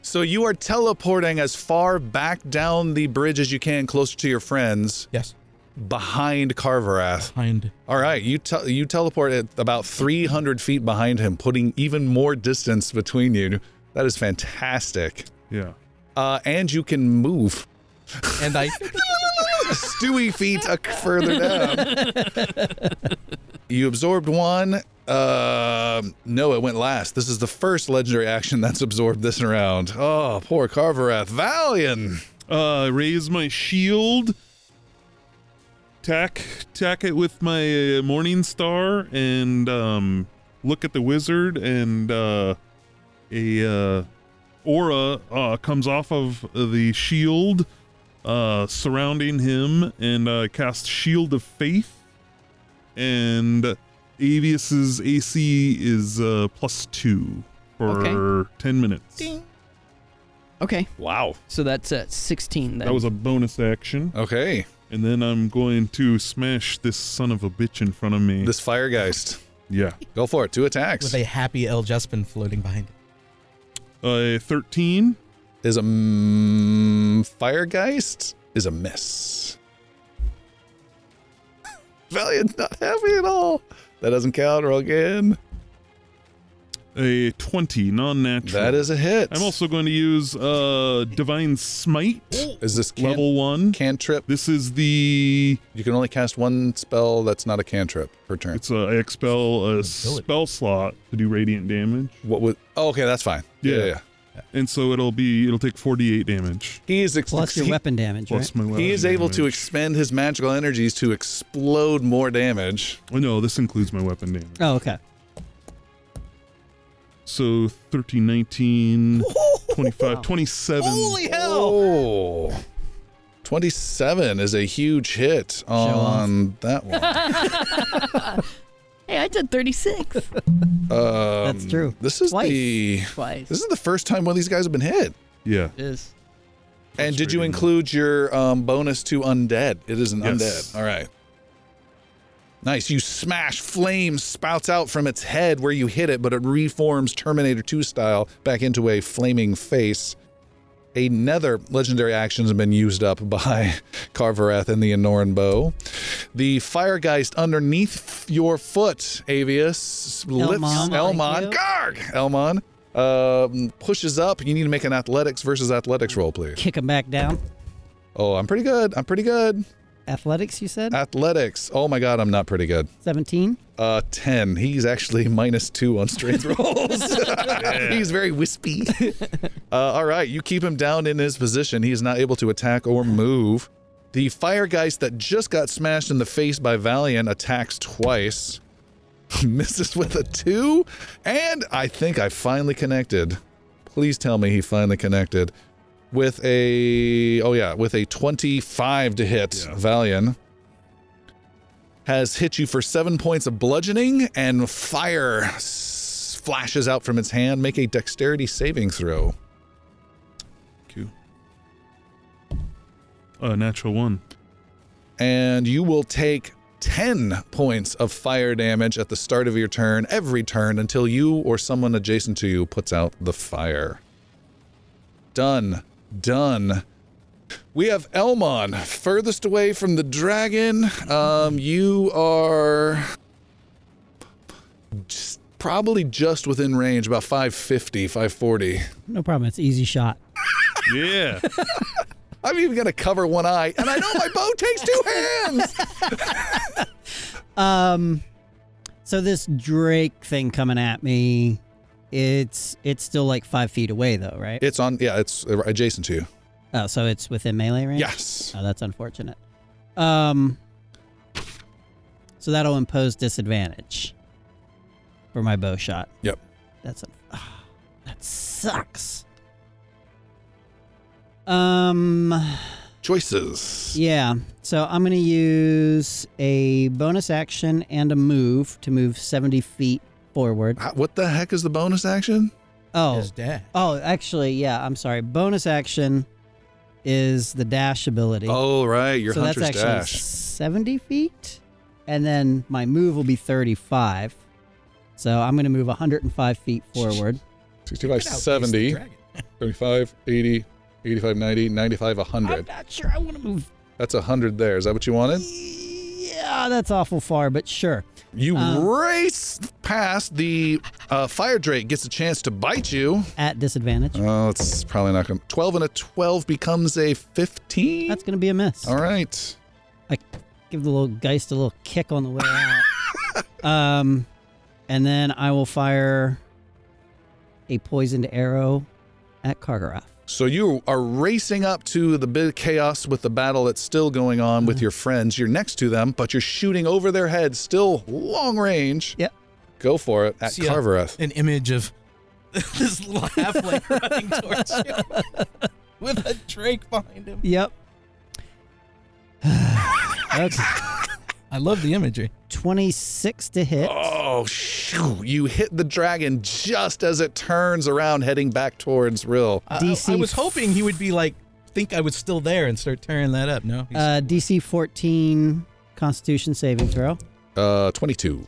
S1: So you are teleporting as far back down the bridge as you can, closer to your friends,
S7: Yes,
S1: behind Carverath. [LAUGHS]
S7: behind.
S1: All right, you te- you teleport at about 300 feet behind him, putting even more distance between you. That is fantastic.
S5: Yeah.
S1: Uh, and you can move
S7: And I.
S1: Stewie feet a- further down. you absorbed one. Uh, no, it went last. This is the first legendary action that's absorbed this round. Oh, poor Carverath. Valian.
S5: Uh, raise my shield. Tack, tack it with my uh, morning star, and um, look at the wizard, and uh, a uh, aura uh, comes off of the shield, uh, surrounding him, and uh, cast Shield of Faith. And Avius's AC is uh, plus two for ten minutes.
S8: Okay,
S1: Wow.
S8: so that's at 16 then.
S5: That was a bonus action.
S1: Okay.
S5: And then I'm going to smash this son of a bitch in front of me.
S1: This Firegeist.
S5: yeah.
S1: Go for it. Two attacks.
S7: with a happy El Jespin floating behind it.
S5: Uh, 13.
S1: is a mm, firegeist is a miss. Valiant's not happy at all. That doesn't count. Roll again.
S5: A 20, non natural.
S1: That is a hit.
S5: I'm also going to use uh, Divine Smite,
S1: is this can-
S5: level 1.
S1: cantrip?
S5: This is the.
S1: You can only cast one spell that's not a cantrip per turn.
S5: It's a. I expel a spell slot to do radiant damage.
S1: what would? Oh, okay, that's fine. Yeah, yeah.
S5: Yeah.
S1: yeah.
S5: And so it'll be. It'll take 48 damage.
S1: He is ex-
S6: Plus your
S1: he-
S6: weapon damage, right?
S5: Plus my weapon.
S1: He is able to
S5: damage.
S1: expend his magical energies to explode more damage.
S5: Oh, no, this includes my weapon damage.
S6: Oh, okay.
S5: So 13, 19, 25, 27.
S1: Oh. 27 is a huge hit on that one.
S9: Hey, I did 36
S1: Um,
S6: [LAUGHS] That's true.
S1: This is
S6: Twice.
S1: the
S8: [LAUGHS] twice.
S1: this is the first time one of these guys have been hit.
S5: Yeah.
S8: It is.
S1: and did you
S5: Frustrating.
S1: include your um, bonus to undead? It is an
S5: Yes.
S1: undead. All right. Nice. You smash. Flame spouts out from its head where you hit it, but it reforms Terminator 2 style back into a flaming face. Another legendary action has been used up [LAUGHS] by Carvereth and the Enoran bow. The Firegeist underneath your foot, Avius, lifts
S6: Elmon, thank
S1: Elmon.
S6: you.
S1: Garg! Elmon um, pushes up. You need to make an athletics versus athletics roll, please.
S6: Kick him back down.
S1: Oh, I'm pretty good. I'm pretty good.
S6: Athletics, you said?
S1: Athletics. Oh my God, I'm not pretty good.
S6: 17?
S1: Uh, 10. He's actually [LAUGHS] minus two on strength rolls. He's very wispy. uh, all right, you keep him down in his position. He is not able to attack or move. The Firegeist that just got smashed in the face by Valiant attacks twice, [LAUGHS] misses with a two, and I think I finally connected. Please tell me he finally connected with a oh yeah with a 25 to hit Valiant has hit you for seven points of bludgeoning, and fire s- flashes out from its hand. Make a dexterity saving throw.
S5: Q. Uh, natural one.
S1: and you will take 10 points of fire damage at the start of your turn every turn until you or someone adjacent to you puts out the fire. Done. Done. We have Elmon furthest away from the dragon. Um, you are s- probably just within range, about 550, 540.
S6: No problem. It's easy shot.
S5: Yeah.
S1: I'm even going to cover one eye, and I know my bow takes two hands.
S6: Um, so this Drake thing coming at me, it's it's still like five feet away though, right?
S1: It's on, yeah, it's adjacent to you.
S6: oh, so it's within melee range.
S1: Yes.
S6: Oh, that's unfortunate. Um, so that'll impose disadvantage for my bow shot.
S1: Yep.
S6: That's un- ah, that sucks. Um,
S1: Choices.
S6: yeah. So I'm gonna use a bonus action and a move to move 70 feet forward.
S1: How- What the heck is the bonus action?
S6: Oh,
S7: His dad.
S6: oh, actually, yeah. I'm sorry. Bonus action is the dash ability.
S1: Oh, right. Your
S6: so
S1: hunter's
S6: that's actually
S1: dash.
S6: 70 feet. And then my move will be 35. So I'm going to move 105 feet forward.
S1: 65, 70, 35, 80, 85, 90, 95, 100.
S6: not sure I want to move.
S1: That's 100 there. Is that what you wanted?
S6: Yeah, that's awful far, but sure.
S1: You
S6: Um,
S1: race past the uh, fire drake, gets a chance to bite you.
S6: At disadvantage.
S1: Oh, it's probably not going to. 12 and a 12 becomes a 15.
S6: That's going to be a miss.
S1: All right.
S6: Give the little Geist a little kick on the way
S1: [LAUGHS]
S6: out. um, and then I will fire a poisoned arrow at Kargaroth.
S1: So you are racing up to the big chaos with the battle that's still going on
S7: Mm-hmm.
S1: with your friends. You're next to them, but you're shooting over their heads, still long range.
S6: Yep.
S1: Go for it at
S7: See ya. [LAUGHS]
S1: Carvereth.
S7: An image of this little halfling running towards you [LAUGHS] with a drake behind him.
S6: Yep. okay.
S7: I love the imagery.
S6: 26 to hit.
S1: Oh, shoo. You hit the dragon just as it turns around, heading back towards Rill.
S7: I- I-
S6: DC
S7: I, was hoping he would be like, think I was still there and start tearing that up. No, he's-
S6: Uh, DC 14 Constitution saving throw.
S1: Uh, 22.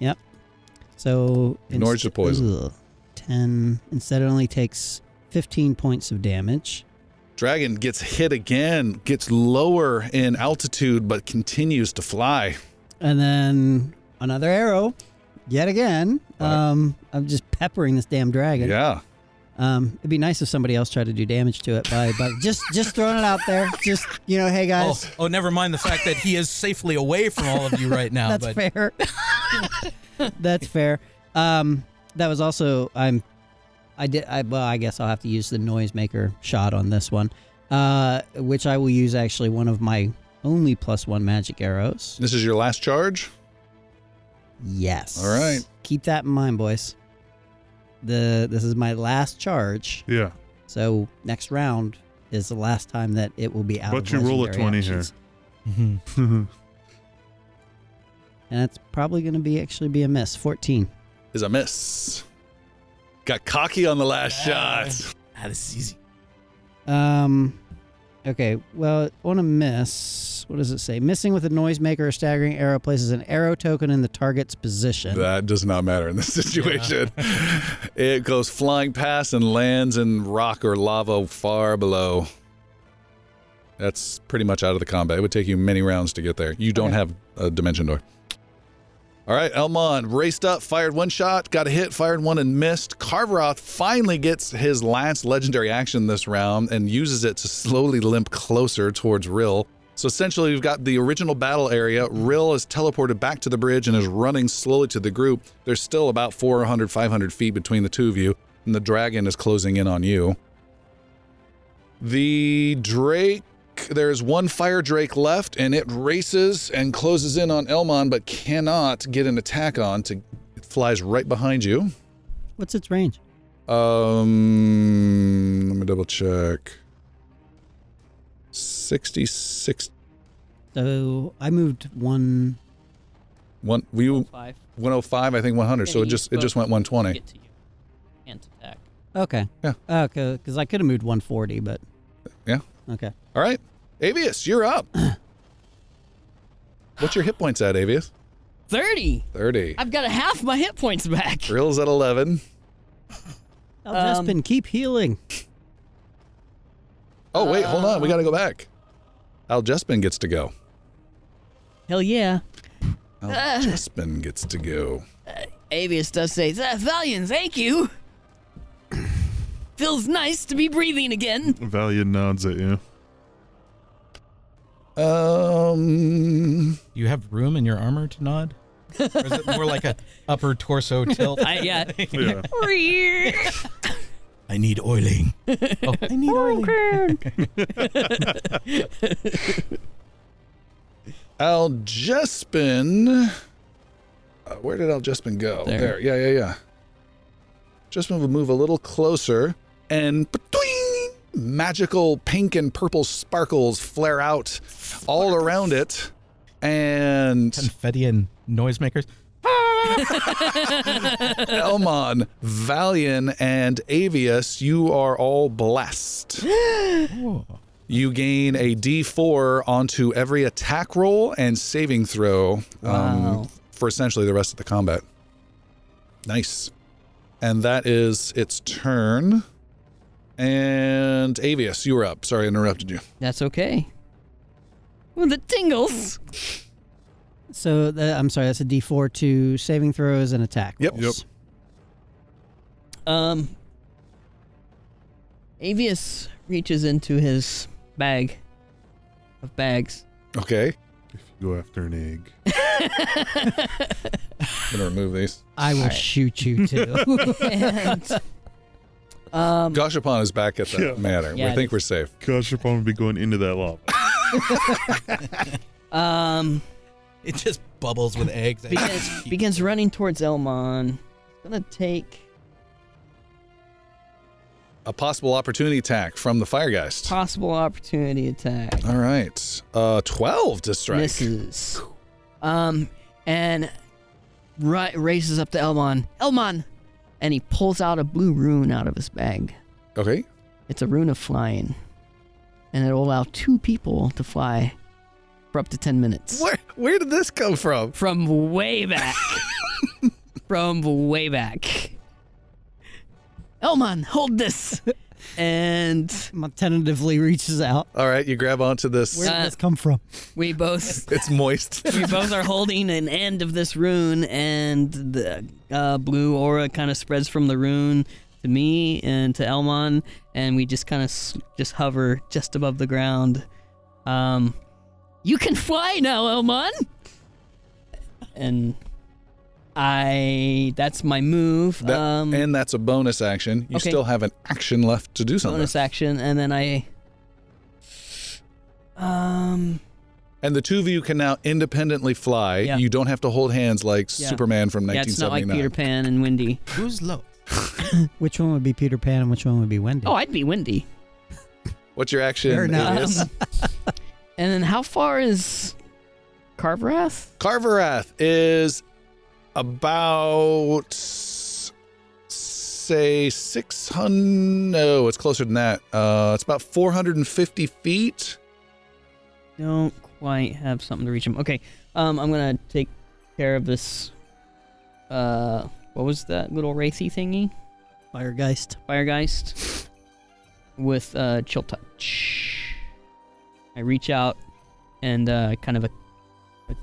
S6: So
S1: Ignores the poison.
S6: Ugh. 10. Instead, it only takes 15 points of damage.
S1: Dragon gets hit again, gets lower in altitude, but continues to fly.
S6: And then another arrow, yet again.
S1: Right.
S6: Um, I'm just peppering this damn dragon.
S1: Yeah.
S6: Um, it'd be nice if somebody else tried to do damage to it by, by just just throwing it out there. Just you know, hey
S7: oh,
S6: guys,
S7: oh, never mind the fact that he is safely away from all of you right
S1: Oh,
S7: now.
S6: [LAUGHS] that's
S7: but [LAUGHS]
S6: fair. that's fair. [LAUGHS] Um, that was also I'm. I did. I well, I guess I'll have to use the noisemaker shot on this one, uh, which I will use actually one of my only plus one magic arrows.
S1: This is your last charge?
S6: Yes.
S1: All right.
S6: Keep that in mind, boys. The this is my last charge,
S5: Yeah.
S6: so next round is the last time that it will be out.
S5: But
S6: of
S5: you roll a
S6: legendary
S5: 20
S6: actions.
S7: Mhm.
S6: and that's probably going to be actually be a miss. Fourteen.
S1: Is a miss. Got cocky on the last shot.
S7: Ah, this is easy.
S6: Um, okay. Well, on a miss, what does it say? Missing with a noisemaker or staggering arrow places an arrow token in the target's position.
S1: That does not matter in this situation. [LAUGHS] it goes flying past and lands in rock or lava far below. That's pretty much out of the combat. It would take you many rounds to get there. You don't
S6: Okay.
S1: have a dimension door. All right, Elmon raced up, fired one shot, got a hit, fired one and missed. Carveroth finally gets his last legendary action this round and uses it to slowly limp closer towards Rill. So essentially, we've got the original battle area. Rill is teleported back to the bridge and is running slowly to the group. There's still about 400, 500 feet between the two of you, and the dragon is closing in on you. The Drake, there's one Fire Drake left, and it races and closes in on Elmon, but cannot get an attack on. To it flies right behind you.
S6: What's its range?
S1: Um, let me double check. 66.
S6: So I moved one.
S1: One, were you
S4: Five.
S1: 105? I think 100. So it
S4: Yeah, you
S1: just it
S4: spoke
S1: just went
S4: to
S1: 120.
S4: Get to you. And attack.
S6: Okay.
S1: Yeah.
S6: Okay. Because I could have moved 140, but.
S1: Yeah.
S6: Okay.
S1: All right, Avius, you're up. [CLEARS THROAT] What's your hit points at, Avius?
S8: 30.
S1: 30.
S8: I've got a half my hit points back.
S1: Drill's at 11.
S6: Now,
S1: Um,
S6: Despin, keep healing.
S1: Oh wait, hold on. We got to go back. Al Jespin gets to go.
S8: Hell yeah.
S1: Al Jespin gets to go.
S8: Avius does say, "Ah, Valiant, thank you. [CLEARS THROAT] Feels nice to be breathing again.
S5: Valiant nods at you.
S1: Um,
S7: Do you have room in your armor to nod? or is it more like a upper torso
S6: [LAUGHS]
S7: tilt?
S8: I, yeah.
S5: Yeah.
S7: I need
S1: [LAUGHS]
S7: oiling. Oh, I need oiling.
S1: Algespin. Uh, where did Algespin go? There.
S8: There.
S1: Yeah, yeah, yeah. Jespin will move a little closer and patwing, magical pink and purple sparkles flare out all around it. And
S7: Confetti and noisemakers.
S1: Elmon, Valian, and Avius, you are all
S8: [GASPS]
S1: blessed. You gain a d4 onto every attack roll and saving throw um, for essentially the rest of the combat. Nice. And that is its turn. And Avius, you were up. Sorry, I interrupted you.
S8: That's okay. Well, the tingles.
S6: So tha- I'm sorry, that's a D4 to saving throws and attack.
S1: Yep.
S6: rolls.
S1: Yep.
S8: Um, Avius reaches into his bag of bags.
S1: Okay.
S5: If you go after an egg.
S1: I'm going to remove these.
S6: I will
S8: All right.
S6: shoot you too.
S8: [LAUGHS] [LAUGHS]
S6: [LAUGHS]
S8: And, um,
S1: Goshapon is back at the
S5: Yeah.
S1: manor.
S8: Yeah,
S1: we
S8: it
S1: think we're safe.
S5: Gosh, you're probably be going into that lava.
S8: um,
S7: It just bubbles with eggs.
S8: begins, begins running towards Elmon. Gonna take
S1: A possible opportunity attack from the Firegeist.
S8: possible opportunity attack.
S1: All right. Uh, 12 to strike.
S8: Misses. Um, and right races up to Elmon. Elmon, and he pulls out a blue rune out of his bag.
S1: Okay.
S8: It's a rune of flying, and it'll allow two people to fly for up to ten minutes.
S1: Where where did this come from?
S8: From way back. From way back. Elmon, hold this. And
S6: Ma- Tentatively reaches out.
S1: All right, you grab onto
S6: Where
S1: this.
S6: did
S8: Uh,
S6: this come from?
S8: we both
S1: It's
S8: [LAUGHS]
S1: moist.
S8: we both are holding an end of this rune, and the uh, blue aura kind of spreads from the rune to me and to Elmon, and we just kind of s- just hover just above the ground. Um, you can fly now, Elmon. And I that's my move.
S1: That-
S8: um,
S1: and that's a bonus action. You
S8: okay.
S1: still have an action left to do something.
S8: bonus action, and then I. Um.
S1: And the two of you can now independently fly.
S8: Yeah.
S1: You don't have to hold hands like
S8: Yeah.
S1: Superman from
S8: Yeah, it's not like
S1: 1979.
S8: Peter Pan and Wendy.
S7: [LAUGHS] Who's low?
S6: Which one would be Peter Pan and which one would be Wendy?
S8: Oh, I'd be Wendy.
S1: What's your action?
S6: Fair enough.
S1: Avius?
S8: Um, [LAUGHS] and then how far is Carverath?
S1: Carverath is about say 600 no it's closer than that uh it's about 450 feet
S8: Don't quite have something to reach him. Okay, um, I'm gonna take care of this. Uh, what was that little racy thingy?
S6: Firegeist.
S8: Firegeist with uh, chill touch. I reach out and uh, kind of a, a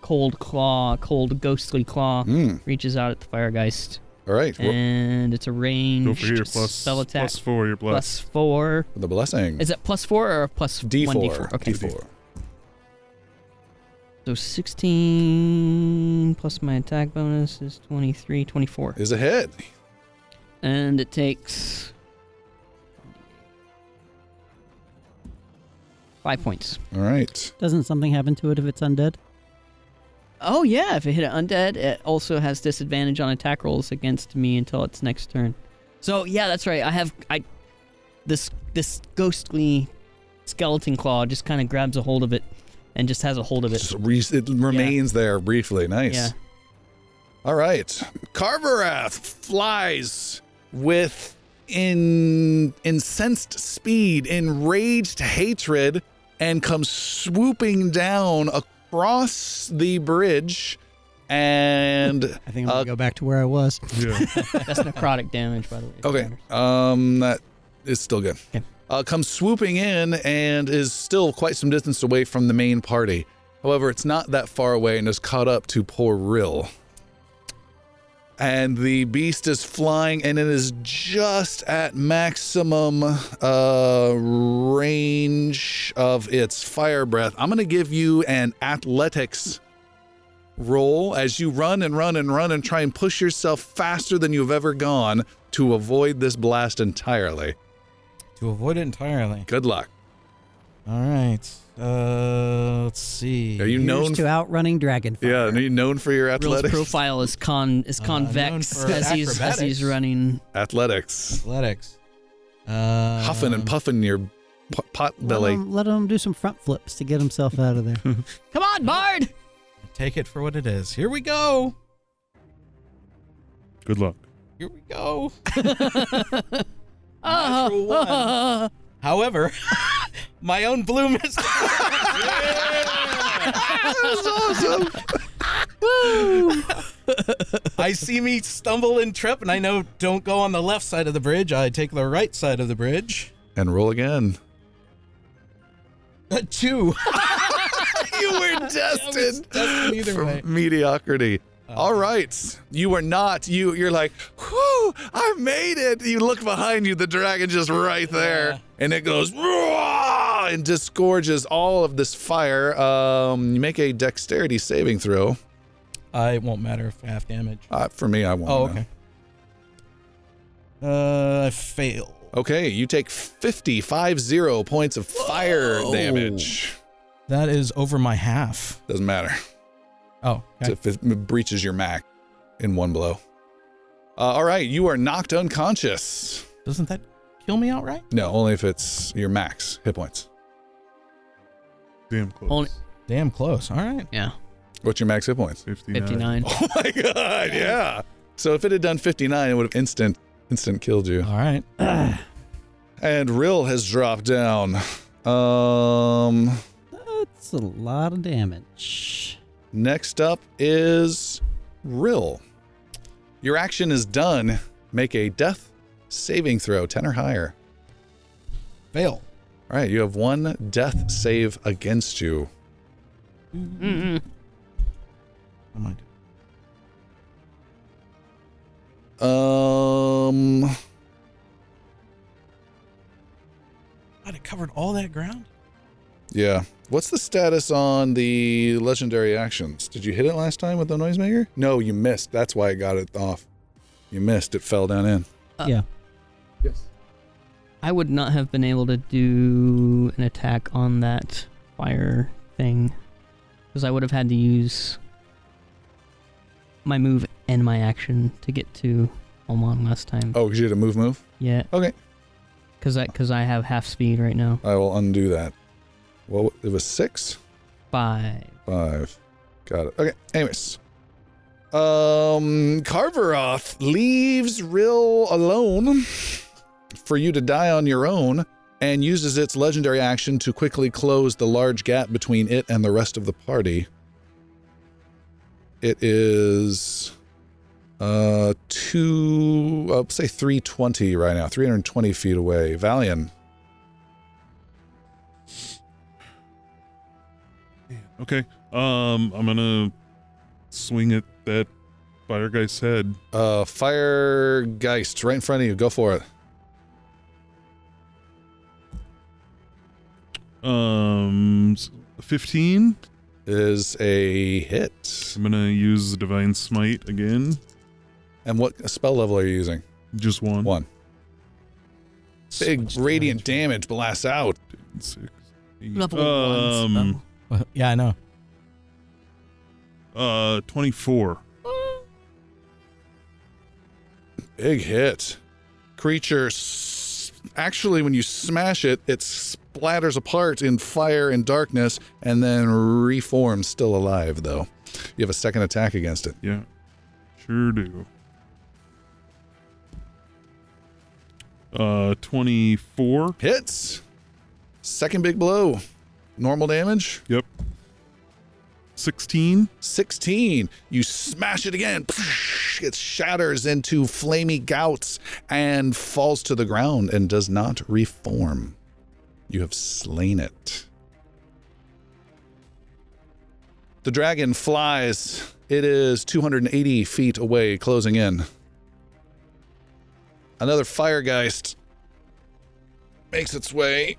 S8: cold claw, cold ghostly claw
S1: Hmm.
S8: reaches out at the Firegeist,
S1: all right Wha-
S8: and it's a
S5: Go for your
S8: ranged
S5: plus,
S8: [LAUGHS] spell attack
S5: plus four, your plus.
S8: plus four.
S1: the blessing
S8: Is it plus four or plus
S1: D4.
S8: one d4? Okay.
S1: D4.
S8: So 16 plus my attack bonus is 23, 24.
S1: Is a hit.
S8: And it takes. Five points.
S1: All right.
S6: Doesn't something happen to it if it's undead?
S8: Oh, yeah. If it hit an undead, it also has disadvantage on attack rolls against me until its next turn. So, yeah, that's right. I have. I. This this ghostly skeleton claw just kind of grabs a hold of it and just has a hold of it.
S1: Just re- it remains there briefly. Nice.
S8: Yeah.
S1: All right. Carverath flies with in incensed speed, enraged hatred, and comes swooping down across the bridge. And
S6: I think I'm
S1: Uh,
S6: gonna go back to where I was.
S5: Yeah.
S8: That's necrotic damage, by the way. if it
S1: Okay.
S8: matters.
S1: Um, that is still good.
S8: Okay.
S1: Uh, comes swooping in and is still quite some distance away from the main party. However, it's not that far away and is caught up to poor Rill. and the beast is flying and it is just at maximum uh, range of its fire breath. I'm going to give you an athletics roll as you run and run and run and try and push yourself faster than you've ever gone to avoid this blast entirely.
S3: To avoid it entirely.
S1: Good luck.
S3: All right. Uh, let's see.
S1: Are you
S6: Here's
S1: known?
S6: to outrunning dragonfly.
S1: yeah, are you known for your
S8: Rill's
S1: athletics?
S8: profile is con is
S3: Uh,
S8: convex
S3: known for
S8: as he's as
S3: acrobatics.
S8: he's running.
S1: athletics,
S3: Athletics. Uh,
S1: huffing
S6: Um,
S1: and puffing your po- pot
S6: Let
S1: belly.
S6: him, let him do some front flips to get himself out
S1: [LAUGHS]
S6: of there.
S8: Come on, Bard!
S7: Take it for what it is. Here we go.
S5: Good luck.
S7: Here we go.
S8: Oh,
S7: one. However, [LAUGHS] my own bloom is. [LAUGHS] I see me stumble and trip, and I know don't go on the left side of the bridge. I take the right side of the bridge.
S1: And roll again.
S7: A Uh, two.
S1: you
S7: [LAUGHS]
S1: were destined
S7: destined either
S1: for
S7: way. Oh.
S1: mediocrity. All right, you are not. You you're like, whew, I made it. You look behind you, the dragon just right there,
S7: Yeah.
S1: and it goes "Roar!" and disgorges all of this fire. Um, you make a dexterity saving throw.
S7: Uh, it won't matter if I have damage.
S1: Uh, for me, I won't.
S7: Oh,
S1: know.
S7: okay. Uh, I fail.
S1: Okay, you take 50, 50 points of fire damage.
S7: That is over my half.
S1: Doesn't matter.
S7: Oh, okay.
S1: if it breaches your mac in one blow. Uh, all right, you are knocked unconscious.
S7: doesn't that kill me outright?
S1: No, only if it's your max hit points.
S5: Damn close.
S8: Only-
S7: Damn close. All right.
S8: yeah,
S1: What's your max hit points? [LAUGHS]
S5: 59.
S8: 59.
S1: Oh my god, yeah. So if it had done 59, it would have instant instant killed you.
S7: All right.
S1: And Rill has dropped down. Um
S6: That's a lot of damage.
S1: next up is Rill. Your action is done. Make a death saving throw 10 or higher.
S7: Fail.
S1: All right, you have one death save against you.
S8: Mm-mm.
S7: I might.
S1: Um
S7: God, it covered all that ground.
S1: Yeah. What's the status on the legendary actions? Did you hit it last time with the noisemaker? No, you missed. That's why I got it off. You missed. It fell down in.
S6: yeah.
S1: Yes.
S8: I would not have been able to do an attack on that fire thing because I would have had to use my move and my action to get to Oman last time.
S1: Oh, 'cause you had a move move?
S8: Yeah,
S1: Okay.
S8: because I because I have half speed right now.
S1: I will undo that. Well, it was six?
S8: Five.
S1: Five. Got it. Okay. Anyways. Um Carveroth leaves Rill alone for you to die on your own and uses its legendary action to quickly close the large gap between it and the rest of the party. It is uh two I'll say 320 right now, 320 feet away. Valian.
S5: Okay. Um, I'm gonna swing at that fire guy's head.
S1: Uh fire geist right in front of you. Go for it.
S5: Um, s- 15.
S1: is a hit.
S5: I'm gonna use divine smite again.
S1: And what spell level are you using?
S5: Just one.
S1: One. Big radiant damage blasts out.
S5: Six, eight.
S8: Level
S5: um,
S8: one spell.
S7: Yeah, I know.
S5: Uh, 24.
S1: Big hit. Creature s- actually, when you smash it, it splatters apart in fire and darkness and then reforms, still alive though. You have a second attack against it.
S5: Yeah, sure do. Uh, 24.
S1: Hits. Second big blow. Normal damage.
S5: Yep. 16.
S1: 16. You smash it again. It shatters into flamey gouts and falls to the ground and does not reform. You have slain it. The dragon flies. It is 280 feet away, closing in. Another firegeist makes its way.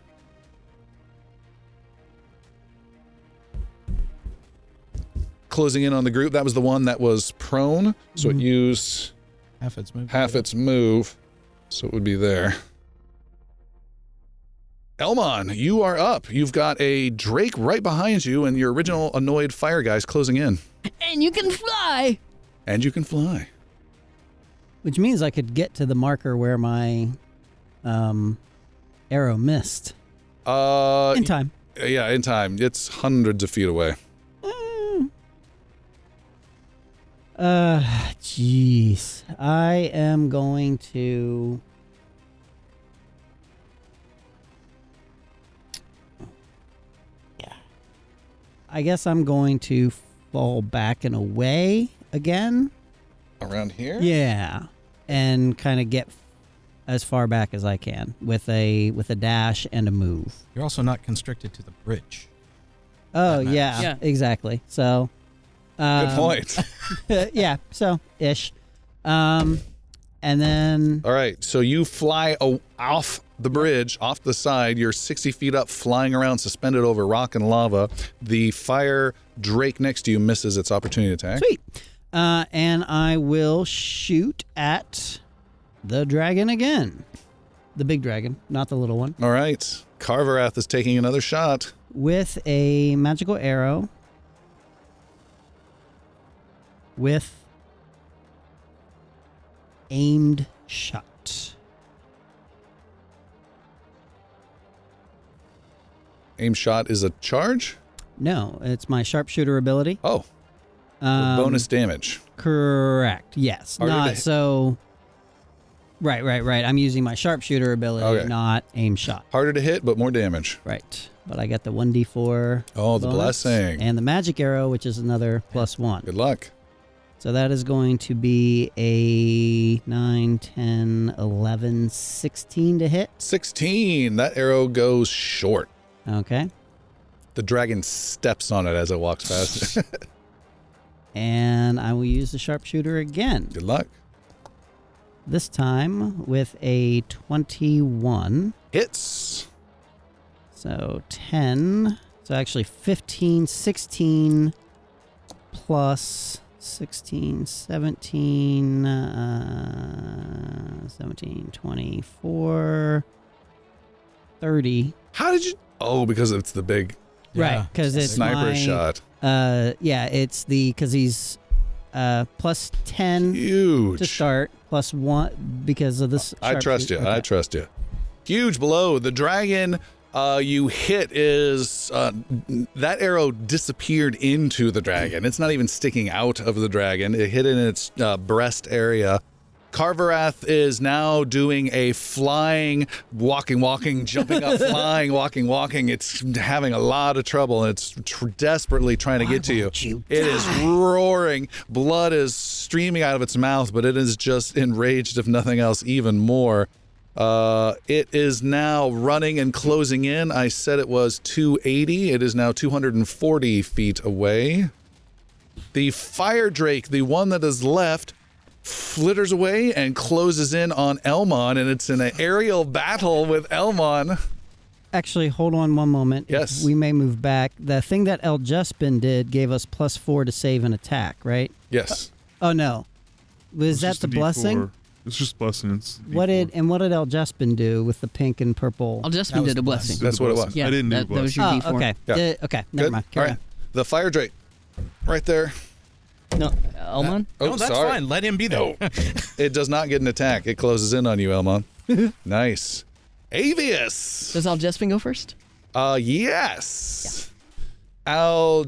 S1: Closing in on the group. That was the one that was prone, so it used
S7: Half its movement.
S1: half its move, so it would be there. Elmon, you are up. You've got a Drake right behind you, and your original annoyed fire guy's closing in.
S9: And you can fly.
S1: And you can fly.
S6: Which means I could get to the marker where my um, arrow missed
S1: Uh,
S6: in time.
S1: yeah, in time. It's hundreds of feet away.
S6: Mm. Uh, jeez. I am going to. Yeah. I guess I'm going to fall back and away again.
S1: Around here?
S6: Yeah, and kind of get as far back as I can with a with a dash and a move.
S7: You're also not constricted to the bridge.
S6: Oh
S7: That matters.
S6: yeah,
S4: Yeah.
S6: exactly. So, [LAUGHS] um,
S1: Good point. [LAUGHS]
S6: yeah, so ish. Um, and
S7: Oh,
S6: then
S1: All right, so you fly o- off the bridge, off the side. You're 60 feet up, flying around, suspended over rock and lava. The fire drake next to you misses its opportunity attack.
S6: sweet. Uh, and I will shoot at the dragon again, the big dragon, not the little one,
S1: All right, Carverath is taking another shot.
S6: with a magical arrow. With aimed shot.
S1: Aim shot is a charge.
S6: No, it's my sharpshooter ability.
S1: Oh,
S6: Um,
S1: bonus damage.
S6: Correct. Yes.
S1: Harder to
S6: not
S1: hit.
S6: so. Right, right, right. I'm using my sharpshooter ability,
S1: Okay.
S6: not aim shot.
S1: Harder to hit, but more damage.
S6: Right. But I got the 1d4.
S1: Oh, the
S6: bonus
S1: blessing.
S6: And the magic arrow, which is another plus one.
S1: Good luck.
S6: So that is going to be a 9, 10, 11, 16 to hit.
S1: 16. That arrow goes short.
S6: Okay.
S1: The dragon steps on it as it walks past. [LAUGHS]
S6: And I will use the sharpshooter again.
S1: Good luck.
S6: This time with a 21.
S1: Hits.
S6: So 10. So actually 15, 16 plus 16, 17, uh, 17, 24, 30.
S1: How did you? Oh, because it's the big
S7: Yeah.
S6: right. Because it's
S1: sniper
S6: my,
S1: shot.
S6: Uh, yeah, it's the, because he's uh, plus 10
S1: Huge.
S6: to start, plus 1 because of this.
S1: I trust you.
S6: sharpshooter.
S1: I
S6: Okay.
S1: trust you. Huge blow. The dragon uh, you hit is uh, that arrow disappeared into the dragon. It's not even sticking out of the dragon. It hit in its uh, breast area. Carverath is now doing a flying, walking, walking, jumping up, flying, walking, walking. It's having a lot of trouble. and It's tr- desperately trying to get to you. It is roaring. Blood is streaming out of its mouth, but it is just enraged, if nothing else, even more. Uh, it is now running and closing in. I said it was 280. It is now 240 feet away. The fire drake, the one that is left, flitters away and closes in on Elmon, and it's in an aerial battle with Elmon.
S6: Actually, hold on one moment. If
S1: Yes.
S6: We may move back. The thing that El Jespin did gave us plus four to save an attack, right?
S1: Yes.
S6: Oh, no. Was
S5: It's
S6: that
S5: just
S6: the
S5: a D4.
S6: blessing?
S5: It's just blessing. It's a
S6: What
S5: D4.
S6: did and what did El Jespin do with the pink and purple?
S8: I'll just did a blessing.
S1: That's what it was.
S8: Yeah,
S5: I didn't do
S8: that,
S5: the
S8: that was your
S6: oh,
S8: D4.
S6: okay.
S1: Yeah.
S6: Uh, okay. Never
S1: Good.
S6: mind.
S1: All
S6: Carry
S1: right. The fire drake, right there.
S8: No, Elmon.
S1: Oh,
S7: no, that's
S1: sorry.
S7: fine. Let him be there.
S1: It does not get an attack. It closes in on you,
S6: [LAUGHS]
S1: Elmon. nice. Avius.
S8: Does Aljespin go first?
S1: Uh, yes. Al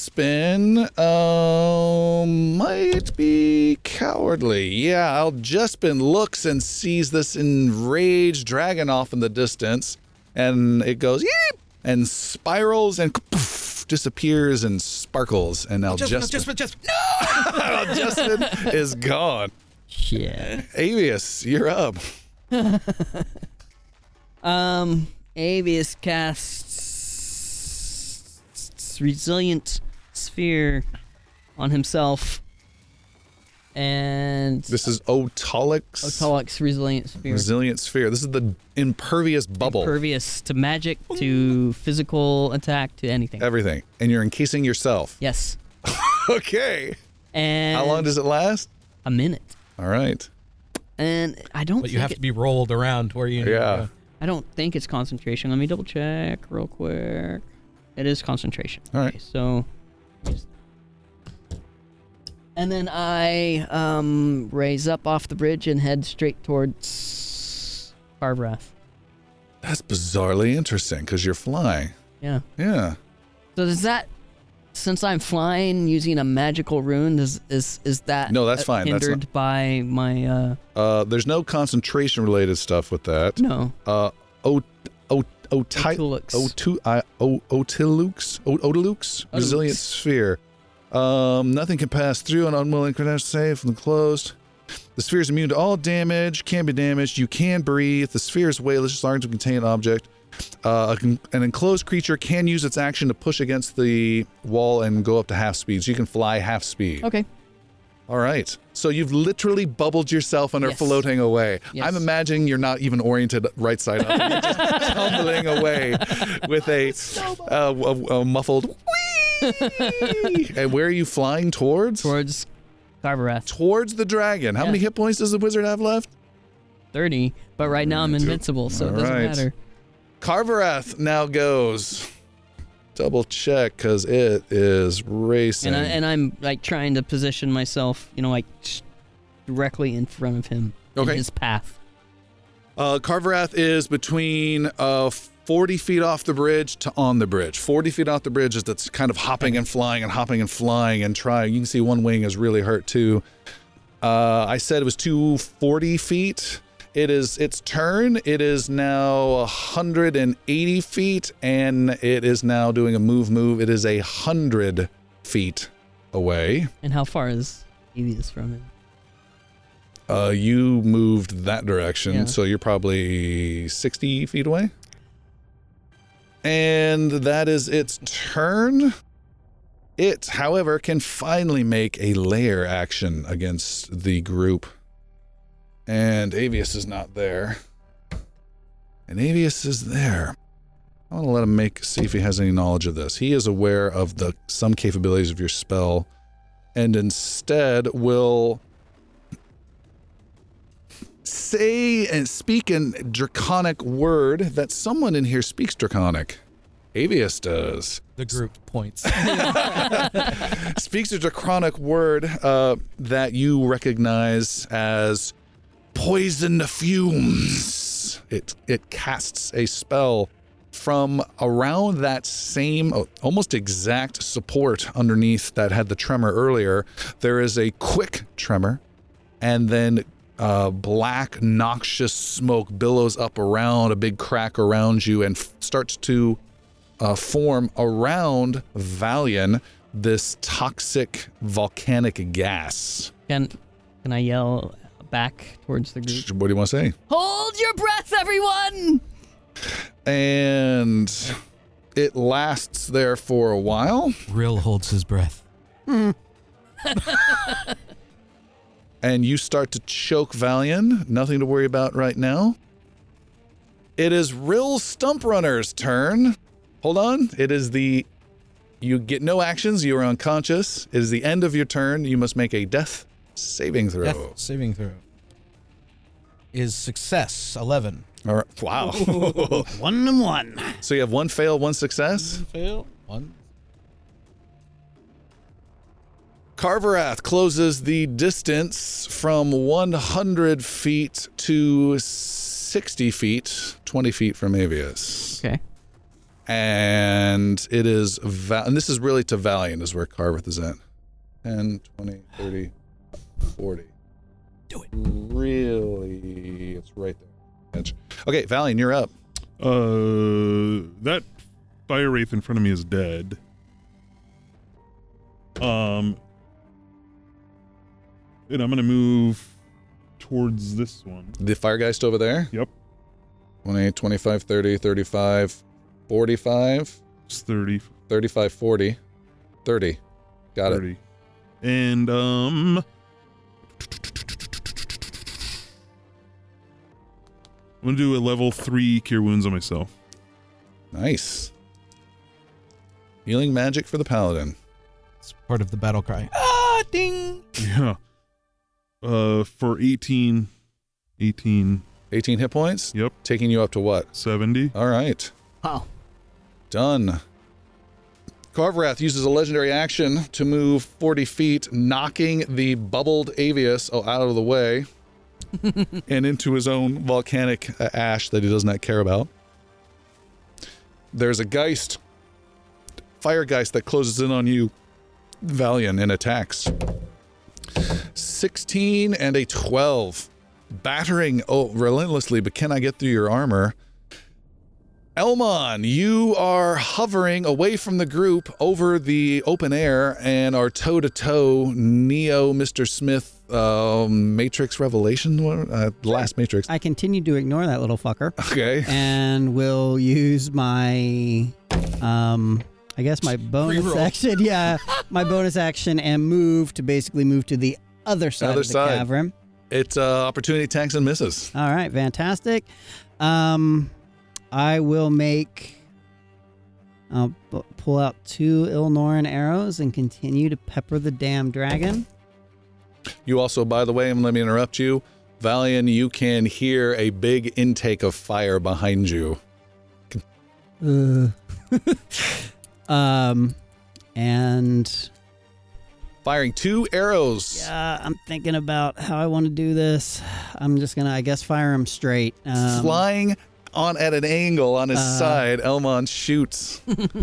S1: Jespin uh, might be cowardly. Yeah, Al Jespin looks and sees this enraged dragon off in the distance, and it goes yeep and spirals and poof, disappears and sparkles. And Al
S7: just,
S1: Jespin,
S7: just, just, no!
S1: Al Jespin [LAUGHS] is gone.
S6: Yeah.
S1: Avius, you're up.
S8: Um, Avius casts resilient sphere on himself. And
S1: This is Otolic's
S8: Otolok's resilient sphere.
S1: resilient sphere. This is the impervious bubble.
S8: Impervious to magic, to physical attack, to anything.
S1: Everything. And you're encasing yourself. [LAUGHS]
S8: Yes.
S1: Okay.
S8: And
S1: How long does it last?
S8: a minute?
S1: All right.
S8: And I don't.
S7: But you
S8: think
S7: have
S8: it-
S7: to be rolled around where you.
S1: Yeah.
S8: I don't think it's concentration. Let me double check real quick. It is concentration.
S1: All right.
S8: Okay, so. And then I um, raise up off the bridge and head straight towards Barbrath.
S1: That's bizarrely interesting because you're flying.
S8: Yeah.
S1: Yeah.
S8: So does that, since I'm flying using a magical rune, is is is that
S1: No, that's
S8: uh,
S1: fine. That's
S8: Hindered by my uh
S1: Uh, there's no concentration related stuff with that.
S8: no
S1: Uh, o, o, o, ti-
S8: Otulux.
S1: Otu- I- O- Otilux? O- Otolux? Resilient sphere. Um, nothing can pass through an unwilling credential save from the closed. The sphere is immune to all damage, can be damaged, you can breathe. The sphere is weightless as long as it contains an object. Uh, a con- an enclosed creature can use its action to push against the wall and go up to half speed. So you can fly half speed.
S8: okay
S1: All right. So you've literally bubbled yourself and are
S8: Yes.
S1: floating away.
S8: Yes.
S1: I'm imagining you're not even oriented right side up. You're
S8: [LAUGHS]
S1: just tumbling away with a, uh, a, a muffled whee. And where are you flying towards?
S8: towards Carverath
S1: Towards the dragon. How
S8: Yeah.
S1: many hit points does the wizard have left?
S8: thirty, but right now I'm invincible, so it doesn't
S1: Alright.
S8: matter.
S1: Carverath now goes. Double check because it is racing.
S8: And I, and I'm like trying to position myself, you know, like sh- directly in front of him
S1: Okay.
S8: in his path.
S1: Uh, Carverath is between uh, 40 feet off the bridge to on the bridge. 40 feet off the bridge is that's kind of hopping and flying and hopping and flying and trying. You can see one wing is really hurt too. Uh, I said it was 240 feet. It is its turn. It is now 180 feet and it is now doing a move move. It is a 100 feet away.
S8: And how far is Evius from him?
S1: Uh, you moved that direction,
S8: Yeah.
S1: so you're probably 60 feet away. And that is its turn. It, however, can finally make a lair action against the group. And Avius is not there. And Avius is there. I want to let him make see if he has any knowledge of this. He is aware of the some capabilities of your spell, and instead will say and speak an draconic word that someone in here speaks draconic. Avius does.
S7: The group points. [LAUGHS]
S1: Speaks a draconic word uh, that you recognize as poison fumes. It it casts a spell from around that same oh, almost exact support underneath that had the tremor earlier. There is a quick tremor and then uh, black noxious smoke billows up around a big crack around you and f- starts to uh, form around Valian this toxic volcanic gas.
S8: Can can I yell back towards the group?
S1: What do you want to say?
S9: Hold your breath, everyone!
S1: And it lasts there for a while,
S7: Rill holds his breath.
S1: and you start to choke Valian. Nothing to worry about right now. It is Rill Stump Runner's turn. Hold on. It is the. You get no actions. You are unconscious. It is the end of your turn. You must make a death saving throw.
S7: Death saving throw is success. Eleven.
S1: All right. [LAUGHS] Wow.
S6: One and one.
S1: so you have one fail, one success.
S7: Fail. One.
S1: Carverath closes the distance from 100 feet to 60 feet, 20 feet from Avius.
S8: Okay.
S1: And it is, Va- and this is really to Valiant, is where Carverath is at 10, 20, 30, 40. Do it. Really, it's right there. Edge. Okay, Valiant, you're up.
S5: Uh, that fire wraith in front of me is dead. Um, and I'm gonna move towards this one.
S1: The Firegeist over there?
S5: Yep.
S1: 20, 25, 30, 35, 45.
S5: It's thirty.
S1: 35, 40, 30. Got it.
S5: 30. And um I'm gonna do a level three cure wounds on myself. [LAUGHS]
S1: Nice. Healing magic for the paladin.
S7: It's part of the battle cry.
S3: Ah, ding.
S5: Yeah. Uh for 18 18
S1: 18 hit points?
S5: Yep.
S1: Taking you up to what?
S5: 70.
S1: All right.
S8: Wow.
S1: Done. Carverath uses a legendary action to move 40 feet, knocking the bubbled Avius oh, out of the way and into his own volcanic uh, ash that he does not care about. There's a Geist, Fire Geist, that closes in on you, Valiant, and attacks. 16 and a 12, battering oh, relentlessly, but can I get through your armor? Elmon, you are hovering away from the group over the open air and are toe to toe Neo, Mr. Smith, um, Matrix Revelation, what- uh, Last Matrix.
S6: I continue to ignore that little fucker
S1: [LAUGHS] Okay.
S6: and will use my, um, I guess my bonus
S7: Reroll.
S6: action. [LAUGHS] Yeah, my bonus action and move to basically move to the other side
S1: Other
S6: of the
S1: side.
S6: cavern.
S1: It's uh, opportunity attacks and misses.
S6: All right, fantastic. Um, I will make. I'll b- pull out two Ilnoran arrows and continue to pepper the damn dragon.
S1: You also, by the way, and let me interrupt you, Valian, you can hear a big intake of fire behind you.
S6: [LAUGHS] Um, and
S1: Firing two arrows.
S6: yeah, I'm thinking about how I want to do this. I'm just gonna, I guess, fire him straight. Um, uh,
S1: Flying on at an angle on his side, Elmon shoots.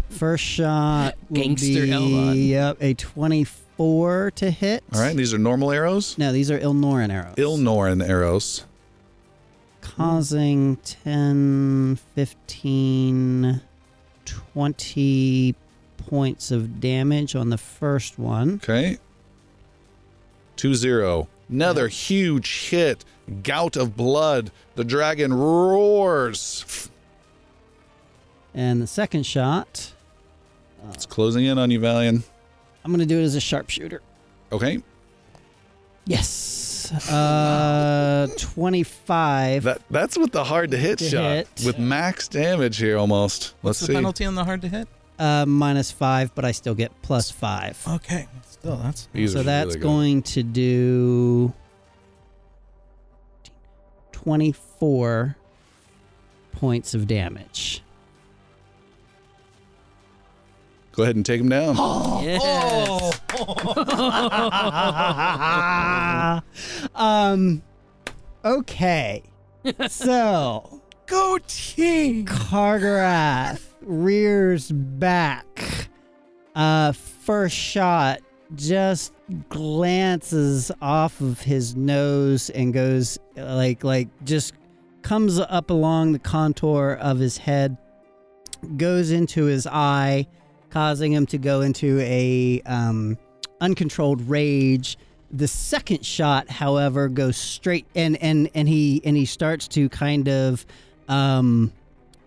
S6: First shot will
S8: Gangster
S6: be
S8: Elrond.
S6: yep a 24 to hit.
S1: All right, these are normal arrows.
S6: No, these are Ilnoran arrows.
S1: Ilnoran arrows.
S6: causing 10, 15, 20 points of damage on the first one.
S1: Okay. 2 0. Another huge hit. Gout of blood. The dragon roars.
S6: And the second shot,
S1: It's closing in on you, Valian.
S6: I'm going to do it as a sharpshooter.
S1: Okay.
S6: Yes. Uh, 25.
S1: That That's with the hard to hit
S6: To
S1: shot.
S6: hit.
S1: With max damage here almost. Let's
S7: What's the
S1: see.
S7: penalty on the hard to hit?
S6: Uh, minus 5, but I still get plus 5.
S7: Okay, still that's
S1: These
S6: so
S1: are
S6: that's
S1: really good.
S6: going to do 24 points of damage.
S1: Go ahead and take him down.
S6: Oh.
S8: Yes.
S9: Oh.
S6: um, okay. so,
S7: go team.
S6: Cargarath rears back. Uh, first shot just glances off of his nose and goes uh, like like just comes up along the contour of his head, goes into his eye, causing him to go into a um, uncontrolled rage. The second shot, however, goes straight and and and he and he starts to kind of um,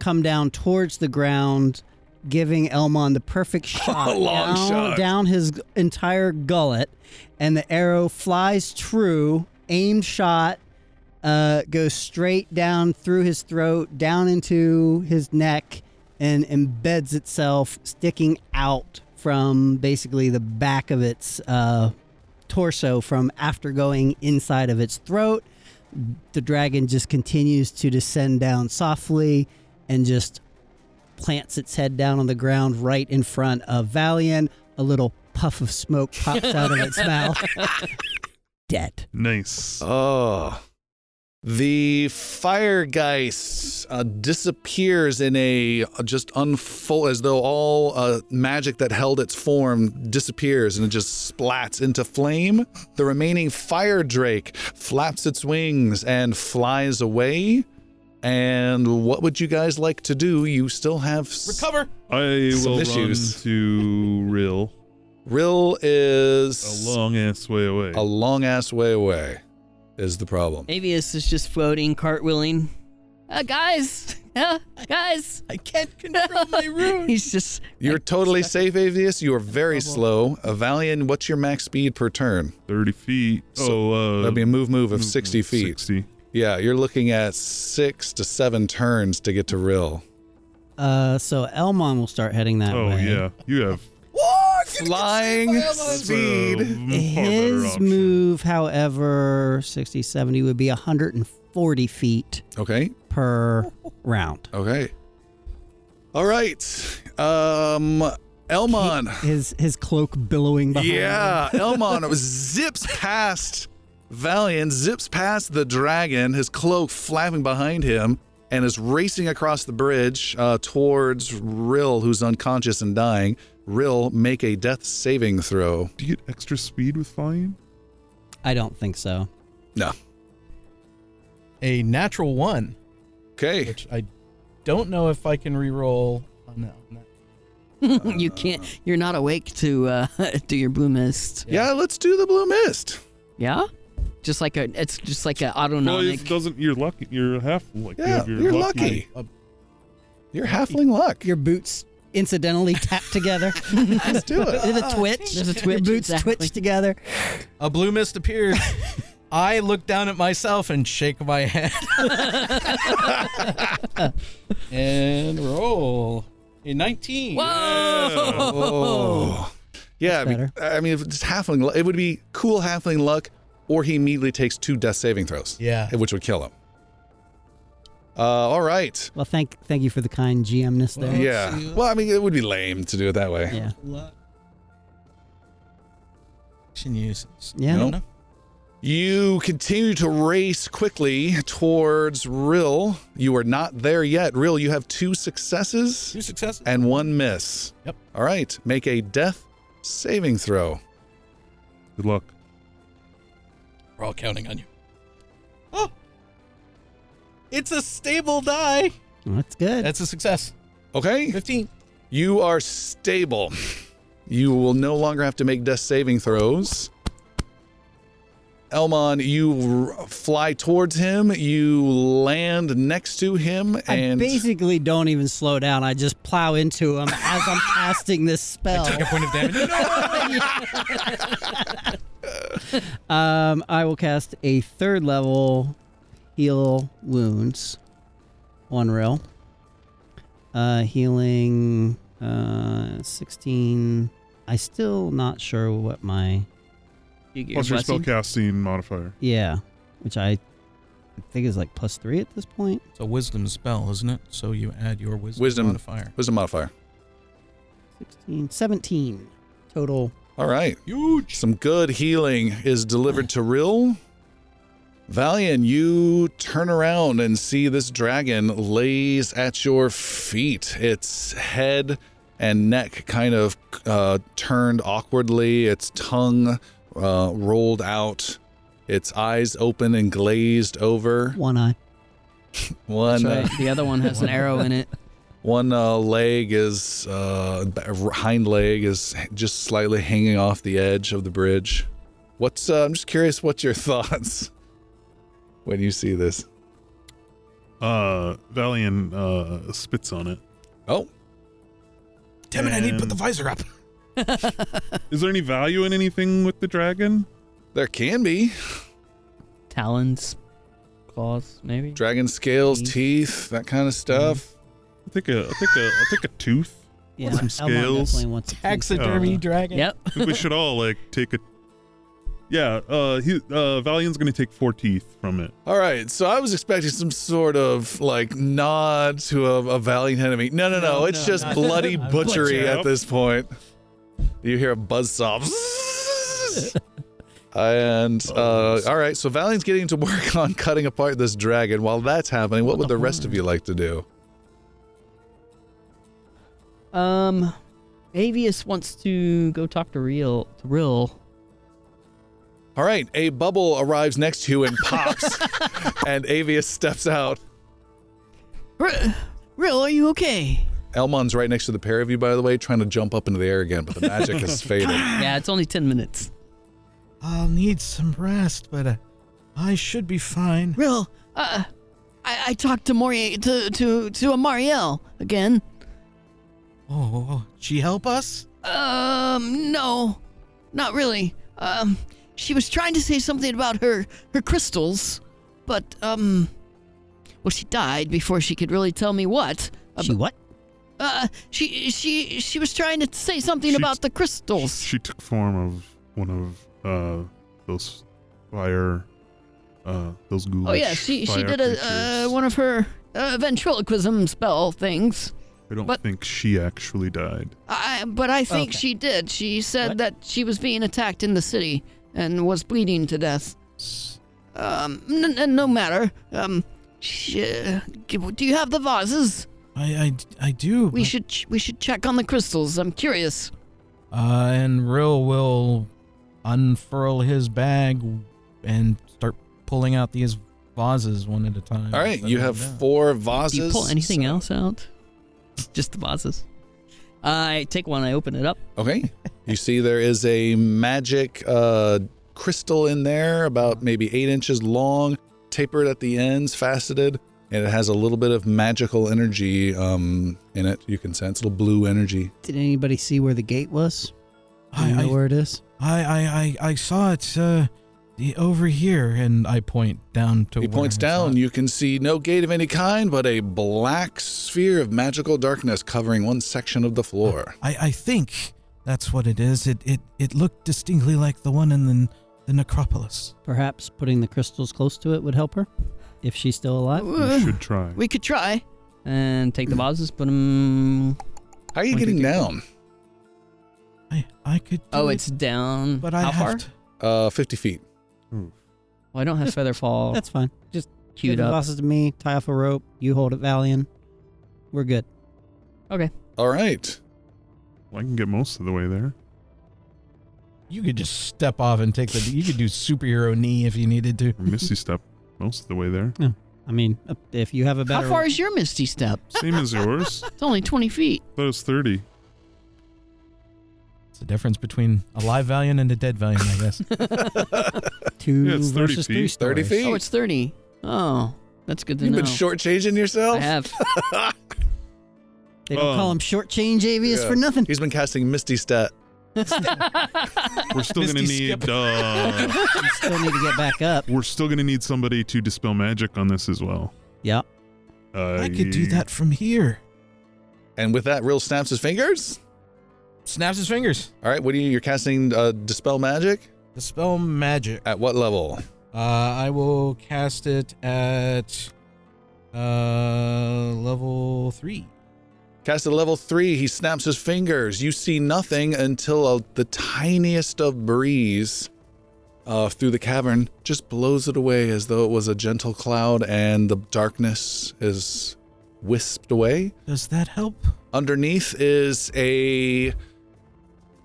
S6: come down towards the ground, giving Elmon
S1: [LAUGHS]
S6: the perfect shot,
S1: Long
S6: down,
S1: shot.
S6: down his g- entire gullet, and the arrow flies true, aimed shot, uh, goes straight down through his throat, down into his neck, and embeds itself, sticking out from basically the back of its uh, torso from after going inside of its throat. The dragon just continues to descend down softly and just plants its head down on the ground right in front of Valian. A little puff of smoke pops out of its mouth. Dead.
S5: Nice.
S1: Oh. The fire geist uh, disappears in a uh, just unfold as though all uh, magic that held its form disappears and it just splats into flame. The remaining fire drake flaps its wings and flies away. And what would you guys like to do? You still have s-
S3: Recover.
S5: I
S1: Some
S5: will
S1: issues.
S5: run to Rill
S1: Rill
S5: a
S1: is
S5: long ass way away.
S1: a long ass way away. Is the problem?
S8: Avius is just floating, cartwheeling.
S9: Uh, guys, [LAUGHS] Uh, guys,
S7: I can't control
S9: [LAUGHS]
S7: my rune.
S8: He's just [LAUGHS]
S1: You're totally safe, Avius. You are very slow. Avalian, what's your max speed per turn?
S5: 30 feet.
S1: So,
S5: oh, uh,
S1: That'd be a move move of
S5: move-
S1: 60 feet.
S5: 60.
S1: Yeah, you're looking at six to seven turns to get to Rill.
S6: Uh, so Elmon will start heading that
S5: Oh,
S6: way.
S5: yeah. You have
S1: Flying
S5: that's a
S1: speed.
S5: m- um, far better
S6: His
S5: option.
S6: move, however, 60, 70 would be 140 feet
S1: Okay,
S8: [LAUGHS]
S6: per round.
S1: okay. All right. Um, Elmon.
S6: His his cloak billowing behind. him.
S1: Yeah, Elmon zips past Valiant, zips past the dragon, his cloak flapping behind him, and is racing across the bridge uh, towards Rill, who's unconscious and dying. Rill, make a death saving throw.
S5: Do you get extra speed with flying?
S6: I don't think so.
S7: A natural one,
S1: Okay.
S7: which I don't know if I can reroll. Oh, no. no.
S8: you can't. You're not awake to uh, [LAUGHS] do your blue mist.
S1: Yeah, let's do the blue mist.
S8: Yeah, just like a. It's just like an
S5: well, it
S8: autonomic.
S5: doesn't. You're lucky. You're half like
S1: Yeah,
S5: you
S1: you're
S5: are
S1: lucky.
S7: Uh,
S1: You're halfling luck.
S6: Your boots
S8: [LAUGHS]
S6: incidentally tap together.
S1: Let's do it.
S6: There's a twitch.
S8: There's a
S6: Your
S8: twitch,
S6: boots
S8: exactly.
S6: twitch together.
S7: A blue mist appeared. I look down at myself and shake my head. [LAUGHS] and roll. A 19.
S1: Oh. Yeah,
S6: That's
S1: I mean- I mean, if it's halfling, lu- it would be cool halfling luck, or he immediately takes two death saving throws. eh,
S7: Yeah.
S1: which would kill him. Uh, all right.
S6: Well, thank thank you for the kind GMness there.
S7: Well,
S1: yeah.
S7: see.
S1: Well, I mean, it would be lame to do it that way.
S6: yeah.
S7: Action uses.
S6: Yeah.
S1: No. You continue to race quickly towards Rill. You are not there yet. Rill, you have two successes
S7: Two successes.
S1: and one miss.
S7: Yep.
S1: All right. Make a death saving throw.
S5: Good luck.
S7: We're all counting on you. Oh! It's a stable die.
S6: Well, that's good.
S7: That's a success.
S1: Okay.
S7: 15.
S1: You are stable. You will no longer have to make death saving throws. Elmon, you r- fly towards him. You land next to him,
S6: I
S1: and
S6: basically don't even slow down. I just plow into him as I'm casting this spell.
S7: Take a point of damage.
S6: Um, I will cast a third level heal wounds on Rill. Uh, healing uh, 16. I still not sure what my
S8: You get
S5: Plus your
S8: your blessing.
S5: spellcasting modifier.
S6: yeah, which I think is like plus three at this point.
S7: [LAUGHS] It's a wisdom spell, isn't it? So you add your wisdom,
S1: Wisdom.
S7: modifier.
S1: wisdom modifier.
S6: 16, 17 total.
S1: All right.
S7: Huge.
S1: Some good healing is delivered to Rill. Valian, you turn around and see this dragon lays at your feet. Its head and neck kind of uh, turned awkwardly, its tongue uh, rolled out, its eyes open and glazed over.
S6: One eye.
S1: One, uh,
S8: The other one has an [LAUGHS] arrow in it.
S1: one uh, leg is, uh, hind leg is just slightly hanging off the edge of the bridge. What's, uh, I'm just curious, what's your [LAUGHS] thoughts when you see this?
S5: Uh, Valian uh, spits on it.
S1: Oh,
S7: Damn it, I need to put the
S5: And-
S7: visor up.
S5: Is there any value in anything with the dragon?
S1: there can be.
S8: Talons, claws, maybe.
S1: Dragon scales,
S7: Mm-hmm.
S8: Teeth.
S1: teeth, that kind of stuff.
S5: I'll take a, I'll take a, I'll take a tooth.
S6: [LAUGHS] Yeah,
S5: some
S6: Elmon
S5: scales.
S6: definitely wants a piece.
S5: Taxidermy Yeah.
S7: dragon.
S8: Yep.
S5: I think we should all like take a. Yeah, uh, he, uh, Valian's gonna take four teeth from it.
S1: All right, so I was expecting some sort of like nod to a, a valiant enemy. No, no, no,
S7: No,
S1: it's
S7: no,
S1: just
S7: not- [LAUGHS]
S1: bloody
S7: Butcher.
S1: butchery at
S5: Yep.
S1: this point. You hear a buzzsaw.
S7: [LAUGHS]
S1: and
S7: Oh,
S1: uh, all right, so Valiant's getting to work [LAUGHS] on cutting apart this dragon. While that's happening, what would the rest of you like to do?
S8: Um, Avius wants to go talk to Real. To Real.
S1: All right, a bubble arrives next to you and
S7: [LAUGHS]
S1: pops, and Avius steps out.
S8: Real, are you okay?
S1: Elmon's right next to the pair of you, by the way, trying to jump up into the air again, but the magic
S7: [LAUGHS]
S1: has faded.
S8: Yeah, it's only ten minutes.
S7: I'll need some rest, but uh, I should be fine.
S8: Real, uh, I, I talked to Mori to to to Amariel again.
S7: Oh, oh, she help us?
S8: Um, no, not really. Um, she was trying to say something about her her crystals, but um, well, she died before she could really tell me what.
S6: She what?
S8: Uh, she she she was trying to say something
S5: She-
S8: about the crystals.
S5: She took form of one of uh those fire uh those ghouls.
S8: oh yeah, she she did a uh,
S5: one.
S8: one of her uh, ventriloquism spell things.
S5: I don't
S8: but-
S5: think she actually died.
S8: I, but I think
S6: Okay.
S8: she did. She said
S6: What?
S8: that she was being attacked in the city and was bleeding to death. Um, n- n- no matter. Um, sh- uh, do you have the vases?
S7: I, I, I do.
S8: We
S7: but-
S8: should ch- we should check on the crystals. I'm curious.
S7: Uh, and Rill will unfurl his bag and start pulling out these vases one at a time.
S1: All right,
S7: Set
S1: you
S7: them
S1: have
S7: down.
S1: four
S4: Do
S1: vases.
S4: you pull anything else out? [LAUGHS] Just the vases. I take one. I open it up.
S1: Okay. You see, there is a magic uh, crystal in there, about maybe eight inches long, tapered at the ends, faceted, and it has a little bit of magical energy um, in it. You can sense a little blue energy.
S6: Did anybody see where the gate was? Do you know
S7: I,
S6: where it is?
S7: I, I, I, I saw it uh, the, over here, and I point down to.
S1: He
S7: where
S1: points
S7: I saw
S1: down.
S7: it.
S1: You can see no gate of any kind, but a black sphere of magical darkness covering one section of the floor.
S7: I, I think that's what it is. It, it, it looked distinctly like the one in the, the necropolis.
S6: Perhaps putting the crystals close to it would help her, if she's still alive.
S5: We
S8: Uh,
S5: should try.
S8: we could try.
S4: And take the vases, put them.
S1: How are you
S4: What do you
S1: getting
S4: think?
S1: down?
S7: I, I could. Do
S4: Oh,
S7: it,
S4: it's down.
S7: But I
S4: How
S7: have
S4: far?
S7: to.
S1: Uh, 50 feet.
S4: Well, I don't have feather
S6: [LAUGHS]
S4: fall
S6: That's fine. Just give
S4: queued
S6: the
S4: up.
S6: bosses to me. Tie off a rope. You hold it, Valian. We're good.
S1: All right.
S5: Well, I can get most of the way there.
S7: You could just step off and take the. You could do superhero knee if you needed to.
S5: Or Misty
S8: [LAUGHS]
S5: step most of the way there.
S6: I mean, uh, if you have a
S8: How
S6: better,
S8: far is your misty step?
S5: Same as yours.
S8: It's only 20 feet.
S5: That was thirty.
S7: It's the difference between a live Valiant and a dead Valiant, I
S5: [LAUGHS]
S7: guess.
S6: two
S5: Yeah, it's 30
S6: versus
S5: feet.
S1: 30
S6: three stories.
S1: feet.
S8: Oh, it's 30. Oh, that's good to
S1: You've
S8: know.
S1: been shortchanging yourself? [LAUGHS]
S8: I have.
S6: They don't
S5: Oh.
S6: call him short change avius
S1: Yeah. [LAUGHS]
S6: for nothing.
S1: He's been casting Misty Stat.
S5: We're still gonna
S7: Misty
S5: need uh,
S6: You still need to get back up.
S5: we're still gonna need somebody to dispel magic on this as well.
S6: Yeah.
S5: Uh,
S7: I could do that from here.
S1: And with that, Real snaps his fingers.
S7: Snaps his fingers.
S1: All right, what do you? You're casting uh, dispel magic
S7: The spell magic.
S1: at what level?
S3: Uh, I will cast it at uh, level three.
S1: Cast at level three. He snaps his fingers. You see nothing until a, the tiniest of breeze uh, through the cavern just blows it away as though it was a gentle cloud, and the darkness is wisped away.
S7: Does that help?
S1: Underneath is a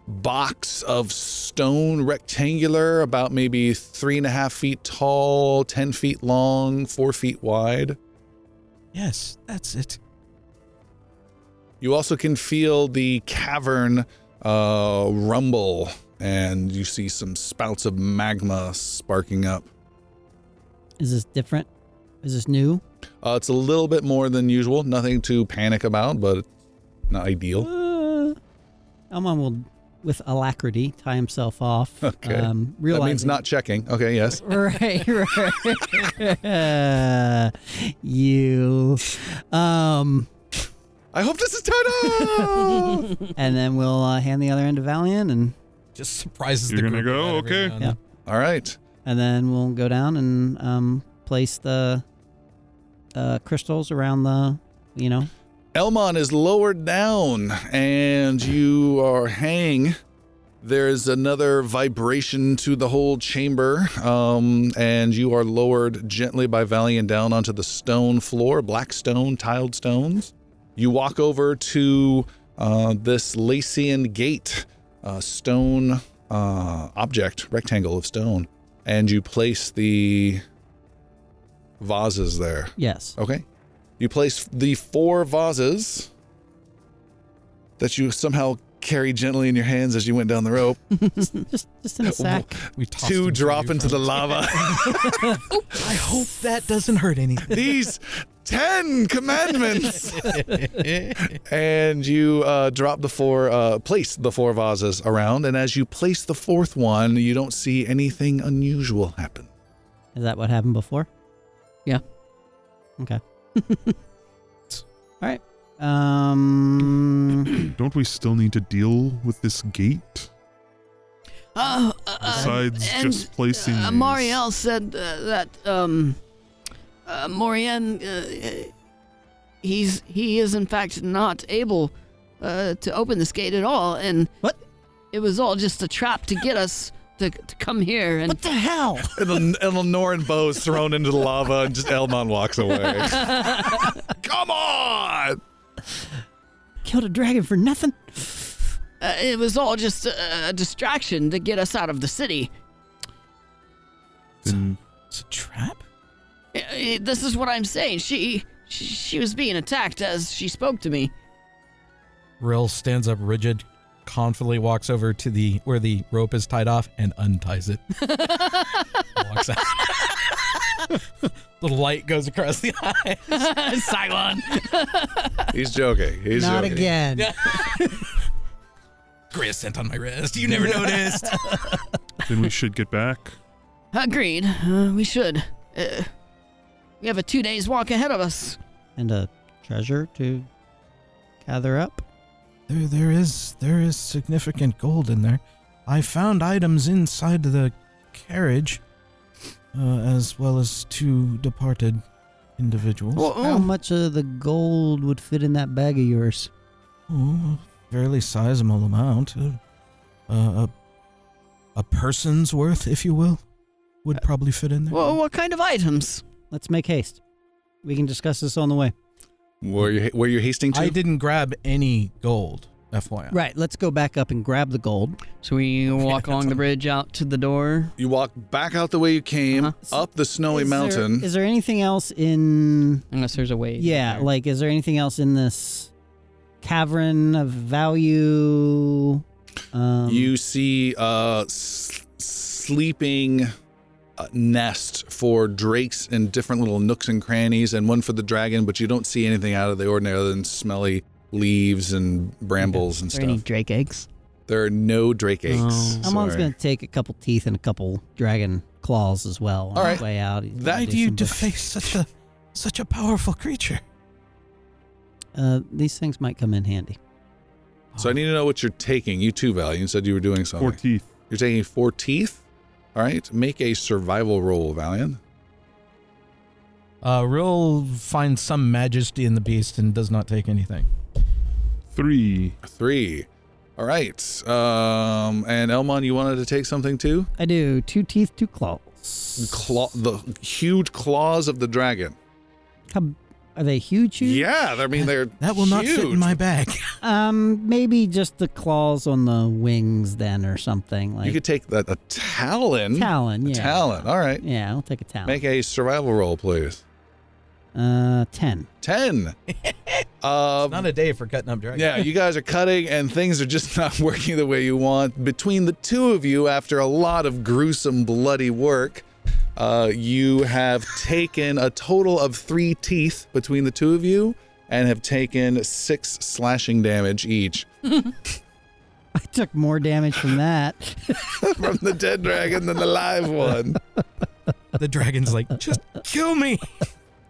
S1: box of stone, rectangular, about maybe three and a half feet tall, 10 feet long, four feet wide.
S7: Yes, that's it.
S1: You also can feel the cavern uh, rumble, and you see some spouts of magma sparking up.
S6: Is this different? Is this new?
S1: Uh, it's a little bit more than usual, nothing to panic about, but not ideal.
S6: Uh, Elmon will, with alacrity, tie himself
S1: [LAUGHS]
S6: off.
S1: Okay.
S6: Um,
S1: That
S6: realizing,
S1: means not checking. Okay, yes.
S6: [LAUGHS] right, right. [LAUGHS] you. Um,
S1: I hope this is tied up.
S6: and then we'll uh, hand the other end to Valiant, and
S7: Just surprises
S5: You're
S7: the
S5: gonna
S7: group
S5: go?
S7: about every
S5: Okay.
S7: now and then.
S1: All right.
S6: and then we'll go down and um, place the uh, crystals around the, you know,
S1: Elmon is lowered down and you are hang. There's another vibration to the whole chamber, um, and you are lowered gently by Valiant down onto the stone floor, black stone, tiled stones. You walk over to uh, this Lacian gate, a stone uh, object, rectangle of stone, and you place the vases there.
S6: yes.
S1: Okay. You place the four vases that you somehow carried gently in your hands as you went down the rope.
S6: Just, just in a sack.
S7: We [LAUGHS] tossed him
S1: Two
S7: to
S1: drop
S7: you
S1: into the
S7: from-
S1: lava. [LAUGHS]
S7: [LAUGHS] I hope that doesn't hurt anything.
S1: These 10 commandments. and you uh, drop the four, uh, place the four vases around. And as you place the fourth one, you don't see anything unusual happen.
S6: Is that what happened before?
S4: Yeah.
S6: Okay. All right. Um.
S5: Don't we still need to deal with this gate?
S9: Oh, uh,
S5: Besides
S9: and,
S5: just placing
S9: Uh,
S5: these.
S9: Mariel said uh, that um, uh, Morian, uh, uh, he's he is in fact not able uh, to open this gate at all, and
S6: What?
S9: It was all just a trap to get us to, to come here, and
S6: What the hell?
S1: And El- Elnor and Bo is thrown into the lava, and just Elmon walks away. Come on!
S6: Killed a dragon for nothing.
S9: uh, it was all just a, a distraction to get us out of the city.
S5: Then
S7: [LAUGHS] It's a trap?
S9: Uh, uh, This is what I'm saying. She she, she was being attacked as she spoke to me.
S7: Rill stands up rigid, confidently walks over to the where the rope is tied off and unties it. walks out. [LAUGHS] Little light goes across the eye.
S4: Cylon.
S1: He's joking. He's
S10: Not
S1: joking.
S10: again.
S7: Greatest scent on my wrist. You never noticed.
S5: [LAUGHS] then we should get back.
S9: Agreed. Uh, we should. Uh, we have a two days walk ahead of us.
S6: And a treasure to gather up.
S7: There, there is there is significant gold in there. I found items inside the carriage, uh, as well as two departed individuals.
S8: Oh.
S6: How much of the gold would fit in that bag of yours?
S7: Oh, a fairly sizable amount. Uh, uh, a, a person's worth, if you will, would probably fit in there.
S9: Well, what kind of items?
S6: Let's make haste. We can discuss this on the way.
S1: Were you, were you hasting to?
S7: I didn't grab any gold, FYI.
S6: Right. Let's go back up and grab the gold. [LAUGHS]
S4: So we walk along the bridge out to the door.
S1: You walk back out the way you came, up the snowy
S6: Is there-
S1: mountain.
S6: Is there anything else in?
S4: Unless there's a way.
S6: Yeah.
S4: there.
S6: Like, is there anything else in this cavern of value? Um,
S1: you see uh, s- sleeping uh, nest for drakes in different little nooks and crannies, and one for the dragon. But you don't see anything out of the ordinary other than smelly leaves and brambles and
S4: Are there any
S1: stuff.
S4: Drake eggs?
S1: There are no drake eggs.
S4: Oh.
S6: Amon's
S1: Sorry.
S6: gonna take a couple teeth and a couple dragon claws as well on
S1: All right.
S6: his way out. He's gonna
S1: That- Why
S7: do you
S6: some bush-
S7: deface such a such a powerful creature?
S6: Uh, these things might come in handy.
S1: So I need to know what you're taking. You too, Val. You said you were doing something.
S5: Four teeth.
S1: You're taking four teeth. All right. Make a survival roll, Valiant.
S7: Uh, Rill finds some majesty in the beast and does not take anything.
S5: Three.
S1: Three. All right. Um, and Elmon, you wanted to take something too?
S6: I do two teeth, two claws.
S1: Claw, the huge claws of the dragon.
S6: How, are they huge? huge?
S1: Yeah, I mean they're
S7: That will not fit
S1: huge.
S7: in my bag.
S6: Um, maybe just the claws on the wings then, or something like
S1: you could take that a talon.
S6: talon.
S1: A
S6: Yeah,
S1: talon. All right.
S6: Yeah, I'll take a talon.
S1: Make a survival roll, please.
S6: uh, ten. [LAUGHS]
S7: [LAUGHS]
S1: Ten. uh,
S7: Not a day for cutting up
S1: [LAUGHS]
S7: dragons.
S1: yeah, you guys are cutting and things are just [LAUGHS] not working the way you want. Between the two of you, after a lot of gruesome, bloody work, uh, you have taken a total of three teeth between the two of you and have taken six slashing damage each [LAUGHS]
S6: I took more damage from that. [LAUGHS]
S1: from the dead dragon than the live one.
S7: The dragon's like, just kill me.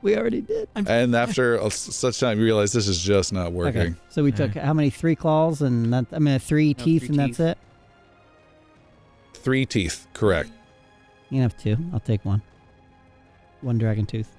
S6: we already did.
S1: And after a, such time, you realize this is just not working.
S6: Okay. So we took how many? Three claws and that. I mean, three
S4: No,
S6: teeth,
S4: three
S6: and that's
S4: teeth.
S6: it.
S1: Three teeth, correct.
S6: You can have two. I'll take one. One dragon tooth.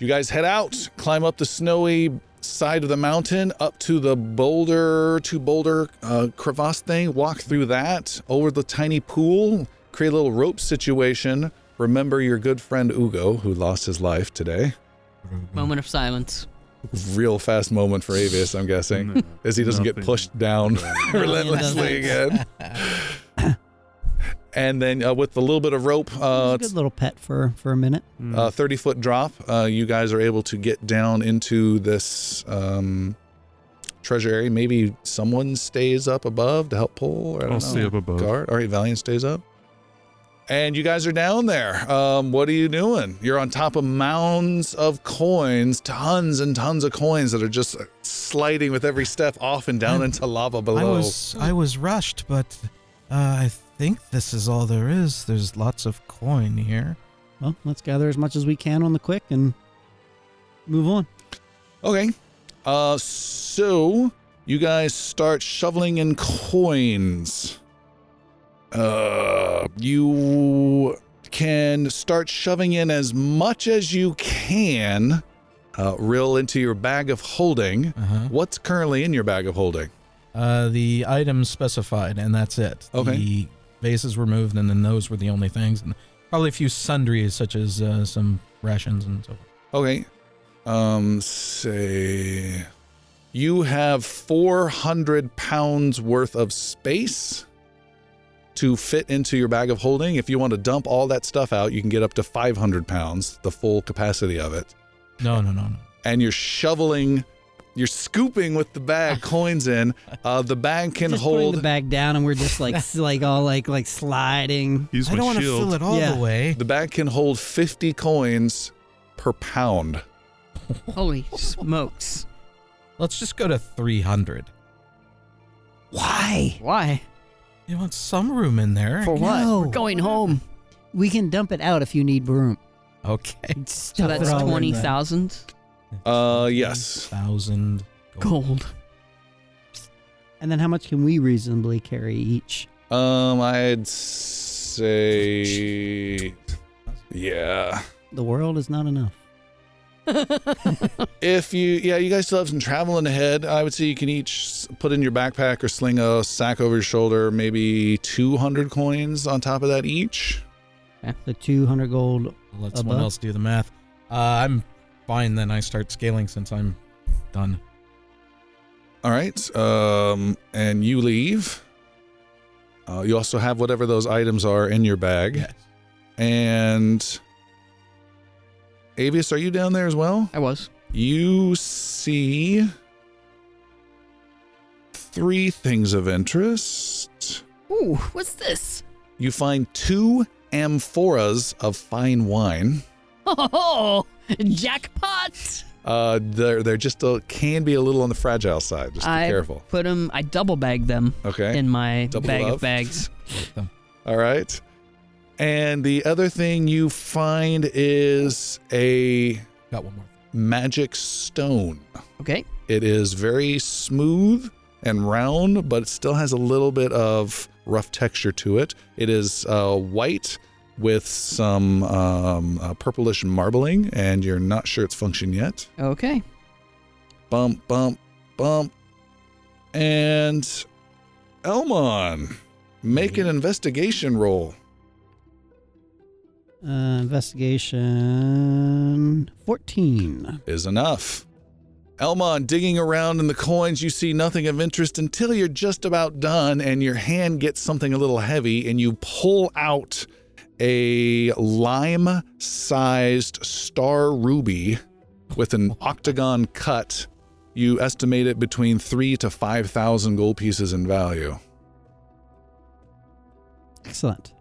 S1: You guys head out, climb up the snowy side of the mountain, up to the boulder to boulder uh, crevasse thing, walk through that, over the tiny pool, create a little rope situation. Remember your good friend Ugo, who lost his life today.
S4: Moment of silence.
S1: Real fast moment for Avius, I'm guessing, as he doesn't get
S5: Nothing.
S1: pushed down
S6: [LAUGHS]
S1: relentlessly again. and then uh, with a little bit of rope, uh,
S6: It's a good little pet for for a minute.
S5: Mm.
S1: uh, 30 foot drop, uh, you guys are able to get down into this um, treasure area. Maybe someone stays up above to help pull. Or I don't
S5: I'll
S1: know.
S5: stay up above.
S1: Guard. All right, Valiant stays up. And you guys are down there. Um, what are you doing? You're on top of mounds of coins, tons and tons of coins that are just sliding with every step off and down
S10: I'm-
S1: into lava
S10: I
S1: below.
S10: was I was rushed, but uh, I think this is all there is. There's lots of coin here.
S6: Well, let's gather as much as we can on the quick and move on.
S1: Okay. Uh, so you guys start shoveling in coins. Uh, you can start shoving in as much as you can. Uh, reel into your bag of holding.
S7: Uh-huh.
S1: What's currently in your bag of holding?
S7: Uh, the items specified, and that's it.
S1: Okay.
S7: The vases were moved, and then those were the only things, and probably a few sundries, such as uh, some rations and so forth.
S1: Okay. Um, say you have 400 pounds worth of space to fit into your bag of holding. If you want to dump all that stuff out, you can get up to 500 pounds, the full capacity of it.
S7: No, no, no, no.
S1: And you're shoveling, you're scooping with the
S6: [LAUGHS]
S1: bag coins in. Uh, the bag can
S6: just putting
S1: hold
S6: the bag down, and we're
S1: [LAUGHS]
S6: just like s- like all like like sliding.
S5: Use
S10: I
S5: my
S10: don't want to
S5: shield.
S10: fill it all
S6: Yeah.
S10: the way.
S1: the bag can hold 50 coins per pound.
S8: Holy smokes.
S7: Let's just go to 300.
S6: Why?
S8: Why?
S10: You want some room in there.
S8: For what?
S6: No.
S8: We're going home.
S6: We can dump it out if you need room.
S7: Okay.
S8: So
S6: Stuff
S8: that's
S6: it all in there.
S8: 20,000
S1: Uh, yes.
S7: Thousand.
S8: gold.
S6: And then how much can we reasonably carry each?
S1: Um, I'd say, yeah.
S6: The world is not
S7: [LAUGHS]
S6: enough.
S1: If you, yeah, you guys still have some traveling ahead. I would say you can each s- put in your backpack or sling a sack over your shoulder, maybe 200 coins on top of that each.
S6: The 200 gold.
S7: Let
S6: Above?
S7: someone else do the math. Uh, I'm fine then. I start scaling since I'm done.
S1: All right. Um, and you leave. Uh, you also have whatever those items are in your bag. And Avius, are you down there as well?
S8: I was.
S1: You see three things of interest.
S9: Ooh, what's this? [LAUGHS]
S1: You find two amphoras of fine wine.
S9: Oh, jackpot!
S1: Uh, they're they're just a, can be a little on the fragile side. Just be
S8: I-
S1: careful.
S8: Put them, I double bagged them
S1: Okay.
S8: in my
S1: Double
S8: bag
S1: up.
S8: of bags.
S1: All right. And the other thing you find is a
S7: Got one more.
S1: magic stone.
S8: Okay.
S1: It is very smooth and round, but it still has a little bit of rough texture to it. It is uh, white with some um, uh, purplish marbling, and you're not sure its function yet.
S8: Okay.
S1: Bump, bump, bump. And Elmon, make an investigation roll.
S6: Uh, investigation 14.
S1: is enough. Elmon, digging around in the coins, you see nothing of interest until you're just about done and your hand gets something a little heavy and you pull out a lime sized star ruby with an octagon cut. You estimate it between three to 5,000 gold pieces in value.
S6: Excellent.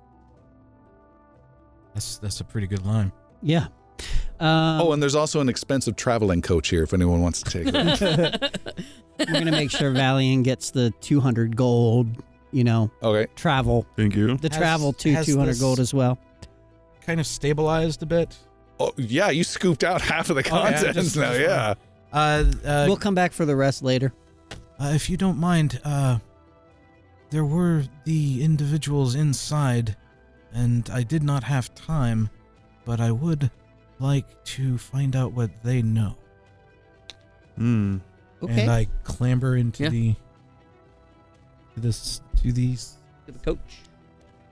S7: That's that's a pretty good line.
S6: Yeah. Um,
S1: oh, and there's also an expensive traveling coach here if anyone wants to take it.
S7: [LAUGHS]
S6: we're going to make sure Valian gets the 200 gold, you know,
S1: okay.
S6: travel.
S5: Thank you.
S6: The
S7: Has-
S6: travel to
S7: has
S6: 200
S7: this-
S6: gold as well.
S7: Kind of stabilized a bit.
S1: Oh, yeah, you scooped out half of the
S7: Oh, yeah,
S1: contents
S7: just-
S1: now.
S7: [LAUGHS] just-
S1: yeah.
S7: Uh, uh,
S6: we'll come back for the rest later.
S10: Uh, if you don't mind, uh, there were the individuals inside, and I did not have time, but I would like to find out what they know.
S5: Hmm.
S8: Okay.
S7: and I clamber into
S8: Yeah.
S7: the to this to these
S8: To the coach.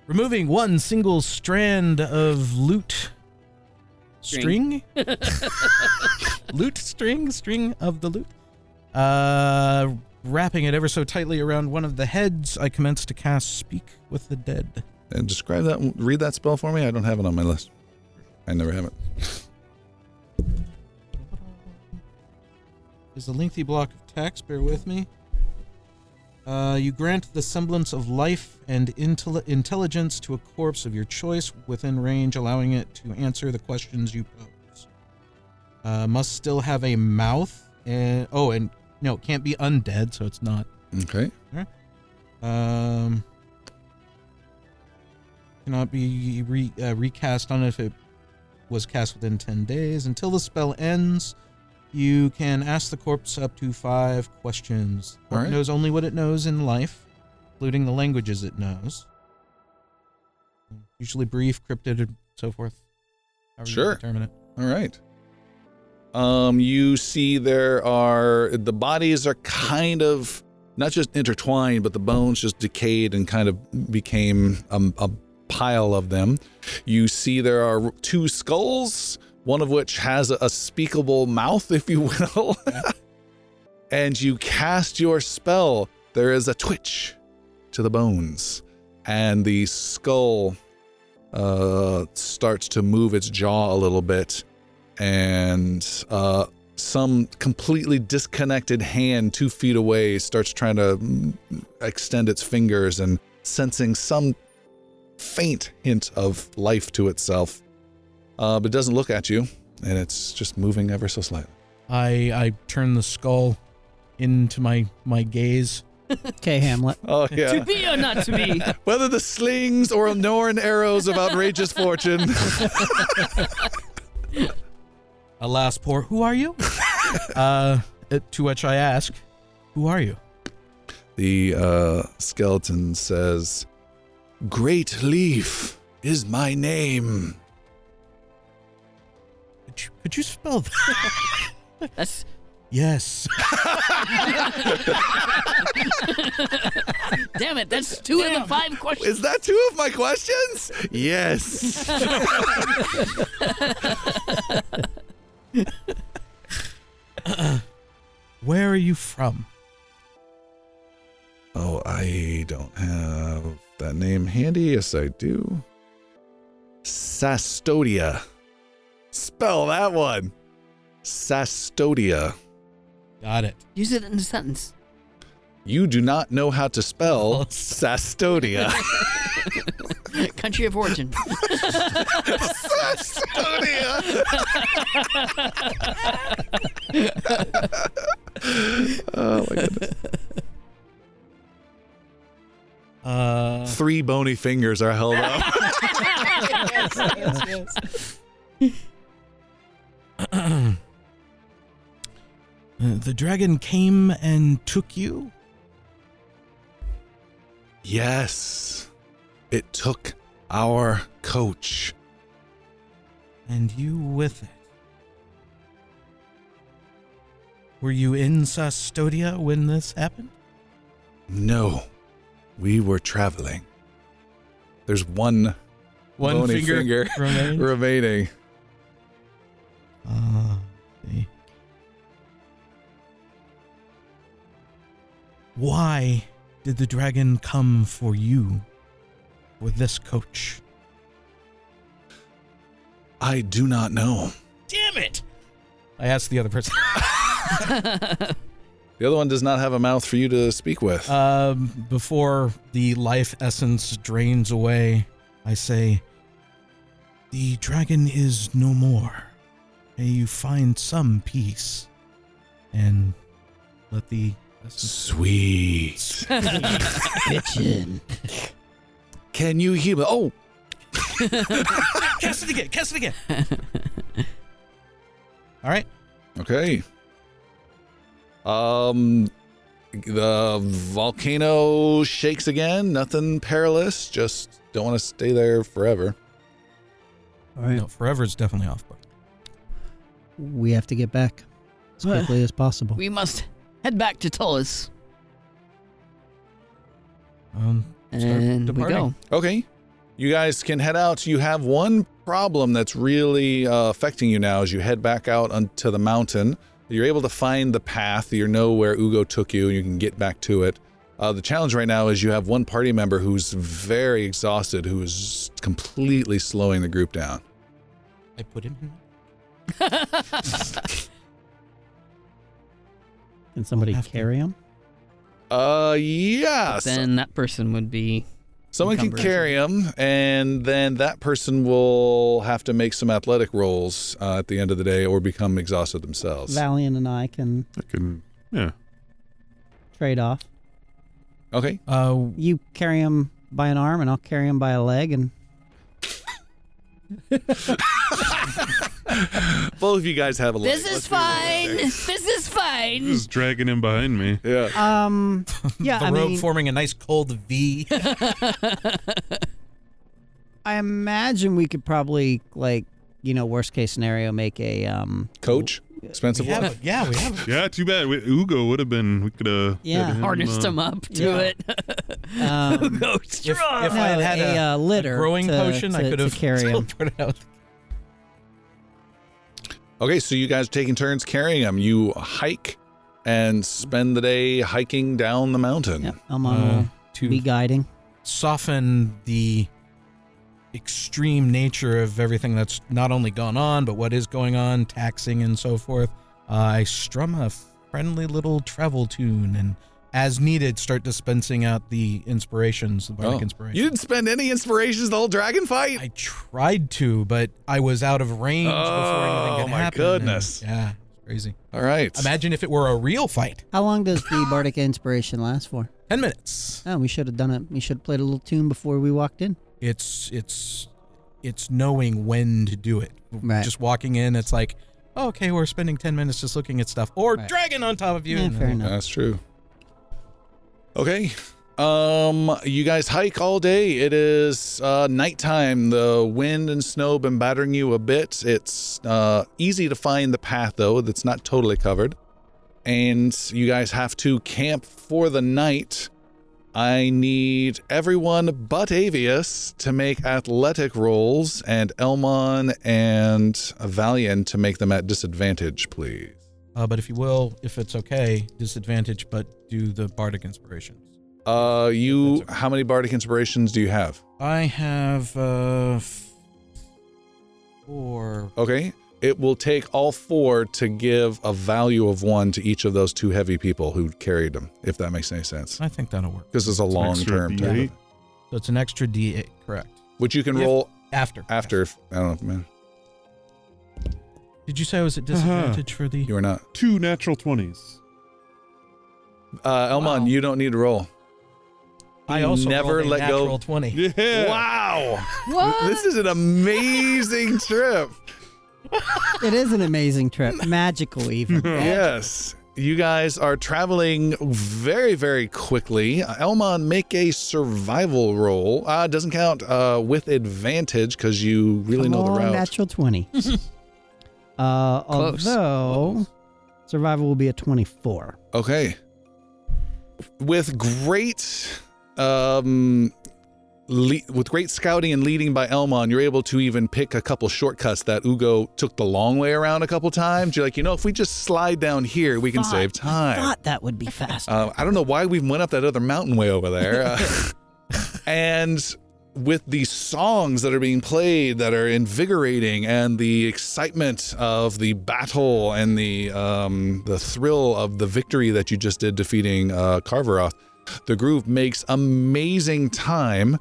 S7: removing one single strand of loot
S8: String. [LAUGHS]
S7: string, loot string string of the loot uh wrapping it ever so tightly around one of the heads I commence to cast speak with the dead
S1: And describe that. Read that spell for me. I don't have it on my list. I never have it.
S3: There's a lengthy block of text. Bear with me. Uh, you grant the semblance of life and intel- intelligence to a corpse of your choice within range, allowing it to answer the questions you pose. Uh, must still have a mouth. And, oh, and no, it can't be undead, so it's not.
S1: Okay.
S3: Um, cannot be re, uh, recast on if it was cast within 10 days. Until the spell ends, you can ask the corpse up to five questions.
S1: All
S3: It
S1: right.
S3: knows only what it knows in life, including the languages it knows. Usually brief, cryptid, and so forth. However you
S1: Sure.
S3: Determine it.
S1: All right. Um, you see, there are the bodies are kind of not just intertwined, but the bones just decayed and kind of became um, a, a pile of them. You see, there are two skulls, one of which has a, a speakable mouth, if you will. [LAUGHS] and you cast your spell. There is a twitch to the bones, and the skull uh, starts to move its jaw a little bit, and uh, some completely disconnected hand two feet away starts trying to mm, extend its fingers and sensing some faint hint of life to itself, uh, but it doesn't look at you, and it's just moving ever so slightly.
S7: I I turn the skull into my my gaze.
S6: Okay, Hamlet.
S1: Oh yeah,
S8: To be or not to be.
S1: whether the slings or Norn arrows of outrageous fortune. [LAUGHS]
S7: Alas, poor. Who are [LAUGHS] you? uh, to which I ask, Who are you?
S1: The uh, skeleton says, Great Leaf is my name.
S7: Could you, could you spell that?
S8: That's
S7: [LAUGHS] Yes.
S8: damn it. That's two of the five questions.
S1: Is that two of my questions? Yes.
S7: Where are you from?
S1: oh, I don't have that name handy. Yes, I do. Sastodia. Spell that one. Sastodia.
S7: Got it.
S9: Use it in a sentence. [COUGHS]
S1: You do not know how to spell Sastodia.
S9: Country of origin.
S1: Sastonia. oh my goodness.
S7: Uh,
S1: Three bony fingers are held up. [LAUGHS]
S7: Uh, [LAUGHS] [CLEARS THROAT] the dragon came and took you?
S1: yes. It took our coach.
S7: and you with it. Were you in Sastodia when this happened?
S1: No. We were traveling. There's one, bony finger,
S7: [LAUGHS] remains.
S1: remaining.
S7: Ah, see. Why did the dragon come for you? For this coach?
S1: I do not know.
S7: Damn it! I asked the other person. [LAUGHS]
S1: The other one does not have a mouth for you to speak with.
S7: Um, before the life essence drains away, I say, The dragon is no more. May you find some peace. And let the.
S1: Sweet.
S6: Bitchin'.
S1: Can you hear me? Oh,
S7: Cast it again! Cast it [LAUGHS] again! All right.
S1: Okay. Um the volcano shakes again, nothing perilous, just don't want to stay there forever.
S6: All right.
S7: No, forever is definitely off. But
S6: We have to get back as quickly as possible.
S9: we must head back to Tullus.
S7: um,
S8: And we
S7: departing.
S8: go.
S1: Okay. You guys can head out. You have one problem that's really uh, affecting you now as you head back out onto the mountain. You're able to find the path. You know where Ugo took you. You can get back to it. Uh, the challenge right now is you have one party member who's very exhausted, who is completely slowing the group down.
S7: I put him in.
S6: Can somebody
S10: have to-
S6: carry him?
S1: Uh, yeah. so-
S8: [LAUGHS] then that person would be
S1: someone can
S8: encumbrance.
S1: carry him, and then that person will have to make some athletic rolls uh, at the end of the day or become exhausted themselves.
S6: Valiant and I can
S5: I can. Yeah.
S6: trade off.
S1: Okay.
S10: Uh,
S6: You carry him by an arm, and I'll carry him by a
S7: [LAUGHS]
S6: leg, and
S1: Both of you guys have a leg.
S9: This
S1: Let's
S9: is
S1: be realistic.
S9: fine. This is fine.
S5: Just dragging him behind me.
S1: Yeah.
S6: um, yeah.
S7: the
S6: I
S7: rope
S6: mean,
S7: forming a nice cold V.
S6: I imagine we could probably like you know worst case scenario make a um
S1: Coach, expensive
S7: [LAUGHS] yeah,
S1: one.
S7: but- yeah, we have.
S5: Yeah, too bad. We, Ugo would have been. We could have.
S6: Yeah.
S8: harnessed him up to
S6: yeah.
S8: it. [LAUGHS]
S6: um,
S8: Go
S7: If, if
S8: strong.
S7: I had had
S6: a,
S7: a,
S6: uh, litter
S7: growing
S6: to-
S7: potion, I
S6: to-
S7: could
S6: to
S7: have
S6: carry him.
S7: teleported out.
S1: Okay, so you guys are taking turns carrying him. You hike and spend the day hiking down the mountain.
S6: Yeah, I'm
S7: Uh,
S6: on
S7: to
S6: be guiding.
S7: soften the extreme nature of everything that's not only gone on, but what is going on, taxing and so forth. Uh, I strum a friendly little travel tune and, as needed, start dispensing out the inspirations, the bardic
S1: Oh.
S7: inspirations.
S1: You didn't spend any inspirations the whole dragon fight?
S7: I tried to, but I was out of range before anything
S1: Oh,
S7: could
S1: my
S7: happen. and-
S1: goodness.
S7: yeah, it's crazy.
S1: All right.
S7: Imagine if it were a real fight.
S6: How long does the bardic inspiration last for?
S7: Ten minutes.
S6: Oh, we should have done it. We should have played a little tune before we walked in.
S7: It's it's it's knowing when to do it.
S6: Right.
S7: Just walking in, it's like, oh, okay, we're spending ten minutes just looking at stuff, or
S6: Right.
S7: dragon on top of you.
S6: Yeah,
S7: And
S6: Eh, fair
S7: then-
S6: enough.
S1: That's true. Okay. Um, you guys hike all day. It is uh, nighttime. The wind and snow been battering you a bit. It's uh, easy to find the path though. That's not totally covered, and you guys have to camp for the night. I need everyone but Avius to make athletic rolls, and Elmon and Valian to make them at disadvantage, please.
S7: Uh, but if you will, if it's okay, disadvantage, but do the bardic inspirations.
S1: Uh, you.
S7: That's
S1: How many bardic inspirations do you have?
S7: I have uh, f- four.
S1: Okay. It will take all four to give a value of one to each of those two heavy people who carried them, if that makes any sense.
S7: I think that'll work.
S1: Because it's a long term
S5: extra
S1: term,
S5: D8.
S7: So it's an extra D8, correct?
S1: which you can
S7: If-
S1: roll
S7: After.
S1: after. If, I don't know, man.
S7: Did you say I was at
S6: Uh-huh.
S7: disadvantage for the?
S1: You are not.
S5: Two natural 20s.
S1: Uh, Elmon,
S8: Wow.
S1: you don't need to roll.
S7: I also
S1: never
S7: rolled a
S1: let go.
S7: natural Twenty.
S5: Yeah.
S1: Wow.
S9: What?
S1: This is an amazing trip.
S6: It is an amazing [LAUGHS] trip. Magical, even.
S7: [LAUGHS]
S1: Yes. You guys are traveling very, very quickly. Elmon, make a survival roll. Uh, doesn't count uh, with advantage because you really
S6: Come
S1: know the
S6: on,
S1: route.
S6: Natural [LAUGHS] 20. uh,
S8: Close.
S6: although, survival will be a 24.
S1: Okay. With great um le- with great scouting and leading by Elmon, you're able to even pick a couple shortcuts that Ugo took the long way around a couple times. You're like, you know, if we just slide down here, we can
S6: Thought-
S1: save time.
S6: Thought that would be fast.
S1: Uh, I don't know why we went up that other mountain way over there. Uh, and with the songs that are being played that are invigorating and the excitement of the battle and the um, the thrill of the victory that you just did defeating uh, Carveroth, the group makes amazing time.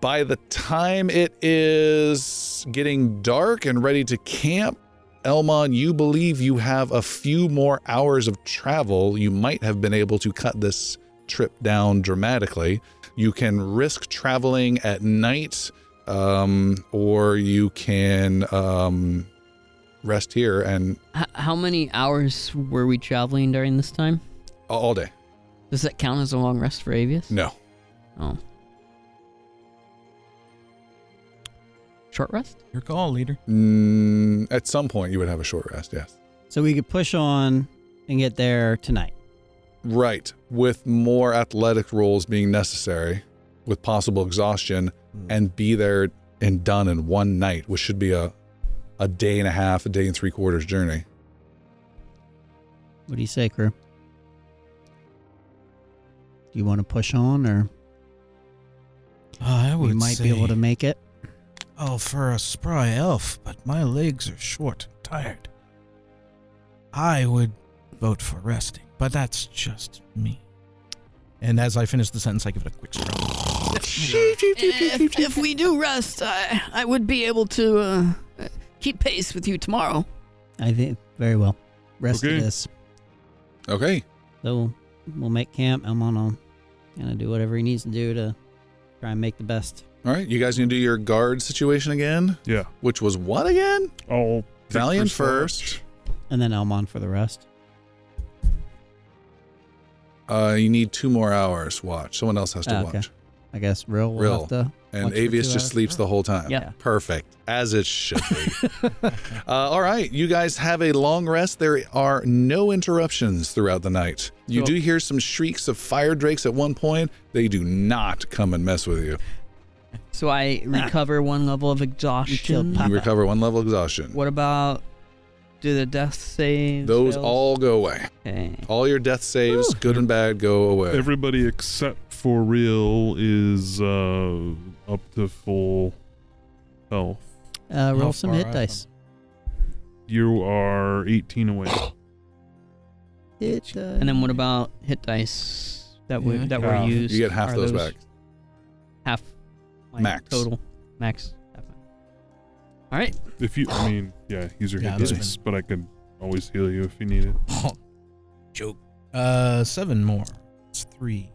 S1: By the time it is getting dark and ready to camp, Elmon, you believe you have a few more hours of travel. You might have been able to cut this trip down dramatically. You can risk traveling at night, um, or you can um, rest here and
S8: H- how many hours were we traveling during this time?
S1: all day.
S8: Does that count as a long rest for Avius?
S1: No,
S8: Oh. Short rest?
S7: Your call, leader.
S1: mm, at some point you would have a short rest. Yes,
S6: so we could push on and get there tonight.
S1: right. With more athletic rolls being necessary, with possible exhaustion,
S6: Hmm.
S1: and be there and done in one night, which should be a a day and a half, a day and three quarters journey.
S6: What do you say, crew? Do you want to push on, or
S10: I
S6: we
S10: would
S6: might
S10: say,
S6: be able to make it?
S10: Oh, for a spry elf, but my legs are short and tired. I would vote for resting, but that's just me. And as I finish the sentence, I give it a quick stroke.
S9: if, if we do rest, I, I would be able to uh, uh, keep pace with you tomorrow.
S6: I think very well. Rest
S5: Okay.
S6: of this.
S1: Okay.
S6: So we'll, we'll make camp. I'm gonna gonna do whatever he needs to do to try and make the best.
S1: All right. You guys gonna do your guard situation again,
S5: Yeah.
S1: which was what again?
S5: I'll pick
S1: Valiant
S5: first.
S1: first.
S6: And then Elmon for the rest.
S1: Uh, you need two more hours. Watch. Someone else has to
S6: Ah,
S1: watch.
S6: okay. I guess real will
S1: Real.
S6: have to.
S1: And
S6: Watch for two
S1: Avius just
S6: hours.
S1: sleeps the whole time.
S4: Yeah.
S1: Perfect. As it should be.
S4: [LAUGHS]
S1: uh, all right. You guys have a long rest. There are no interruptions throughout the night. You
S4: Cool.
S1: do hear some shrieks of fire drakes at one point. They do not come and mess with you.
S4: So I
S1: Ah.
S4: recover one level of exhaustion. [LAUGHS]
S1: You recover one level of exhaustion.
S4: What about do the death saves?
S1: Those
S4: fail?
S1: all go away.
S4: Okay.
S1: All your death saves, good and bad, go away.
S5: Everybody except for real is uh up to full health.
S6: Uh, roll
S7: How
S6: some
S7: far
S6: hit
S7: out
S6: dice.
S5: You are 18 away.
S6: Hit dice.
S4: And then what about hit dice that we
S7: Yeah.
S4: that
S5: Yeah.
S4: were used?
S1: you get half
S4: Are
S1: those, back.
S4: Half my
S1: Max.
S4: total max. half my- All right.
S5: If you, I mean, yeah, use your
S7: Yeah,
S5: hit
S7: that's
S5: dice, but I can always heal you if you need it.
S7: Oh, Joke. Uh, seven more. It's three.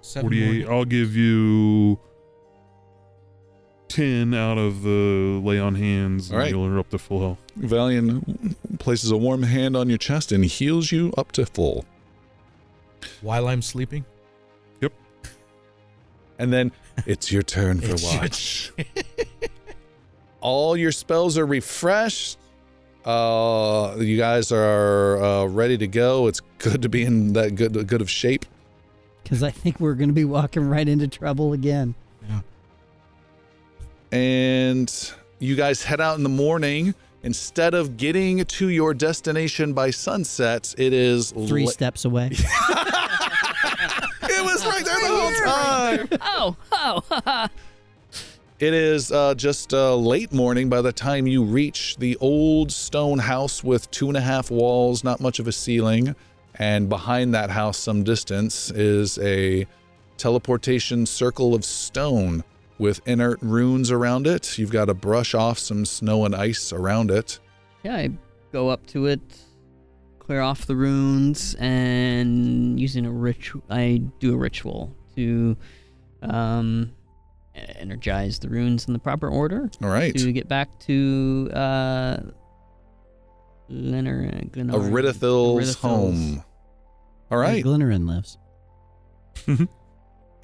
S7: Seven
S5: 48.
S7: more.
S5: I'll give you 10 out of the lay on hands, and
S1: All right.
S5: you'll are up to full health.
S1: Valian places a warm hand on your chest and heals you up to full.
S7: While I'm sleeping.
S1: And then it's your turn for
S7: It's your
S1: watch. All your spells are refreshed. Uh, you guys are uh, ready to go. It's good to be in that good good of shape.
S6: Because I think we're gonna be walking right into trouble again.
S1: and you guys head out in the morning. Instead of getting to your destination by sunset, it is
S6: Three
S1: la-
S6: steps
S4: [LAUGHS]
S6: away.
S1: It was right there the whole time.
S9: Oh, oh,
S1: It is uh, just uh, late morning by the time you reach the old stone house with two and a half walls, not much of a ceiling, and behind that house, some distance, is a teleportation circle of stone with inert runes around it. You've got to brush off some snow and ice around it.
S4: Yeah, I go up to it, clear off the runes, and using a ritual, I do a ritual to um, e- energize the runes in the proper order
S1: All right.
S4: to get back to uh, Leonard Glenarn-
S1: Aridithil's
S4: Aridithil's.
S1: home. All
S6: Where
S1: right.
S6: Glynerin lives.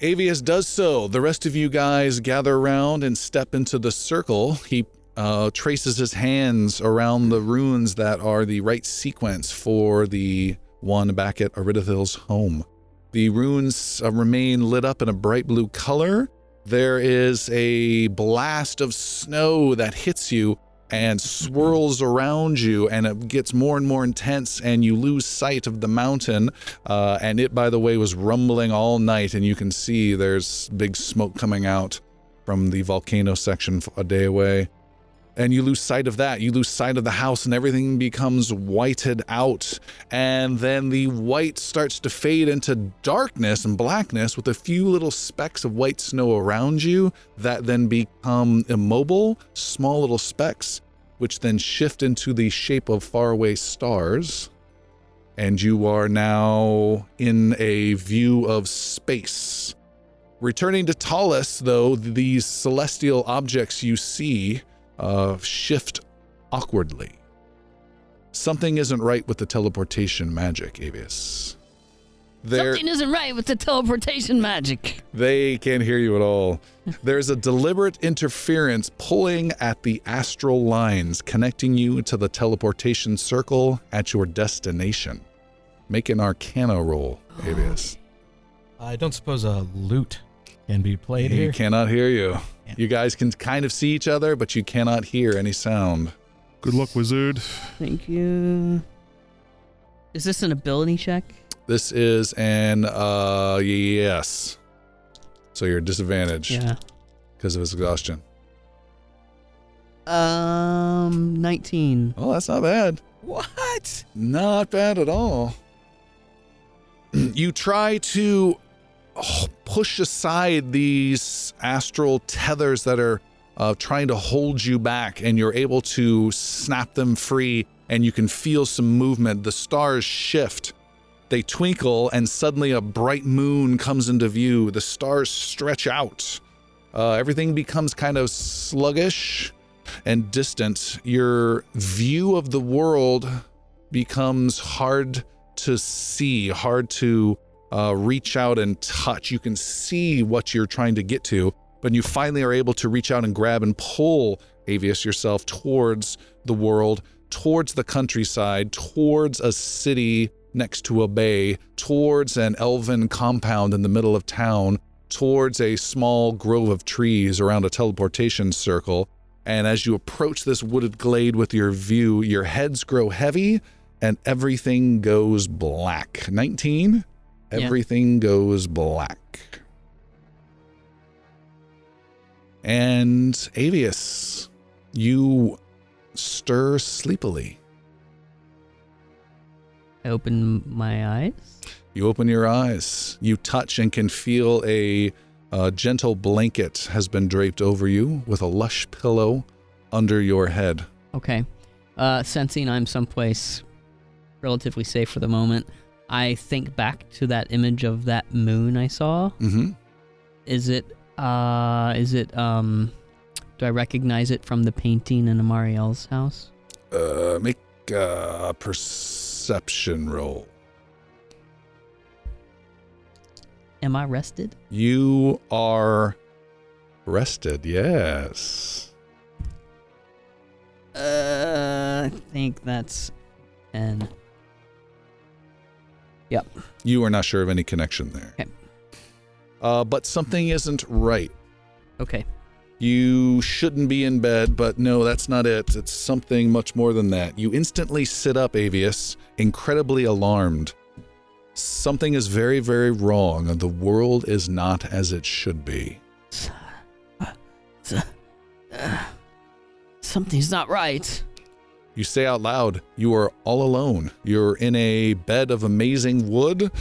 S1: Avius does so. The rest of you guys gather around and step into the circle. He uh, traces his hands around the runes that are the right sequence for the one back at Aridithil's home. The runes uh, remain lit up in a bright blue color. There is a blast of snow that hits you and swirls around you, and it gets more and more intense, and you lose sight of the mountain. Uh, and it, by the way, was rumbling all night, and you can see there's big smoke coming out from the volcano section f- a day away. And you lose sight of that. You lose sight of the house, and everything becomes whited out. And then the white starts to fade into darkness and blackness with a few little specks of white snow around you that then become immobile, small little specks, which then shift into the shape of faraway stars and you are now in a view of space. Returning to Talus, though, these celestial objects you see uh, shift awkwardly. Something isn't right with the teleportation magic, Avius. There,
S9: something isn't right with the teleportation magic.
S1: they can't hear you at all. There's a deliberate interference pulling at the astral lines connecting you to the teleportation circle at your destination. Make an arcana roll, Avius.
S7: I don't suppose a lute can be played
S1: He
S7: here.
S1: cannot hear you.
S7: Yeah.
S1: You guys can kind of see each other, but you cannot hear any sound.
S5: Good luck, wizard.
S4: Thank you. Is this an ability check?
S1: This is an uh yes. So you're disadvantaged
S4: Yeah.
S1: because of his exhaustion.
S4: Um, 19.
S1: Oh, that's not bad.
S10: What?
S1: Not bad at all. [CLEARS THROAT] you try to oh, push aside these astral tethers that are uh, trying to hold you back, and you're able to snap them free, and you can feel some movement. The stars shift. They twinkle, and suddenly a bright moon comes into view. The stars stretch out. Uh, everything becomes kind of sluggish and distant. Your view of the world becomes hard to see, hard to uh, reach out and touch. You can see what you're trying to get to, but you finally are able to reach out and grab and pull Avius yourself towards the world, towards the countryside, towards a city next to a bay, towards an elven compound in the middle of town, towards a small grove of trees around a teleportation circle. And as you approach this wooded glade with your view, your heads grow heavy and everything goes black. 19?
S4: Yeah.
S1: Everything goes black. And Avius, you stir sleepily.
S4: I open my eyes.
S1: You open your eyes. You touch and can feel a, uh gentle blanket has been draped over you with a lush pillow under your head.
S4: Okay. Uh, sensing I'm someplace relatively safe for the moment, I think back to that image of that moon I saw.
S1: Mm-hmm.
S4: Is it? Uh, is it? Um, do I recognize it from the painting in Amariel's house?
S1: Uh, make a perception roll.
S4: Am I rested?
S1: You are rested, yes.
S4: Uh, I think that's an.
S1: You are not sure of any connection there.
S4: Okay.
S1: Uh, but something isn't right.
S4: Okay.
S1: You shouldn't be in bed, but no, that's not it. It's something much more than that. You instantly sit up, Avius, incredibly alarmed. Something is very, very wrong, and the world is not as it should be.
S9: Uh, Something's not right.
S1: You say out loud, you are all alone. You're in a bed of amazing wood.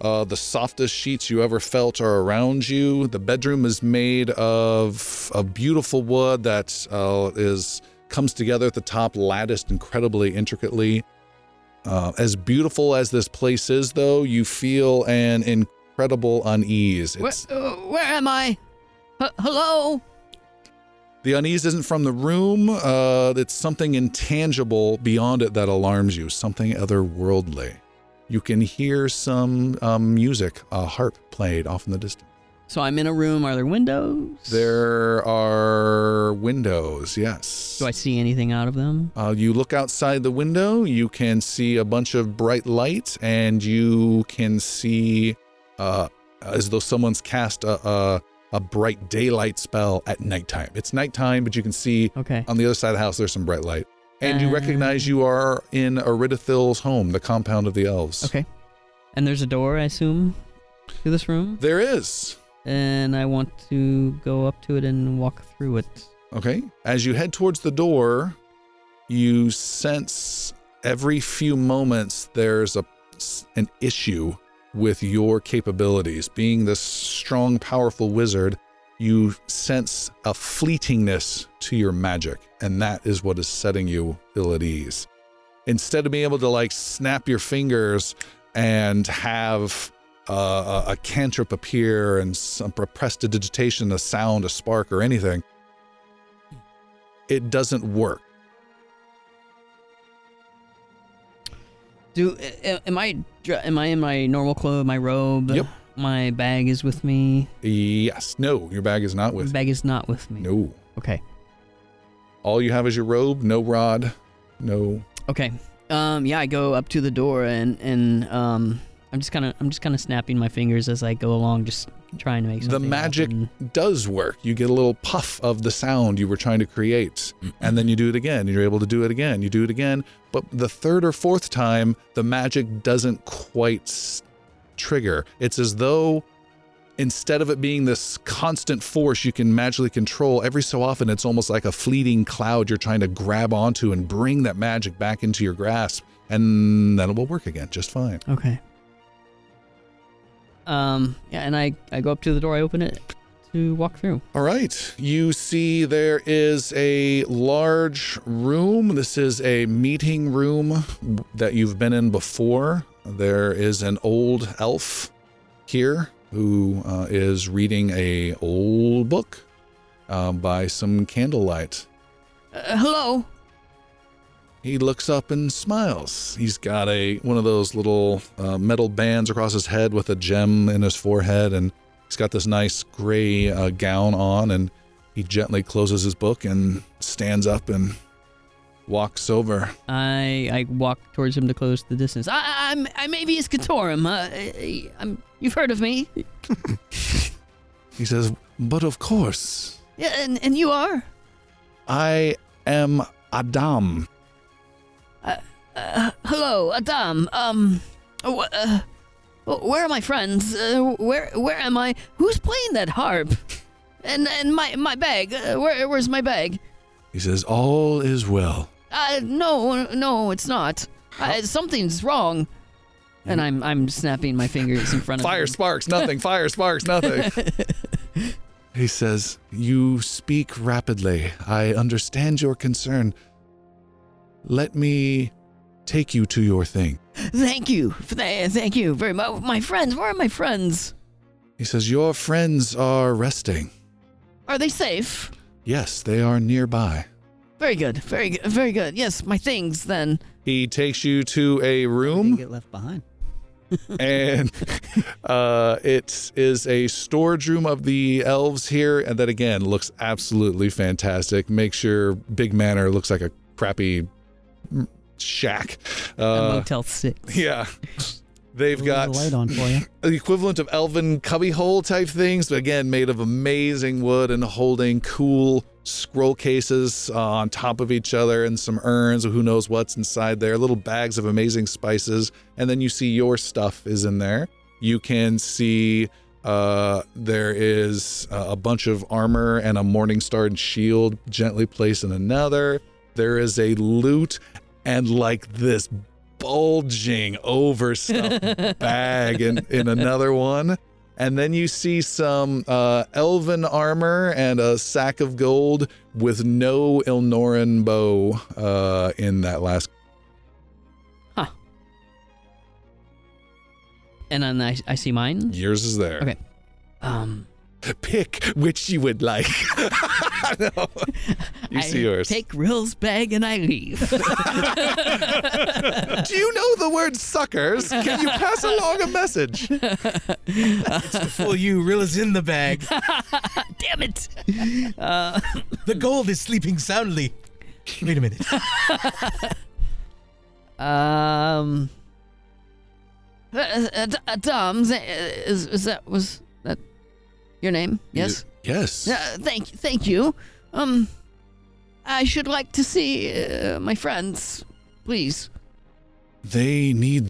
S1: Uh, the softest sheets you ever felt are around you. The bedroom is made of a beautiful wood that uh, is comes together at the top, latticed incredibly intricately. Uh, as beautiful as this place is, though, you feel an incredible unease.
S9: Where,
S1: It's,
S9: uh, where am I? H- hello?
S1: the unease isn't from the room. Uh, it's something intangible beyond it that alarms you, something otherworldly. You can hear some um, music, a harp played off in the distance.
S4: So I'm in a room. Are there windows?
S1: There are windows, yes.
S4: Do I see anything out of them?
S1: Uh, you look outside the window, you can see a bunch of bright lights, and you can see uh, as though someone's cast a, a, a bright daylight spell at nighttime. It's nighttime, but you can see
S4: Okay.
S1: on the other side of the house, there's some bright light. And you
S4: Uh,
S1: recognize you are in Aridithil's home, the compound of the elves.
S4: Okay. And there's a door, I assume, to this room.
S1: There is.
S4: And I want to go up to it and walk through it.
S1: Okay. As you head towards the door, you sense every few moments there's a an issue with your capabilities. Being this strong, powerful wizard, you sense a fleetingness to your magic, and that is what is setting you ill at ease. Instead of being able to like snap your fingers and have uh, a, a cantrip appear and some prestidigitation, a sound, a spark, or anything, it doesn't work.
S4: Do a- am I dr- am I in my normal clothes, my robe?
S1: Yep.
S4: My bag is with me.
S1: Yes. No, your bag is not with.
S4: bag is not with me.
S1: No.
S4: Okay.
S1: All you have is your robe, no rod, no.
S4: Okay. Um yeah, I go up to the door and and um I'm just kind of I'm just kind of snapping my fingers as I go along just trying to make
S1: The
S4: something
S1: magic-
S4: happen.
S1: Does work. You get a little puff of the sound you were trying to create, and then you do it again. You're able to do it again. You do it again. But the third or fourth time, the magic doesn't quite s- trigger. It's as though instead of it being this constant force you can magically control, every so often it's almost like a fleeting cloud you're trying to grab onto and bring that magic back into your grasp. And then it will work again just fine.
S4: Okay. Um. Yeah, and I I go up to the door. I open it to walk through.
S1: All right. You see, there is a large room. This is a meeting room that you've been in before. There is an old elf here who uh, is reading a old book uh, by some candlelight.
S8: Uh, hello?
S1: He looks up and smiles. He's got a one of those little uh, metal bands across his head with a gem in his forehead, and he's got this nice gray uh, gown on. And he gently closes his book and stands up and walks over.
S4: I I walk towards him to close the distance. Ah,
S8: I, I'm I'm Avius Catorum. Uh, I'm, you've heard of me,
S1: He says, "But of course,
S8: yeah, and and you are.
S1: I am Adam.
S8: Uh, hello, Adam. Um, wh- uh, wh- where are my friends? Uh, where where am I? Who's playing that harp? And and my my bag. Uh, where where's my bag?
S1: He says, "All is well."
S8: Uh, no no, it's not. Uh, something's wrong.
S4: and I'm I'm snapping my fingers in front of
S1: [LAUGHS] Fire
S4: him.
S1: sparks nothing. Fire sparks nothing. [LAUGHS] he says, You speak rapidly. I understand your concern. Let me take you to your thing.
S8: Thank you. Th- thank you very much. My friends. Where are my friends?
S1: He says, Your friends are resting.
S8: Are they safe?
S1: Yes, they are nearby.
S8: Very good. Very good. Very good. Yes, my things then.
S1: He takes you to a
S6: You
S1: room,
S6: get left behind.
S1: and uh, it is a storage room of the elves here, and that again looks absolutely fantastic. Makes your big manor looks like a crappy mm, shack.
S4: At
S1: Uh,
S4: Motel Six.
S1: Yeah. They've
S6: Leave
S1: got
S6: the light on for
S4: [LAUGHS]
S6: you.
S1: the equivalent of elven cubbyhole type things, but again, made of amazing wood and holding cool scroll cases uh, on top of each other and some urns, who knows what's inside there, little bags of amazing spices. And then you see your stuff is in there. You can see uh, there is uh, a bunch of armor and a morning star and shield gently placed in another. There is a loot and like this bulging overstuffed bag in, in another one. And then you see some uh, elven armor and a sack of gold with no Ilnoran bow uh, in that last.
S4: And then I I see mine.
S1: Yours is there.
S4: Okay. Um.
S1: Pick which you would like. [LAUGHS] no. You
S4: I
S1: see yours.
S4: Take Rill's bag and I
S8: [LAUGHS]
S4: leave.
S1: Do you know the word suckers? Can you pass along a message?
S7: Well, you realize in the bag.
S4: Damn it.
S7: The gold is sleeping soundly. Wait a minute.
S4: Um.
S8: Uh, uh, uh, Dom, th- uh, is, is that was that your name? Yes.
S1: Yes.
S8: Uh, thank thank you. Um, I should like to see uh, my friends, please.
S1: They need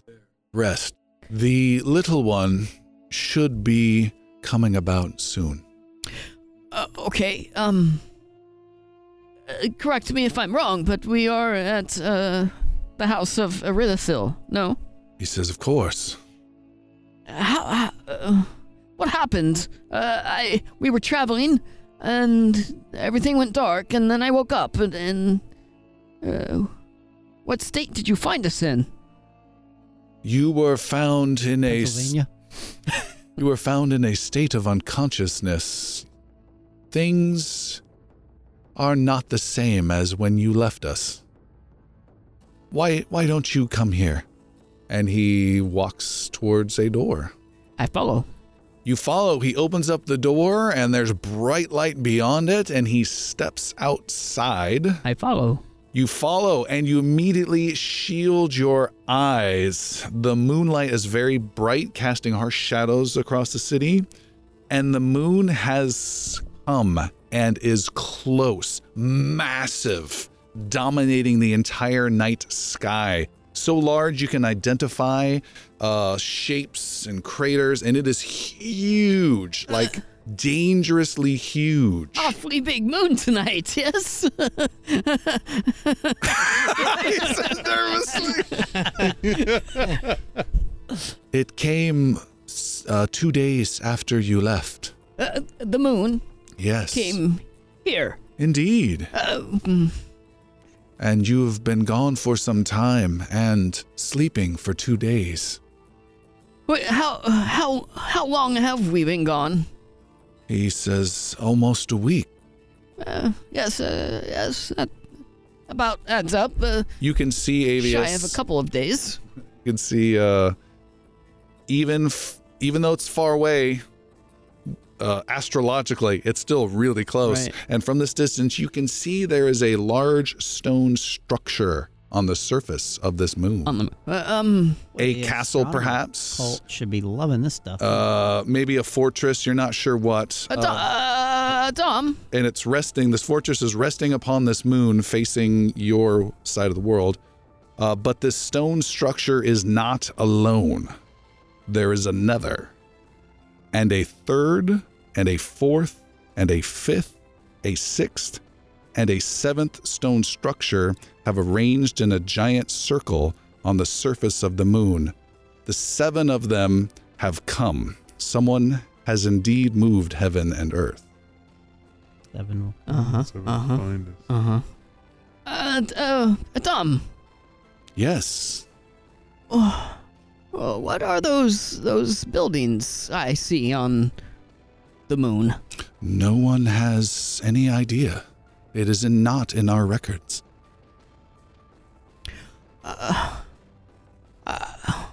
S1: rest. The little one should be coming about soon.
S8: Uh, okay. Um, uh, correct me if I'm wrong, but we are at uh, the house of Erythil. No.
S1: He says, Of course.
S8: How? how uh, what happened? Uh, I we were traveling, and everything went dark, and then I woke up, and, and uh, what state did you find us in?
S1: You were found in a s-
S6: Pennsylvania.
S1: you were found in a state of unconsciousness. Things are not the same as when you left us. Why why don't you come here? And he walks towards a door.
S4: I follow.
S1: You follow, he opens up the door and there's bright light beyond it and he steps outside.
S4: I follow.
S1: You follow and you immediately shield your eyes. The moonlight is very bright, casting harsh shadows across the city, and the moon has come and is close, massive, dominating the entire night sky. so large you can identify uh, shapes and craters, and it is huge, like dangerously huge.
S8: [LAUGHS] Awfully big moon tonight, [LAUGHS] yes?
S1: He said
S8: Uh,
S1: nervously. it came s- uh, two days after you left.
S8: Uh, the moon
S1: Yes.
S8: came here.
S1: Indeed.
S8: Uh, mm,
S1: And you have been gone for some time and sleeping for two days.
S8: wait, how how how long have we been gone?
S1: He says almost a week.
S8: Uh, yes, uh, yes, that about adds up. Uh,
S1: You can see Avius.
S8: shy of a couple of days.
S1: You can see uh, even f- even though it's far away, uh, astrologically, it's still really close.
S4: Right.
S1: And from this distance, you can see there is a large stone structure on the surface of this moon.
S4: on the
S8: Uh, um,
S1: a
S6: The
S1: castle,
S6: astronomer
S1: perhaps.
S6: Cult should be loving this stuff.
S1: Uh, maybe a fortress. You're not sure what.
S8: a do-
S1: Uh,
S8: uh, Dom.
S1: and it's resting. This fortress is resting upon this moon, facing your side of the world. Uh, but this stone structure is not alone. There is another, and a third, and a fourth, and a fifth, a sixth, and a seventh stone structure have arranged in a giant circle on the surface of the moon. The seven of them have come. Someone has indeed moved heaven and earth.
S6: Seven will-
S4: uh huh
S5: So we
S4: uh
S8: Uh-huh,
S4: huh
S5: find it.
S4: uh huh.
S8: Uh, d- uh, Dom.
S1: Yes,
S8: Oh, oh, what are those those buildings I see on the moon?
S1: No one has any idea. It is in, not in our records.
S8: Uh, uh,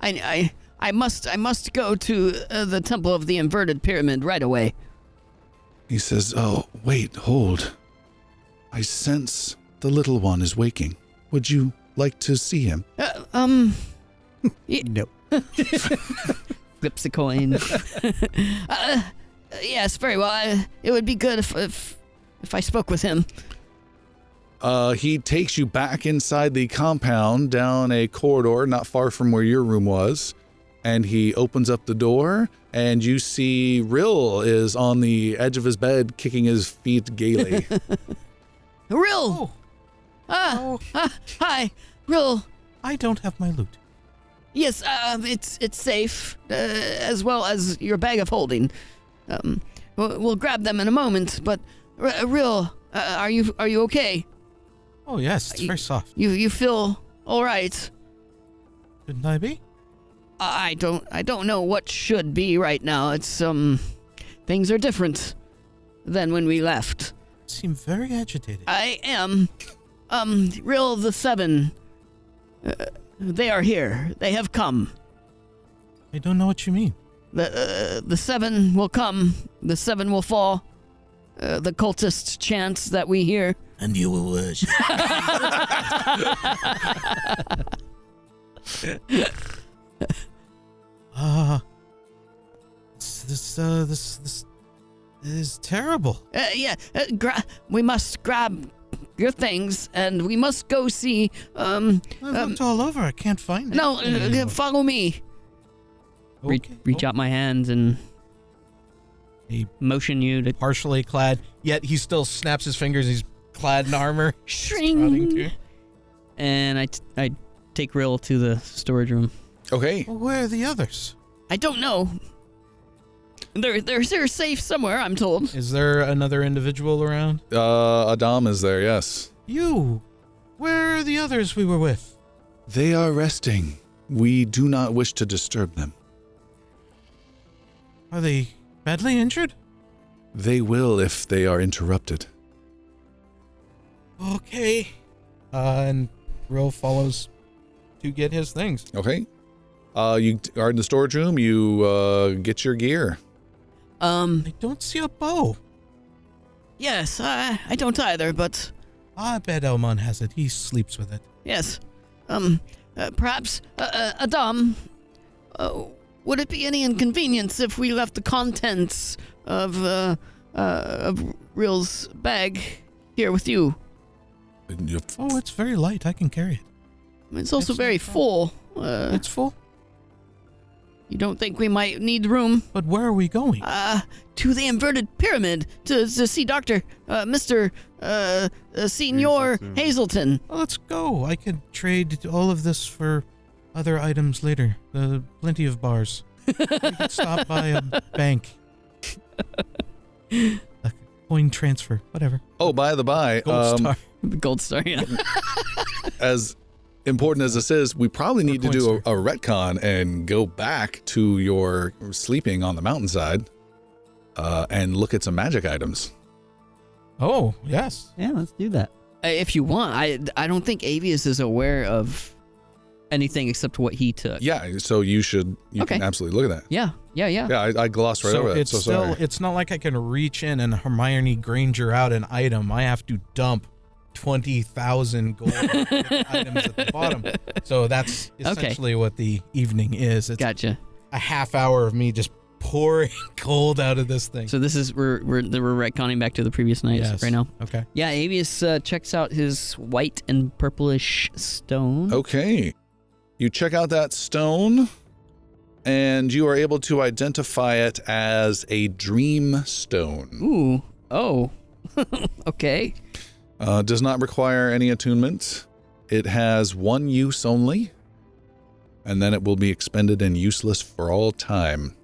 S8: I, I I must I must go to uh, the temple of the inverted pyramid right away.
S1: He says, Oh, wait, hold. I sense the little one is waking. Would you like to see him?
S8: Uh, um,
S6: No.
S4: Flips
S8: [LAUGHS]
S4: a coin.
S8: uh, yes, very well. I, it would be good if, if if I spoke with him.
S1: Uh, he takes you back inside the compound down a corridor not far from where your room was. And he opens up the door, and you see Rill is on the edge of his bed, kicking his feet gaily.
S8: Rill. Ah,
S7: Oh.
S8: ah, hi, Rill.
S7: I don't have my loot.
S8: Yes, um, it's it's safe, uh, as well as your bag of holding. Um, we'll, we'll grab them in a moment. But R- real, uh, are you are you okay?
S7: Oh yes, it's
S8: I-
S7: very soft.
S8: You you feel all right?
S7: Couldn't I be?
S8: I I don't I don't know what should be right now. It's um, things are different than when we left.
S7: Seem very agitated.
S8: I am, um, real the seven. Uh, they are here. They have come.
S7: I don't know what you mean.
S8: The uh, the seven will come. The seven will fall. Uh, the cultist chants that we hear. [LAUGHS] Uh,
S7: And you will worship. [LAUGHS] Ah, this, this, uh, this, this is terrible.
S8: Uh, yeah, uh, gra- we must grab your things and we must go see. Um,
S7: I
S8: Um,
S7: looked all over. I can't find it.
S8: no, uh, uh, follow me.
S4: Re- reach out my hands and
S7: He-
S4: motion you to.
S11: partially clad, yet he still snaps his fingers. He's clad in armor.
S8: Shring.
S4: And I, t- I take Rill to the storage room.
S1: okay.
S7: Well, where are the others?
S8: I don't know. They're they're they're safe somewhere. I'm told.
S11: Is there another individual around?
S1: Uh, Adam is there, yes.
S7: You. Where are the others we were with?
S1: They are resting. We do not wish to disturb them.
S7: Are they badly injured?
S1: They will if they are interrupted.
S7: Okay.
S11: Uh, and Rill follows to get his things.
S1: Okay. Uh, you t- are in the storage room. You uh, get your gear.
S8: Um.
S7: I don't see a bow.
S8: Yes, I I don't either. But
S10: Ah,
S7: I bet Elmon has it. He sleeps with it.
S8: Yes. Um, uh, perhaps, uh, uh, Adam, uh, would it be any inconvenience if we left the contents of, uh, uh, of Real's bag here with you?
S7: Oh, it's very light. I can carry it.
S9: It's also
S10: It's
S9: very
S10: not bad.
S9: full. Uh,
S10: It's full.
S9: you don't think we might need room?
S10: But where are we going?
S9: Uh, to the inverted pyramid to, to see Doctor, uh, Mister, uh, uh, Senior
S5: Hazelton.
S9: Hazelton.
S10: Well, let's go. I could trade all of this for other items later. The plenty of bars. we could stop by
S9: [LAUGHS]
S10: a bank. a coin transfer, whatever.
S1: Oh, by the by,
S10: Gold
S1: um,
S10: star.
S4: Gold Star, yeah.
S1: [LAUGHS] as important as this is, we probably need to do a, a retcon and go back to your sleeping on the mountainside uh, and look at some magic items.
S7: Oh, yes.
S6: Yeah, let's do that.
S4: Uh, If you want, I I don't think Avius is aware of anything except what he took.
S1: Yeah, so you should you
S4: Okay.
S1: can absolutely look at that.
S4: Yeah, yeah, yeah.
S1: Yeah, I, I glossed right
S7: so
S1: over that.
S7: it's
S1: So
S7: still
S1: sorry.
S7: it's not like I can reach in and Hermione Granger out an item. I have to dump twenty thousand
S4: [LAUGHS]
S7: gold items at the bottom. So that's essentially what the evening is. It's
S4: Gotcha.
S7: a half hour of me just pouring [LAUGHS] gold out of this thing.
S4: So this is we're we're we're retconning back to the previous night
S7: Yes.
S4: right now.
S7: okay.
S4: Yeah, Avius uh, checks out his white and purplish stone.
S1: Oh. Okay. You check out that stone and you are able to identify it as a dream stone.
S4: Ooh. Oh. [LAUGHS] okay.
S1: Uh, does not require any attunement. It has one use only, and then it will be expended and useless for all time.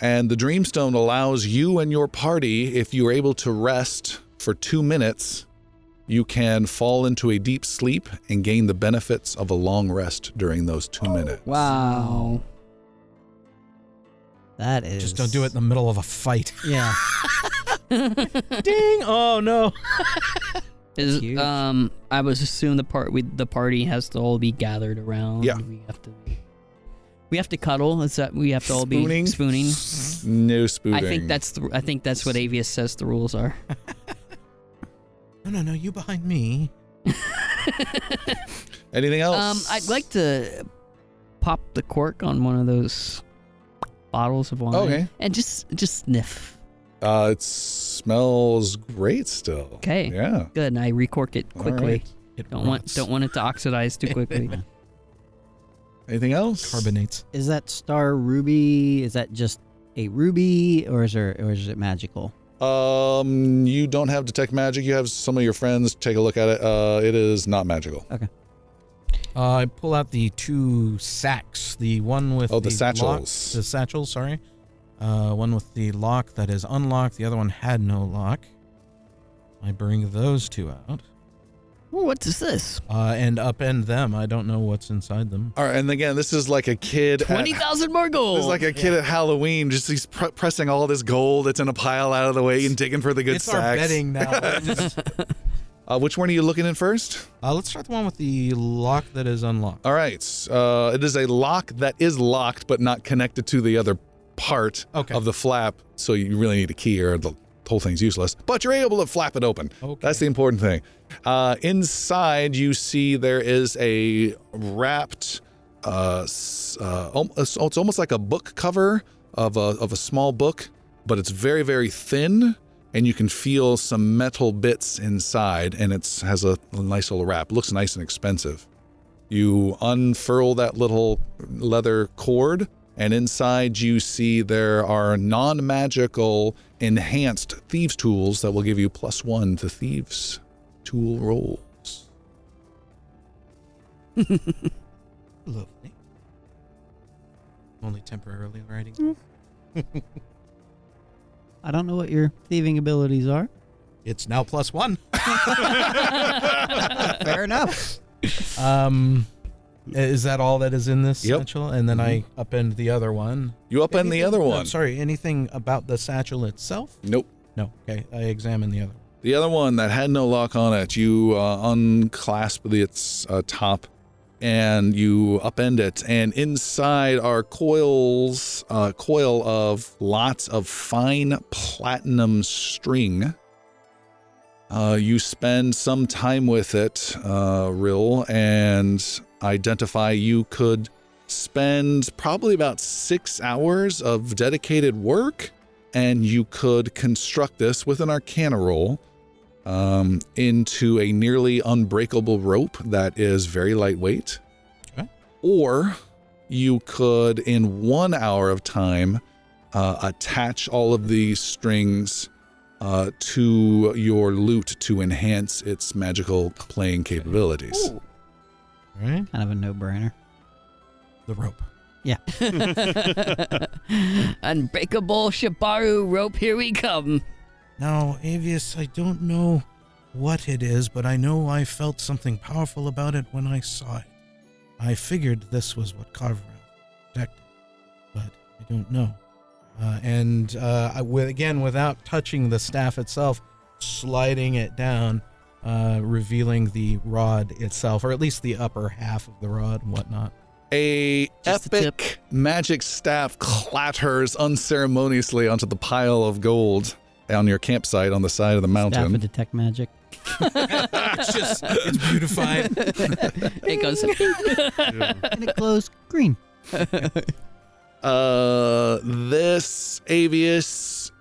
S1: And the Dreamstone allows you and your party, if you are able to rest for two minutes, you can fall into a deep sleep and gain the benefits of a long rest during those two minutes.
S4: Wow.
S6: That is.
S7: Just don't do it in the middle of a
S4: [LAUGHS]
S7: fight.
S6: Yeah.
S7: Ding! Oh no.
S4: Is
S6: Huge.
S4: um I was assume the part with the party has to all be gathered around.
S1: Yeah.
S4: We have to We have to cuddle. Is that we have to all be
S1: Spooning?
S4: spooning?
S1: No
S4: I
S1: spooning.
S4: think that's the, I think that's what Avius says the rules are. [LAUGHS]
S7: No, no, no! You behind me.
S1: anything
S4: Um,
S1: else.
S4: I'd like to pop the cork on one of those bottles of wine
S1: Okay.
S4: and just just sniff.
S1: Uh, it smells great still.
S4: Okay.
S1: Yeah.
S4: Good, and I recork it
S1: All
S4: quickly.
S1: right.
S7: It
S4: Don't want
S7: rots.
S4: don't want it to oxidize too quickly.
S1: Anything else?
S7: carbonates.
S6: Is that star ruby? Is that just a ruby, or is there, or is it magical?
S1: Um, you don't have detect magic. You have some of your friends take a look at it. Uh, it is not magical.
S7: Uh, I pull out the two sacks. The one with
S1: Oh, the
S7: lock-
S1: satchels.
S7: the satchels. Sorry. Uh, one with the lock that is unlocked. The other one had no lock. I bring those two out
S9: Well, what is this?
S7: uh, and upend them. I don't know what's inside them.
S1: All right, and again, this is like a kid. at-
S9: Twenty thousand more gold.
S1: [LAUGHS] this is like a kid at Halloween. Just he's pr- pressing all this gold that's in a pile out of the way and digging for the good
S7: it's our
S1: sacks. [LAUGHS]
S7: bedding now.
S1: Uh, which one are you looking in first?
S7: uh, let's start the one with the lock that is unlocked.
S1: All right. Uh, it is a lock that is locked but not connected to the other part
S7: Okay.
S1: of the flap, so you really need a key or the whole thing's useless. But you're able to flap it open.
S7: Okay.
S1: That's the important thing. Uh, inside, you see there is a wrapped, uh, s- uh, al- it's it's almost like a book cover of a, of a small book, but it's very, very thin, and you can feel some metal bits inside, and it has a nice little wrap. Looks nice and expensive. You unfurl that little leather cord, and inside you see there are non magical enhanced thieves' tools that will give you plus one to thieves' tool rolls.
S7: Lovely. Only temporarily writing.
S6: I don't know what your thieving abilities are.
S7: It's now plus one.
S6: Fair enough.
S7: Um, is that all that is in this
S1: Yep.
S7: satchel? And then I upend the other one.
S1: You upend the
S7: Anything-
S1: other
S7: no,
S1: one.
S7: sorry, anything about the satchel itself?
S1: Nope.
S7: No. Okay, I examine the other. one.
S1: The other one that had no lock on it, you uh, unclasp the- its uh, top and you upend it. And inside are coils, uh, coil of lots of fine platinum string. Uh, you spend some time with it, uh, Rill, and identify you could spend probably about six hours of dedicated work, and you could construct this with an arcana roll um, into a nearly unbreakable rope that is very lightweight.
S12: Okay.
S1: Or you could, in one hour of time, uh, attach all of the strings uh, to your lute to enhance its magical playing capabilities.
S12: All right.
S6: Kind of a no-brainer.
S12: The rope.
S4: [LAUGHS]
S8: Unbreakable Shibaru rope, here we come.
S13: Now, Avius, I don't know what it is, but I know I felt something powerful about it when I saw it. I figured this was what Carver protected, but I don't know.
S7: Uh, and uh, I- with, again, without touching the staff itself, sliding it down, uh, revealing the rod itself, or at least the upper half of the rod and whatnot.
S1: A
S4: Just the
S1: epic magic staff clatters unceremoniously onto the pile of gold on your campsite on the side of the
S6: Staff
S1: mountain.
S6: of detect
S4: [LAUGHS]
S6: magic.
S13: It's just, it's beautified.
S8: [LAUGHS]
S4: It goes.
S6: And it glows green.
S1: Uh, this Avius,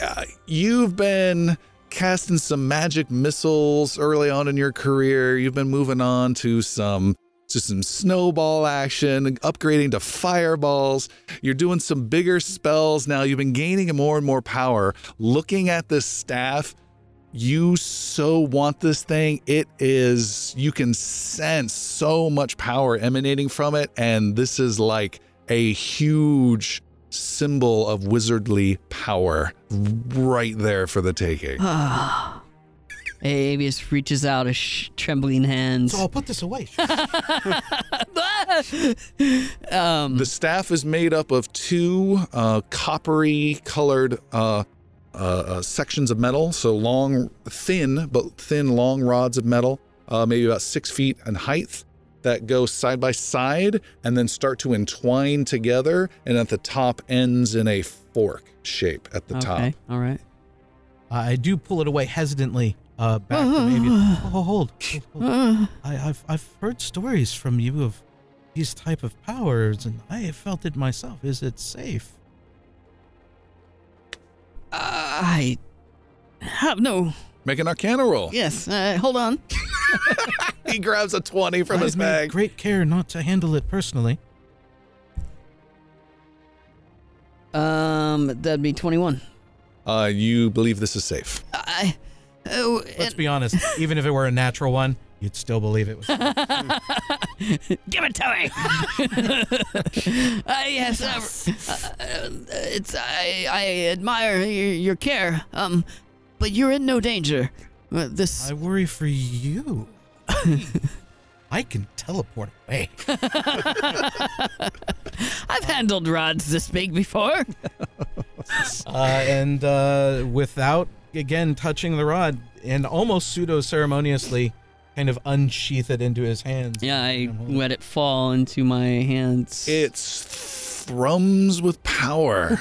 S1: uh, you've been casting some magic missiles early on in your career. You've been moving on to some to some snowball action, upgrading to fireballs. You're doing some bigger spells now. You've been gaining more and more power. Looking at this staff, you so want this thing. It is you can sense so much power emanating from it, and this is like a huge symbol of wizardly power right there for the taking.
S4: Ah. Avius reaches out a sh- trembling
S13: [LAUGHS]
S4: hand. [LAUGHS]
S13: so I'll put this away.
S4: um,
S1: The staff is made up of two uh, coppery colored uh, uh, uh, sections of metal, so long, thin, but thin, long rods of metal, uh, maybe about six feet in height, that go side by side and then start to entwine together, and at the top ends in a fork shape at the top.
S4: okay. All right.
S7: I I do pull it away hesitantly uh, back from Avius.
S13: Oh, hold. hold, hold. I, I've, I've heard stories from you of these type of powers, and I have felt it myself. Is it safe?
S4: I have no.
S1: Make an arcana roll.
S4: Yes. Uh, hold on.
S1: He grabs a 20 from his
S13: I've made
S1: bag.
S13: great care not to handle it personally.
S4: Um, that'd be twenty-one.
S1: Uh, you believe this is safe.
S4: I. Oh,
S7: Let's be honest, even if it were a natural one, you'd still believe it was.
S4: Give it to me. [LAUGHS] I yes, uh, uh, it's I. I admire your, your care. Um, but you're in no danger. Uh, this
S13: I worry for you. I can teleport away.
S4: I've handled rods this big before.
S7: Uh, and uh, without, again, touching the rod, and almost pseudo ceremoniously, kind of unsheath it into his hands.
S4: Yeah, I let it fall into my hands.
S1: It thrums with power.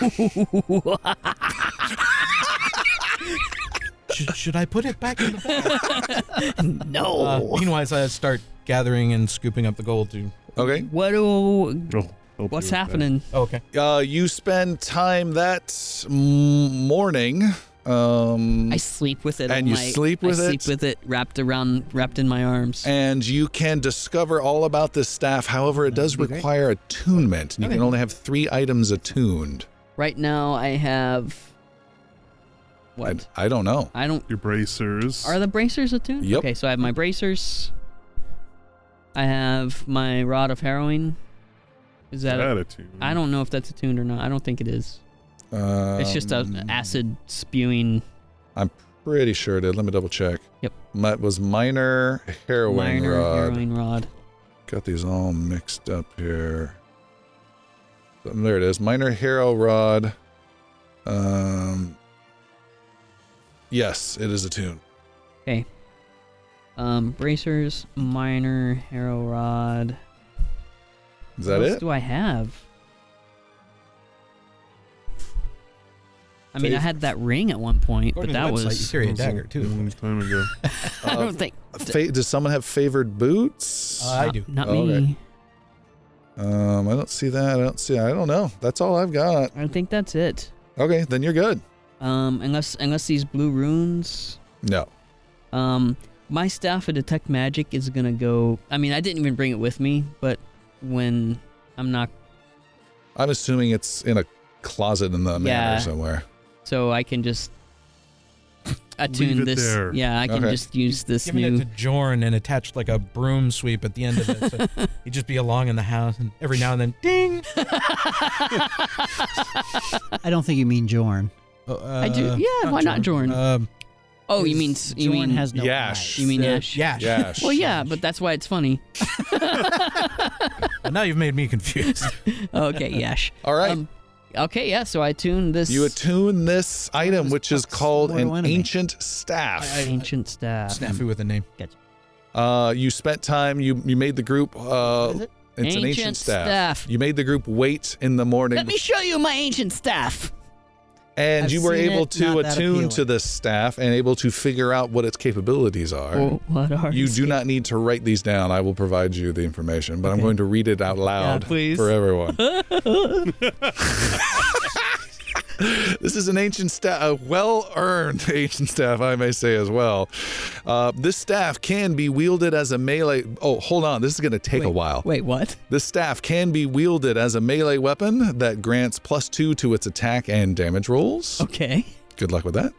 S13: Sh- should I put it back in the bag?
S4: [LAUGHS] no.
S7: Uh, meanwhile, I start gathering and scooping up the gold to.
S1: [LAUGHS] Okay.
S4: what do?
S5: I'll help you
S4: What's
S5: with that.
S4: happening?
S7: Oh, okay.
S1: Uh, you spend time that m- morning. Um,
S4: I sleep with it.
S1: And
S4: on
S1: you
S4: my-
S1: sleep with
S4: I
S1: it?
S4: sleep with it wrapped around, wrapped in my arms.
S1: and you can discover all about this staff. However, it does require attunement. and You can only have three items attuned.
S4: right now, I have.
S1: I,
S4: What?
S1: I don't know.
S4: I don't.
S5: Your bracers.
S4: Are the bracers attuned?
S1: Yep.
S4: Okay, so I have my bracers. I have my rod of harrowing. Is that? I
S5: attitude?
S4: I don't know if that's attuned or not. I don't think it is.
S1: Um,
S4: It's just an acid spewing.
S1: I'm pretty sure it did. Let me double check.
S4: Yep.
S1: That was minor heroin
S4: minor
S1: rod.
S4: harrowing rod.
S1: Got these all mixed up here. Um, There it is. Minor hero rod. Um. Yes, it is a tune.
S4: Um, bracers, minor harrow rod.
S1: Is that
S4: what
S1: it?
S4: else do I have? I mean, I
S1: Dave.
S4: had that ring at one point, but
S7: According to the
S4: that
S7: website,
S4: was.
S7: you carry a
S5: That was
S7: dagger, too.
S5: Long time ago.
S4: [LAUGHS] I don't think.
S1: Uh, Fa- does someone have favored boots?
S7: Uh, I
S4: not-
S7: do.
S4: Not
S1: Oh, okay.
S4: me.
S1: um, I don't see that. I don't see. I don't know. That's all I've got.
S4: I think that's it.
S1: Okay, then you're good.
S4: Um, unless unless these blue runes.
S1: No,
S4: Um, my staff of detect magic is gonna go. I mean, I didn't even bring it with me, but when I'm not,
S1: I'm assuming it's in a closet in the
S4: Yeah.
S1: manor somewhere.
S4: so I can just [LAUGHS] attune
S5: it
S4: this.
S5: there.
S4: Yeah, I can
S1: Okay.
S4: just use this
S7: Giving
S4: new.
S7: it to Jorn and attached like a broom sweep at the end of
S4: [LAUGHS]
S7: it. So he'd just be along in the house, and every now and then, ding.
S6: I don't think you mean Jorn.
S7: Oh, uh,
S4: I do. Yeah, why not Jorn?
S7: Um,
S4: oh, you mean
S6: Jorn
S4: you mean
S6: has no
S1: Yash.
S6: eyes.
S4: you mean
S7: uh,
S4: Ash?
S7: Yash.
S1: Yeah.
S4: Well, yeah, but that's why it's funny.
S7: Now you've made me
S4: [LAUGHS]
S7: confused.
S4: Okay, Yash.
S1: All right.
S4: Um, okay, yeah. So I tune this
S1: you attune this item, which is called
S6: What do I
S1: an
S6: wanna make?
S1: ancient staff.
S4: ancient staff.
S7: Snafu with a name.
S1: Uh, you spent time. You you made the group. Uh,
S4: What is it?
S1: It's an ancient
S4: Ancient
S1: staff.
S4: staff.
S1: You made the group wait in the morning,
S9: Let me show you my ancient staff.
S1: and
S6: I've
S1: you were
S6: seen
S1: able
S6: it,
S1: to
S6: not that
S1: attune to
S6: appealing.
S1: this staff and able to figure out what its capabilities are.
S4: Well, what
S1: [LAUGHS]
S4: are
S1: you
S4: these
S1: do not need to write these down. I will provide you the information, but I'm going to read it out loud
S4: please.
S1: for
S4: [LAUGHS]
S1: everyone. [LAUGHS] This is an ancient staff, a well earned [LAUGHS] ancient staff, I may say as well. Uh, this staff can be wielded as a melee. Oh, hold on. This is going to take a while.
S4: Wait,
S7: [LAUGHS]
S4: what?
S1: This staff can be wielded as a melee weapon that grants plus two to its attack and damage rolls.
S4: Okay. [LAUGHS]
S1: Good luck with that.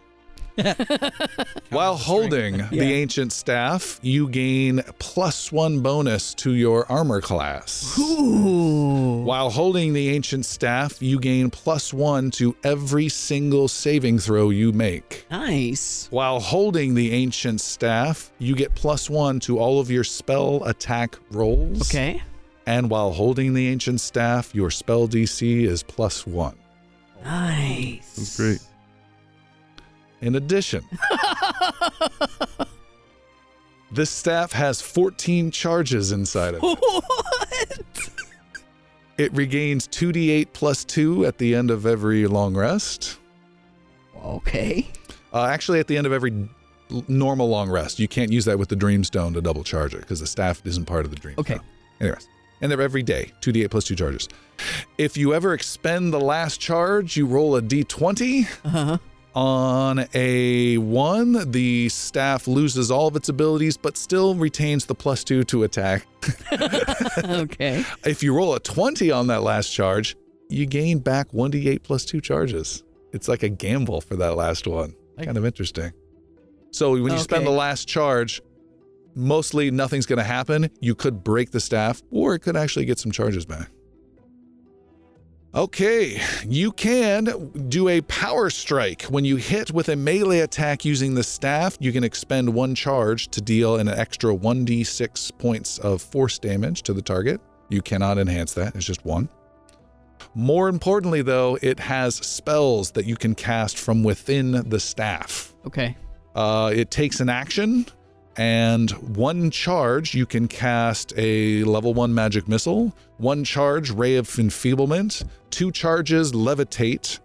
S1: While holding the ancient staff, you gain plus one bonus to your armor class. While holding the ancient staff, you gain plus one to every single saving throw you make.
S4: Nice.
S1: While holding the ancient staff, you get plus one to all of your spell attack rolls.
S4: Okay.
S1: And while holding the ancient staff, your spell DC is plus one.
S4: Nice.
S5: That's great.
S1: In addition, this staff has 14 charges inside of it.
S4: What?
S1: It regains 2d8 plus 2 at the end of every long rest.
S4: Okay.
S1: Uh, actually, at the end of every l- normal long rest, you can't use that with the Dreamstone to double charge it because the staff isn't part of the Dreamstone.
S4: Okay.
S1: Anyways, and they're every day, 2d8 plus 2 charges. If you ever expend the last charge, you roll a d20.
S4: Uh-huh.
S1: On a 1, the staff loses all of its abilities but still retains the plus 2 to attack.
S4: [LAUGHS] Okay.
S1: If you roll a 20 on that last charge, you gain back 1d8 plus 2 charges. It's like a gamble for that last one. Kind of interesting. So when you spend the
S4: Okay.
S1: last charge, mostly nothing's going to happen. You could break the staff, or it could actually get some charges back. Okay, you can do a power strike. When you hit with a melee attack using the staff, you can expend one charge to deal an extra 1d6 points of force damage to the target. You cannot enhance that, it's just one. More importantly, though, it has spells that you can cast from within the staff.
S4: Okay.
S1: Uh, it takes an action and one charge. You can cast a level one magic missile, one charge, ray of enfeeblement, two charges, levitate,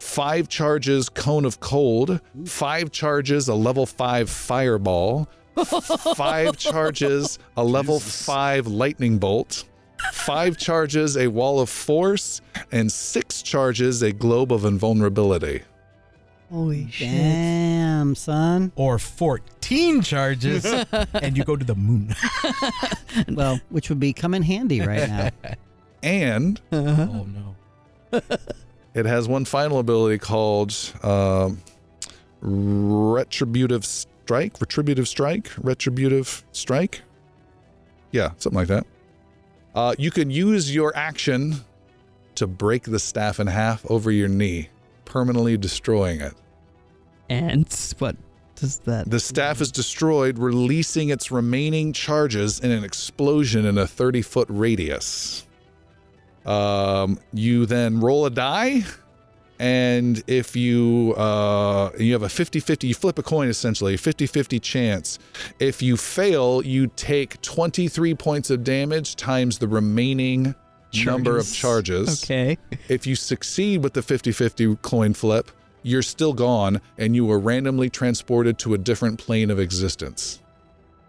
S1: five charges, cone of cold, five charges, a level five fireball, five charges, a level five lightning bolt. Five charges, a wall of force, and six charges, a globe of invulnerability.
S4: Holy shit.
S6: Damn,
S4: [LAUGHS]
S6: son.
S7: Or 14 [LAUGHS] charges, and you go to the moon.
S6: Well, which would be come in handy right
S4: [LAUGHS]
S6: now.
S1: And
S7: [LAUGHS] Oh, no.
S1: It has one final ability called um, Retributive Strike. Retributive Strike. Retributive Strike. Yeah, something like that. Uh, you can use your action to break the staff in half over your knee, permanently destroying it.
S4: And s- what does that?
S1: The staff is destroyed, releasing its remaining charges in an explosion in a 30 foot radius. Um, you then roll a die, and if you uh, you have a 50 50, you flip a coin essentially, 50 50 chance. If you fail, you take 23 points of damage times the remaining number of charges.
S4: Okay.
S1: If you succeed with the 50 50 coin flip, you're still gone and you were randomly transported to a different plane of existence.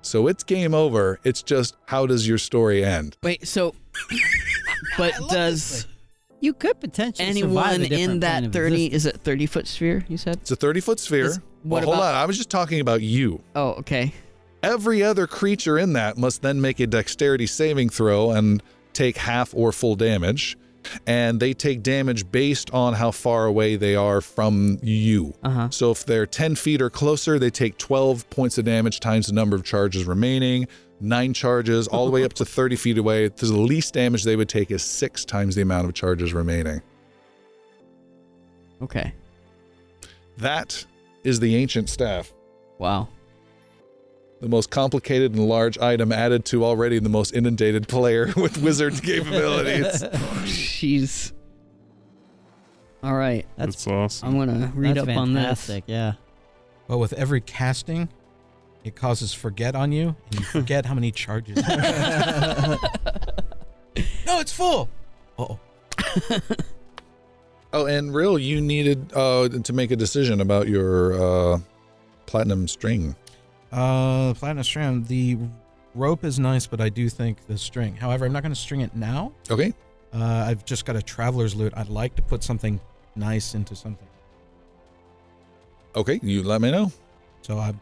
S1: So it's game over. It's just how does your story end?
S4: Wait.
S7: [LAUGHS]
S4: So, but does
S6: You could potentially survive
S4: anyone
S6: a different
S4: in
S6: plane
S4: that
S6: of
S4: thirty?
S6: existence.
S4: Is it thirty foot sphere? You said.
S1: It's a 30 foot sphere.
S4: Does
S1: Well,
S4: What
S1: hold
S4: about?
S1: on. I was just talking about you.
S4: Oh, okay.
S1: Every other creature in that must then make a dexterity saving throw and take half or full damage. And they take damage based on how far away they are from you.
S4: Uh huh.
S1: So if they're 10 feet or closer, they take 12 points of damage times the number of charges remaining, nine charges, all the way up to 30 feet away. The least damage they would take is six times the amount of charges remaining.
S4: Okay.
S1: That is the ancient staff,
S4: Wow.
S1: the most complicated and large item added to already the most inundated [LAUGHS] player with [LAUGHS] wizard's capabilities.
S4: Jeez. All right.
S5: That's,
S6: That's
S5: awesome.
S4: I'm gonna read
S6: that's
S4: up
S6: fantastic. Yeah.
S7: But with every casting, it causes forget on you, and you forget how many [LAUGHS] charges. no, it's full. Oh,
S1: oh, and Real, you needed uh, to make a decision about your uh, platinum string.
S7: Uh, platinum string. The rope is nice, but I do think the string. However, I'm not going to string it now.
S1: Okay.
S7: Uh, I've just got a traveler's loot. I'd like to put something nice into something.
S1: Okay. You let me know.
S7: So I,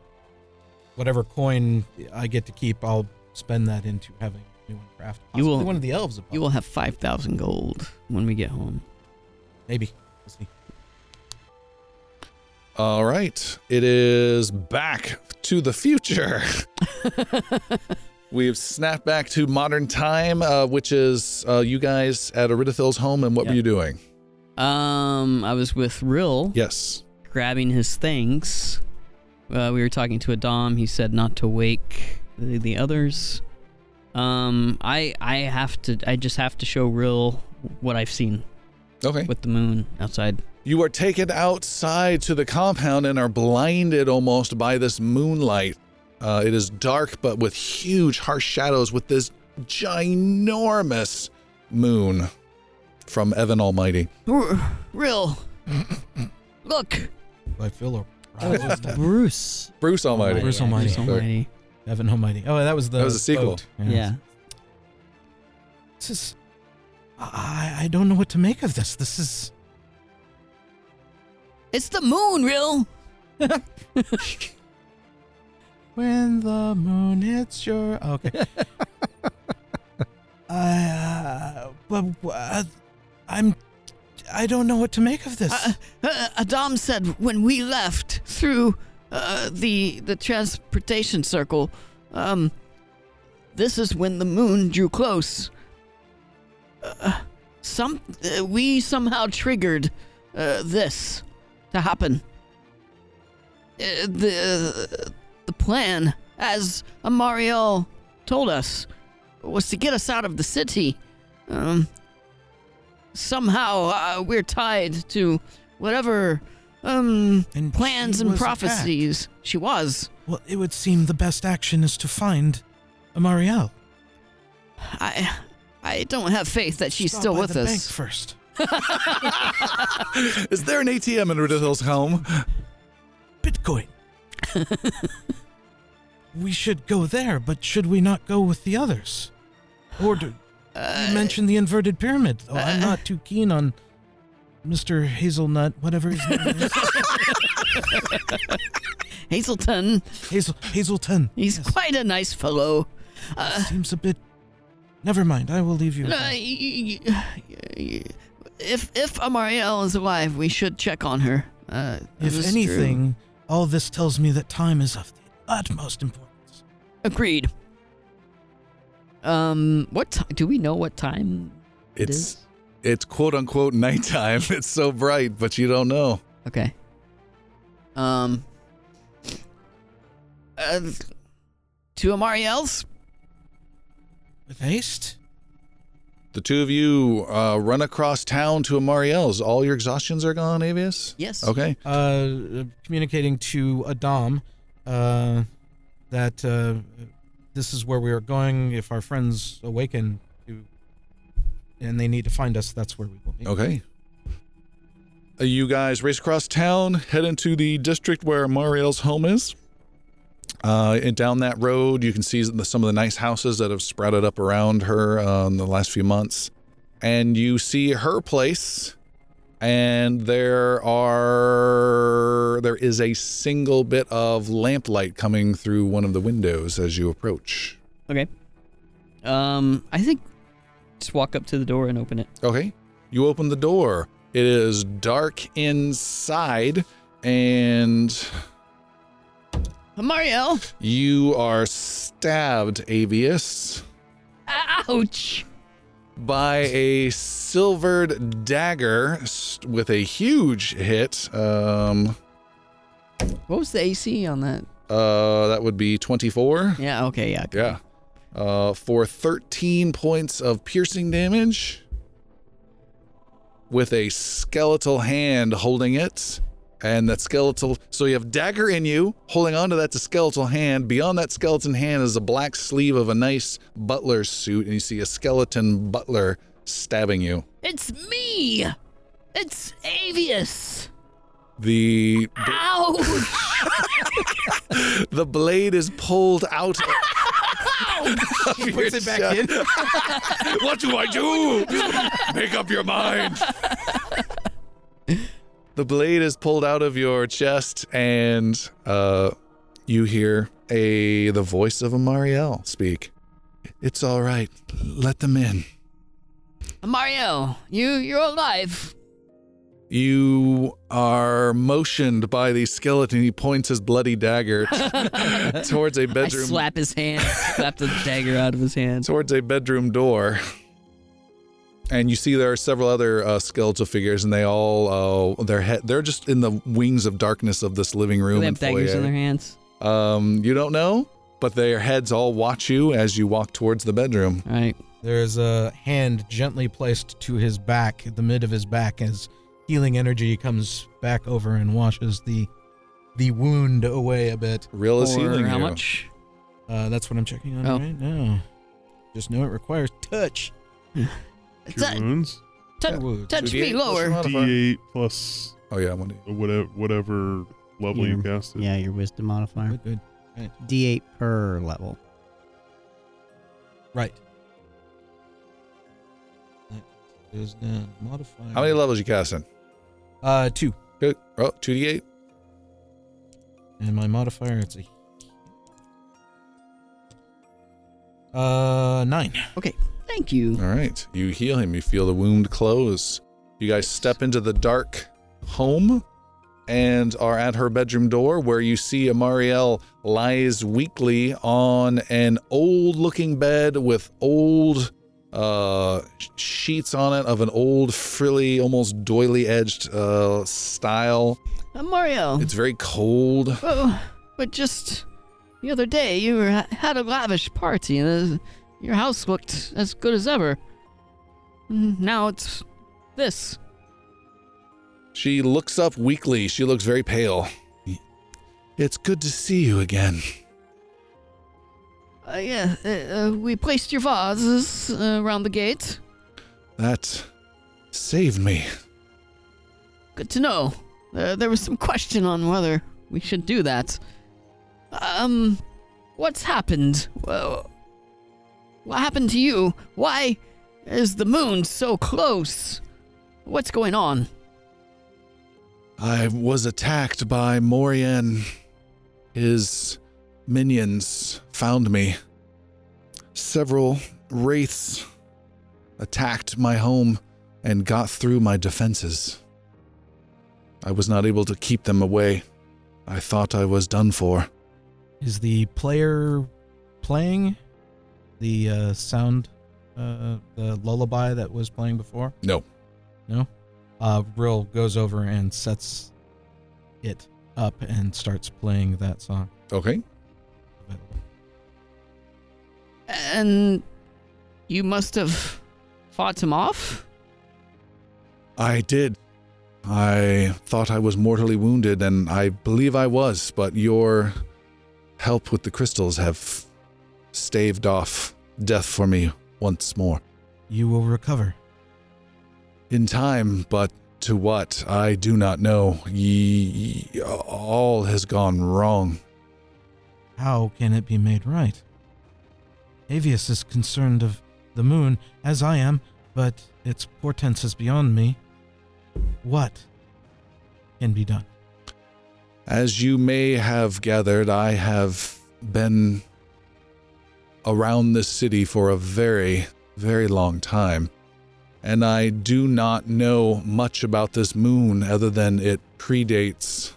S7: whatever coin I get to keep, I'll spend that into having a new one crafted.
S4: You will-
S7: Possibly one of the elves.
S4: this. You will have five thousand gold when we get home.
S7: maybe. We'll see.
S1: All right. It is back to the future. [LAUGHS] We've snapped back to modern time, uh, which is uh, you guys at Aridathil's home, and what were
S4: Yeah.
S1: you doing?
S4: um, I was with Rill
S1: Yes.
S4: grabbing his things. Uh, we were talking to Adam. He said not to wake the, the others. Um, I I have to. I just have to show Rill what I've seen
S1: Okay.
S4: with the moon outside.
S1: You are taken outside to the compound and are blinded almost by this moonlight. Uh, it is dark, but with huge, harsh shadows with this ginormous moon from Evan Almighty.
S8: Real. Look.
S7: I feel
S6: Oh, Bruce.
S1: Bruce Almighty.
S7: Bruce Almighty.
S4: Bruce Almighty.
S7: Evan Almighty. Oh, that was the
S1: That was a sequel.
S7: boat.
S6: Yeah.
S7: This is. I, I don't know what to make of this. This is.
S8: It's the moon, Real.
S7: When the moon hits your okay. uh, but uh, I'm I don't know what to make of this.
S8: Uh, uh, Adam said when we left through uh, the the transportation circle, um, this is when the moon drew close. Uh, some uh, we somehow triggered uh, this to happen. Uh, the the plan, as Amariel told us, was to get us out of the city. Um, somehow uh, we're tied to whatever um
S7: and
S8: plans
S7: she
S8: and
S7: was attacked.
S8: prophecies she was
S7: Well, it would seem the best action is to find Amariel.
S8: i i don't have faith that she's
S7: Stop
S8: still
S7: by
S8: with
S7: the
S8: us
S7: Bank first.
S1: [LAUGHS] Is there an ATM in Aridathil's home?
S7: Bitcoin.
S8: [LAUGHS]
S7: we should go there, but should we not go with the others? Or do,
S8: Uh,
S7: you mentioned the inverted pyramid. Oh, I'm not too keen on Mr. Hazelnut, whatever his name
S8: [LAUGHS]
S7: is.
S8: [LAUGHS] hazelton
S7: Hazel, Hazelton.
S8: he's quite a nice fellow uh,
S7: Seems a bit. Never mind. I will leave you. with
S8: no,
S7: that.
S8: y- y- y- y- if if amariel is alive we should check on her uh this
S7: if
S8: is true.
S7: anything, all this tells me that time is of the utmost importance.
S8: agreed
S4: Um, what ti do we know? What time it
S1: It's
S4: is?
S1: it's quote unquote nighttime. [LAUGHS] It's so bright, but you don't know.
S4: Okay.
S8: um uh, to amariel's
S7: With haste?
S1: The two of you uh, run across town to Amariel's. All your exhaustions are gone, Avius?
S4: Yes.
S1: Okay.
S7: uh, communicating to Adam uh, that uh, this is where we are going. If our friends awaken to, and they need to find us, that's where we will be.
S1: Okay. Uh, You guys race across town, head into the district where Mariel's home is. Uh, and down that road, you can see the- some of the nice houses that have sprouted up around her uh, in the last few months. And you see her place and there are there is a single bit of lamplight coming through one of the windows as you approach.
S4: Um, I think just walk up to the door and open it.
S1: Okay. You open the door. It is dark inside and
S9: Mariel!
S1: you are stabbed, Avius,
S9: Ouch!
S1: by a silvered dagger s- with a huge hit. Um
S4: What was the AC on that?
S1: uh that would be 24.
S4: Yeah. Okay. Yeah.
S1: Yeah. Uh, for 13 points of piercing damage with a skeletal hand holding it. And that skeletal, so you have dagger in you, holding onto that's a skeletal hand. Beyond that skeleton hand is a black sleeve of a nice butler suit, and you see a skeleton butler stabbing you.
S9: It's me! It's Avius!
S1: The
S4: [LAUGHS]
S9: Ouch!
S1: the blade is pulled [LAUGHS] out. She puts it back in. [LAUGHS] what do I do? Make up your mind. the blade is pulled out of your chest, and uh, you hear a the voice of Amariel speak. It's all right. Let them in.
S9: Mariel, you, you're alive.
S1: You are motioned by the skeleton. He points his bloody [LAUGHS] dagger towards a
S4: I
S1: bedroom
S4: slap his hand, slap the dagger out of his hand.
S1: towards a bedroom door. And you see there are several other uh, skeletal figures, and they all uh, their head they're just in the wings of darkness of this living [LAUGHS]
S4: Do
S1: room
S4: They
S1: and
S4: have daggers in their
S1: foyer.
S4: hands.
S1: Um, you don't know, but their heads all watch you as you walk towards the bedroom.
S4: All right.
S7: There's a hand gently placed to his back, the mid of his back, as healing energy comes back over and washes the the wound away a bit.
S1: Real is
S4: Or
S1: healing
S4: how
S1: you.
S4: much?
S7: Uh, that's what I'm checking on
S4: Oh.
S7: right now. Just know it requires touch.
S5: Two
S9: That-
S5: wounds.
S9: Touch,
S7: Wounds.
S9: touch me
S1: 2d8 plus your
S9: lower.
S1: modifier.
S5: D8 plus
S1: Oh yeah, one d
S5: whatever whatever level
S6: Yeah.
S5: you cast it.
S6: Yeah, your wisdom modifier.
S7: Good, good.
S6: D8 per level.
S7: Right. That is the modifier.
S1: How many levels you casting?
S7: Uh, two.
S1: Good. Oh, two d eight.
S7: And my modifier, it's a. Uh, nine.
S4: Thank you.
S1: All right. You heal him. You feel the wound close. You guys step into the dark home and are at her bedroom door where you see Amariel lies weakly on an old looking bed with old uh sh- sheets on it of an old frilly almost doily edged uh style
S9: Uh,
S4: Oh.
S9: Mariel,
S1: it's very cold
S9: oh, but just the other day you were, had a lavish party and uh, your house looked as good as ever. Mm, Now it's this.
S1: she looks up weakly she looks very pale it's good to see you again
S9: Uh, yeah, uh, uh, we placed your vases uh, around the gate.
S1: that saved me
S9: Good to know. Uh, there was some question on whether we should do that. Um, what's happened? Well, what happened to you? Why is the moon so close? What's going on?
S1: I was attacked by Morian. His minions found me. Several wraiths attacked my home and got through my defenses. I was not able to keep them away. I thought I was done for.
S7: Is the player playing the uh, sound, uh, the lullaby that was playing before?
S1: No.
S7: No? Uh, Rill goes over and sets it up and starts playing that song.
S1: Okay.
S9: And you must have fought him off?
S1: I did. I thought I was mortally wounded, and I believe I was, but your help with the crystals have staved off death for me once more.
S7: You will recover.
S1: In time, but to what, I do not know. Ye- ye- all has gone wrong.
S7: How can it be made right? Avius is concerned of the moon, as I am, but its portents is beyond me. what can be done?
S1: As you may have gathered, I have been around this city for a very, very long time. And I do not know much about this moon other than it predates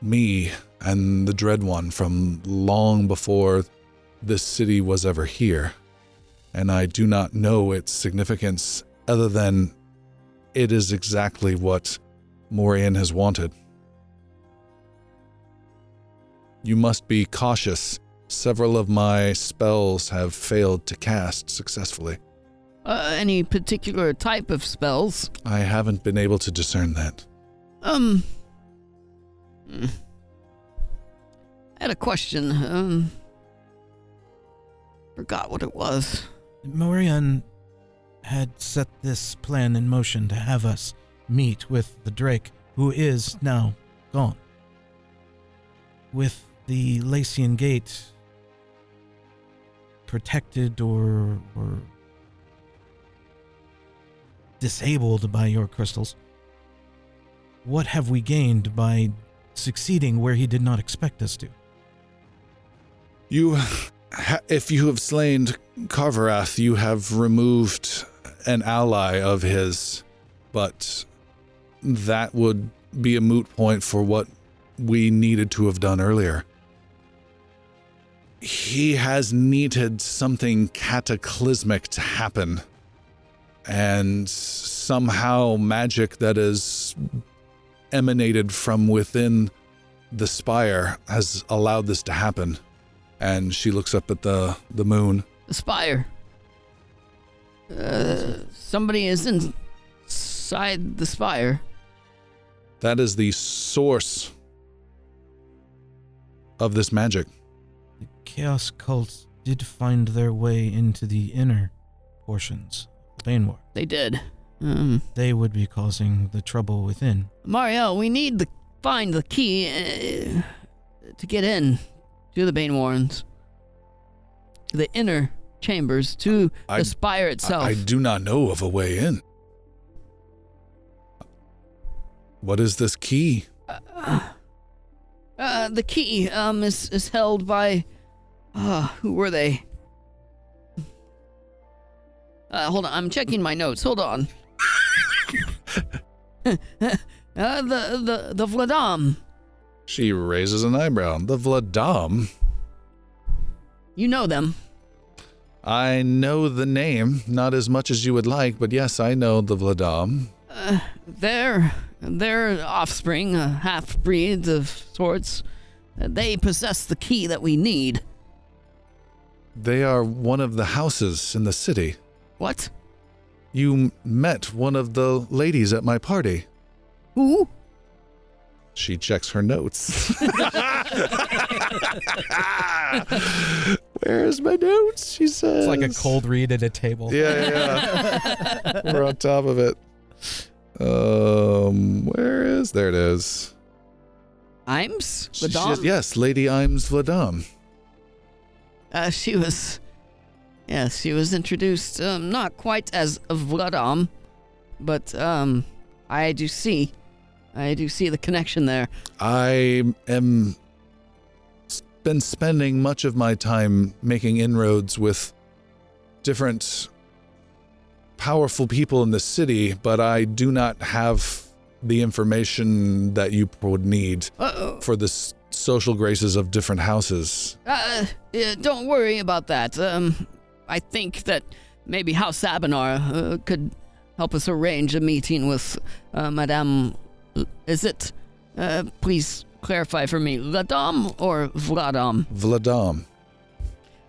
S1: me and the Dread One from long before this city was ever here. And I do not know its significance other than it is exactly what Morian has wanted. You must be cautious. Several of my spells have failed to cast successfully.
S8: Uh, any particular type of spells?
S1: I haven't been able to discern that.
S8: Um.
S9: hmm.
S8: mm. I had a question. Um. Forgot what it was.
S7: Morian had set this plan in motion to have us meet with the Drake, who is now gone. With the Lacian Gate protected or, or disabled by your crystals, what have we gained by succeeding where he did not expect us to?
S1: You, ha- if you have slain Carverath, you have removed an ally of his, but that would be a moot point for what we needed to have done earlier. He has needed something cataclysmic to happen, and somehow magic that is emanated from within the spire has allowed this to happen. And she looks up at the, the moon.
S8: The spire. Uh, somebody is inside the spire.
S1: That is the source of this magic.
S7: The Chaos cults did find their way into the inner portions of Banewar.
S8: They did. Um,
S7: They would be causing the trouble within.
S8: Mariel, we need to find the key uh, to get in to the Bane Warrens. The inner chambers to
S1: I-
S8: the spire
S1: I,
S8: itself.
S1: I do not know of a way in. What is this key?
S8: uh, the key um, is, is held by. Uh, who were they? Uh, hold on, I'm checking my notes. Hold on. [LAUGHS] uh, the the the Vladam.
S1: She raises an eyebrow. The Vladam.
S8: You know them.
S1: I know the name, not as much as you would like, but yes, I know the Vladam.
S8: Uh, their their offspring, uh, half breeds of sorts, uh, they possess the key that we need.
S1: They are one of the houses in the city.
S8: What?
S1: You m- met one of the ladies at my party.
S8: Who? [LAUGHS]
S1: She checks her notes. [LAUGHS] [LAUGHS] Where's my notes? She says.
S14: It's like a cold read at a table.
S1: Yeah, yeah. yeah. We're on top of it. Um, where is there? It is.
S8: Imes?
S1: She- she
S8: Ladon?
S1: says, yes, Lady Imes Vladam.
S8: Uh, she was. Yes, she was introduced, um, not quite as Vladam, but, um, I do see. I do see the connection there.
S1: I am s- been spending much of my time making inroads with different powerful people in the city, but I do not have the information that you would need
S8: Uh-oh.
S1: for the s- social graces of different houses.
S8: Uh, yeah, don't worry about that. Um, I think that maybe House Abenar uh, could help us arrange a meeting with uh, Madame. L- Is it? Uh, please clarify for me, Ladam or Vladam?
S1: Vladam.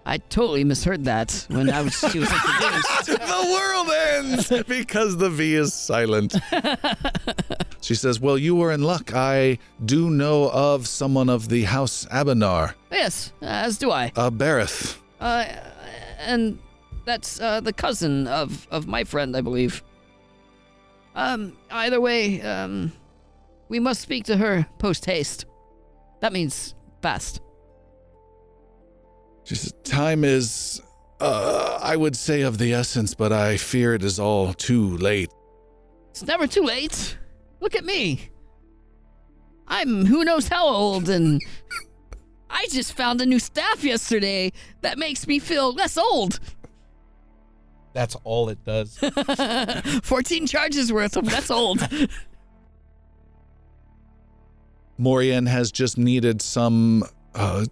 S8: I totally misheard that when I was she
S1: [LAUGHS]
S8: was introduced.
S1: the world ends because the V is silent. she says, Well, you were in luck. I do know of someone of the House Abenar,
S8: yes, as do I.
S1: uh, Bareth.
S8: Uh, and that's uh, the cousin of, of my friend, I believe. Um, either way, um, we must speak to her post haste. That means fast.
S1: She says, Time is, uh, I would say, of the essence, but I fear it is all too late.
S8: It's never too late. Look at me. I'm who knows how old, and I just found a new staff yesterday that makes me feel less old.
S15: That's all it
S8: [LAUGHS]
S15: does.
S8: 14 charges worth of
S15: [LAUGHS]
S8: that's old.
S1: Morian has just needed some uh,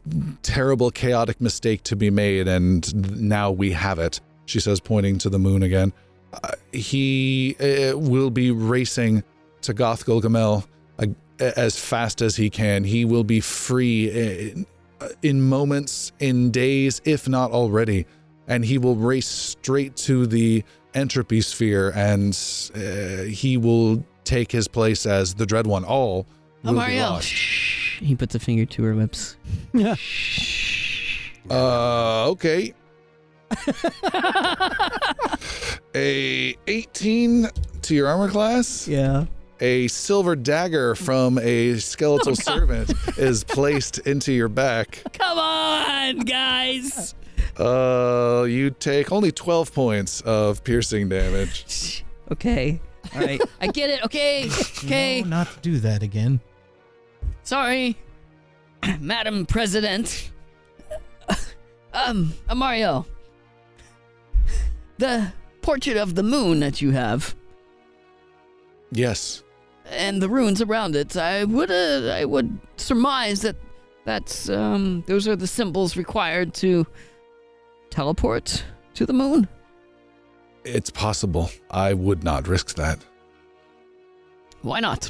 S1: terrible, chaotic mistake to be made, and now we have it, she says, pointing to the moon again. Uh, he uh, will be racing to Goth Gilgamel uh, as fast as he can. He will be free in, in moments, in days, if not already. And he will race straight to the entropy sphere, and uh, he will take his place as the Dread One. All will be
S4: Mario.
S1: lost.
S4: Shh. He puts a finger to her lips.
S1: Uh, okay. [LAUGHS] a 18 to your armor class.
S4: Yeah.
S1: A silver dagger from a skeletal servant is placed into your back.
S8: Come on, guys.
S1: Uh, you take only 12 points of piercing damage.
S4: [LAUGHS] Okay.
S8: All right. [LAUGHS] I get it. Okay. Okay.
S7: No, not to do that again.
S8: Sorry, [CLEARS THROAT] Madam
S4: [LAUGHS]
S8: President. Um, Amario. The portrait of the moon that you have
S1: Yes.
S8: and the ruins around it. I would uh, I would surmise that that's um those are the symbols required to teleport to the moon.
S1: It's possible. I would not risk that.
S8: Why not?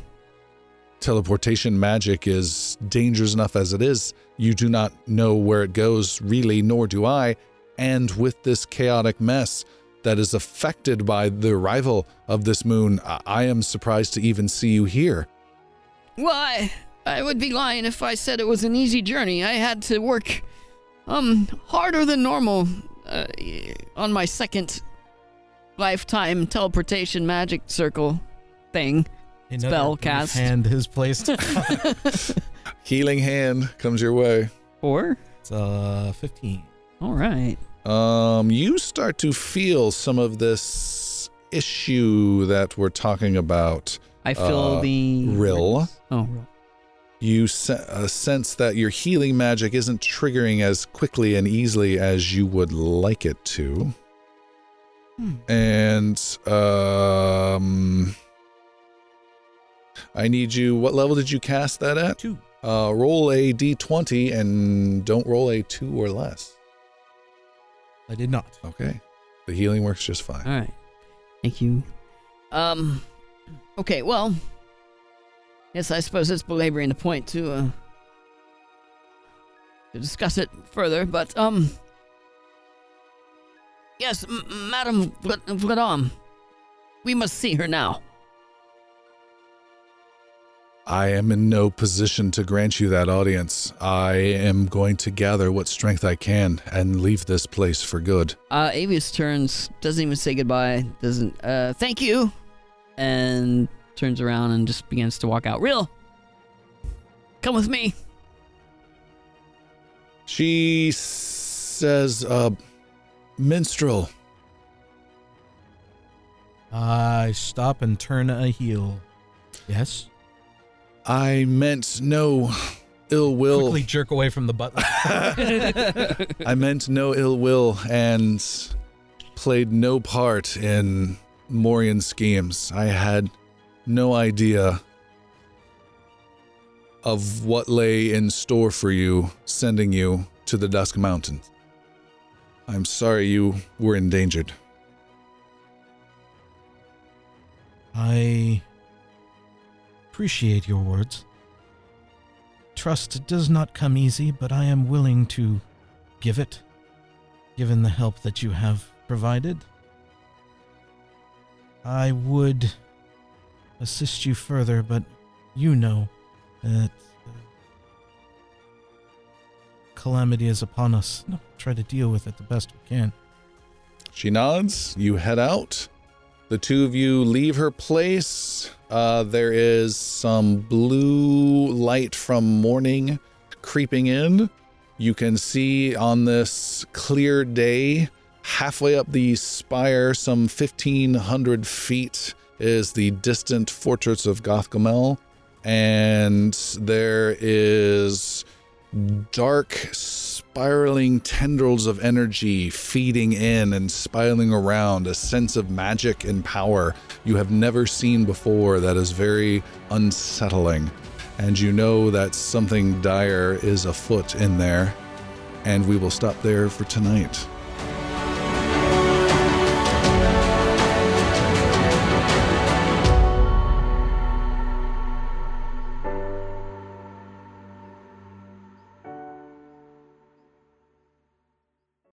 S1: teleportation magic is dangerous enough as it is. You do not know where it goes, really, nor do I. And with this chaotic mess that is affected by the arrival of this moon, I, I am surprised to even see you here.
S8: Why? I would be lying if I said it was an easy journey. I had to work, um, harder than normal, uh, on my second lifetime teleportation magic circle thing. [LAUGHS]
S7: Another
S8: Spell
S7: brief
S8: cast.
S7: Hand is
S8: [LAUGHS]
S7: placed.
S1: Healing hand comes your way.
S4: Or
S7: It's uh, 15.
S4: all right.
S1: Um, you start to feel some of this issue that we're talking about.
S4: I feel
S1: Uh,
S4: the
S1: Rill.
S4: Oh, Rill.
S1: you se- uh, sense that your healing magic isn't triggering as quickly and easily as you would like it to. And um, I need you. What level did you cast that at?
S7: Two.
S1: Uh, roll a d20 and don't roll a two or less.
S7: I did not.
S1: Okay. The healing works just fine.
S8: Uh.
S4: All right. Thank you.
S8: Um, okay, well, yes, I suppose it's belaboring the point to, uh, to discuss it further, but, um, yes, M- Madame Vla- Vladam, we must see her now.
S1: I am in no position to grant you that audience. I am going to gather what strength I can and leave this place for good.
S8: Uh, Avius turns, doesn't even say goodbye, doesn't, uh, thank you, and
S4: Turns around and just begins to walk out. Real.
S8: come with me.
S1: She says, uh, Minstrel,
S7: I stop and turn a heel. Yes.
S1: I meant no ill will.
S7: Quickly jerk away from the butler.
S1: [LAUGHS] I meant no ill will and played no part in Morian schemes. I had no idea of what lay in store for you, sending you to the Dusk Mountains. I'm sorry you were endangered.
S7: I appreciate your words. Trust does not come easy, but I am willing to give it, given the help that you have provided. I would assist you further, but you know that uh, calamity is upon us. No, Try to deal with it the best we can.
S1: She nods. You head out. The two of you leave her place. Uh, there is some blue light from morning creeping in. You can see on this clear day, halfway up the spire, some 1,500 feet is the distant fortress of Gothgamel, and there is dark spiraling tendrils of energy feeding in and spiraling around a sense of magic and power you have never seen before that is very unsettling and you know that something dire is afoot in there and we will stop there for tonight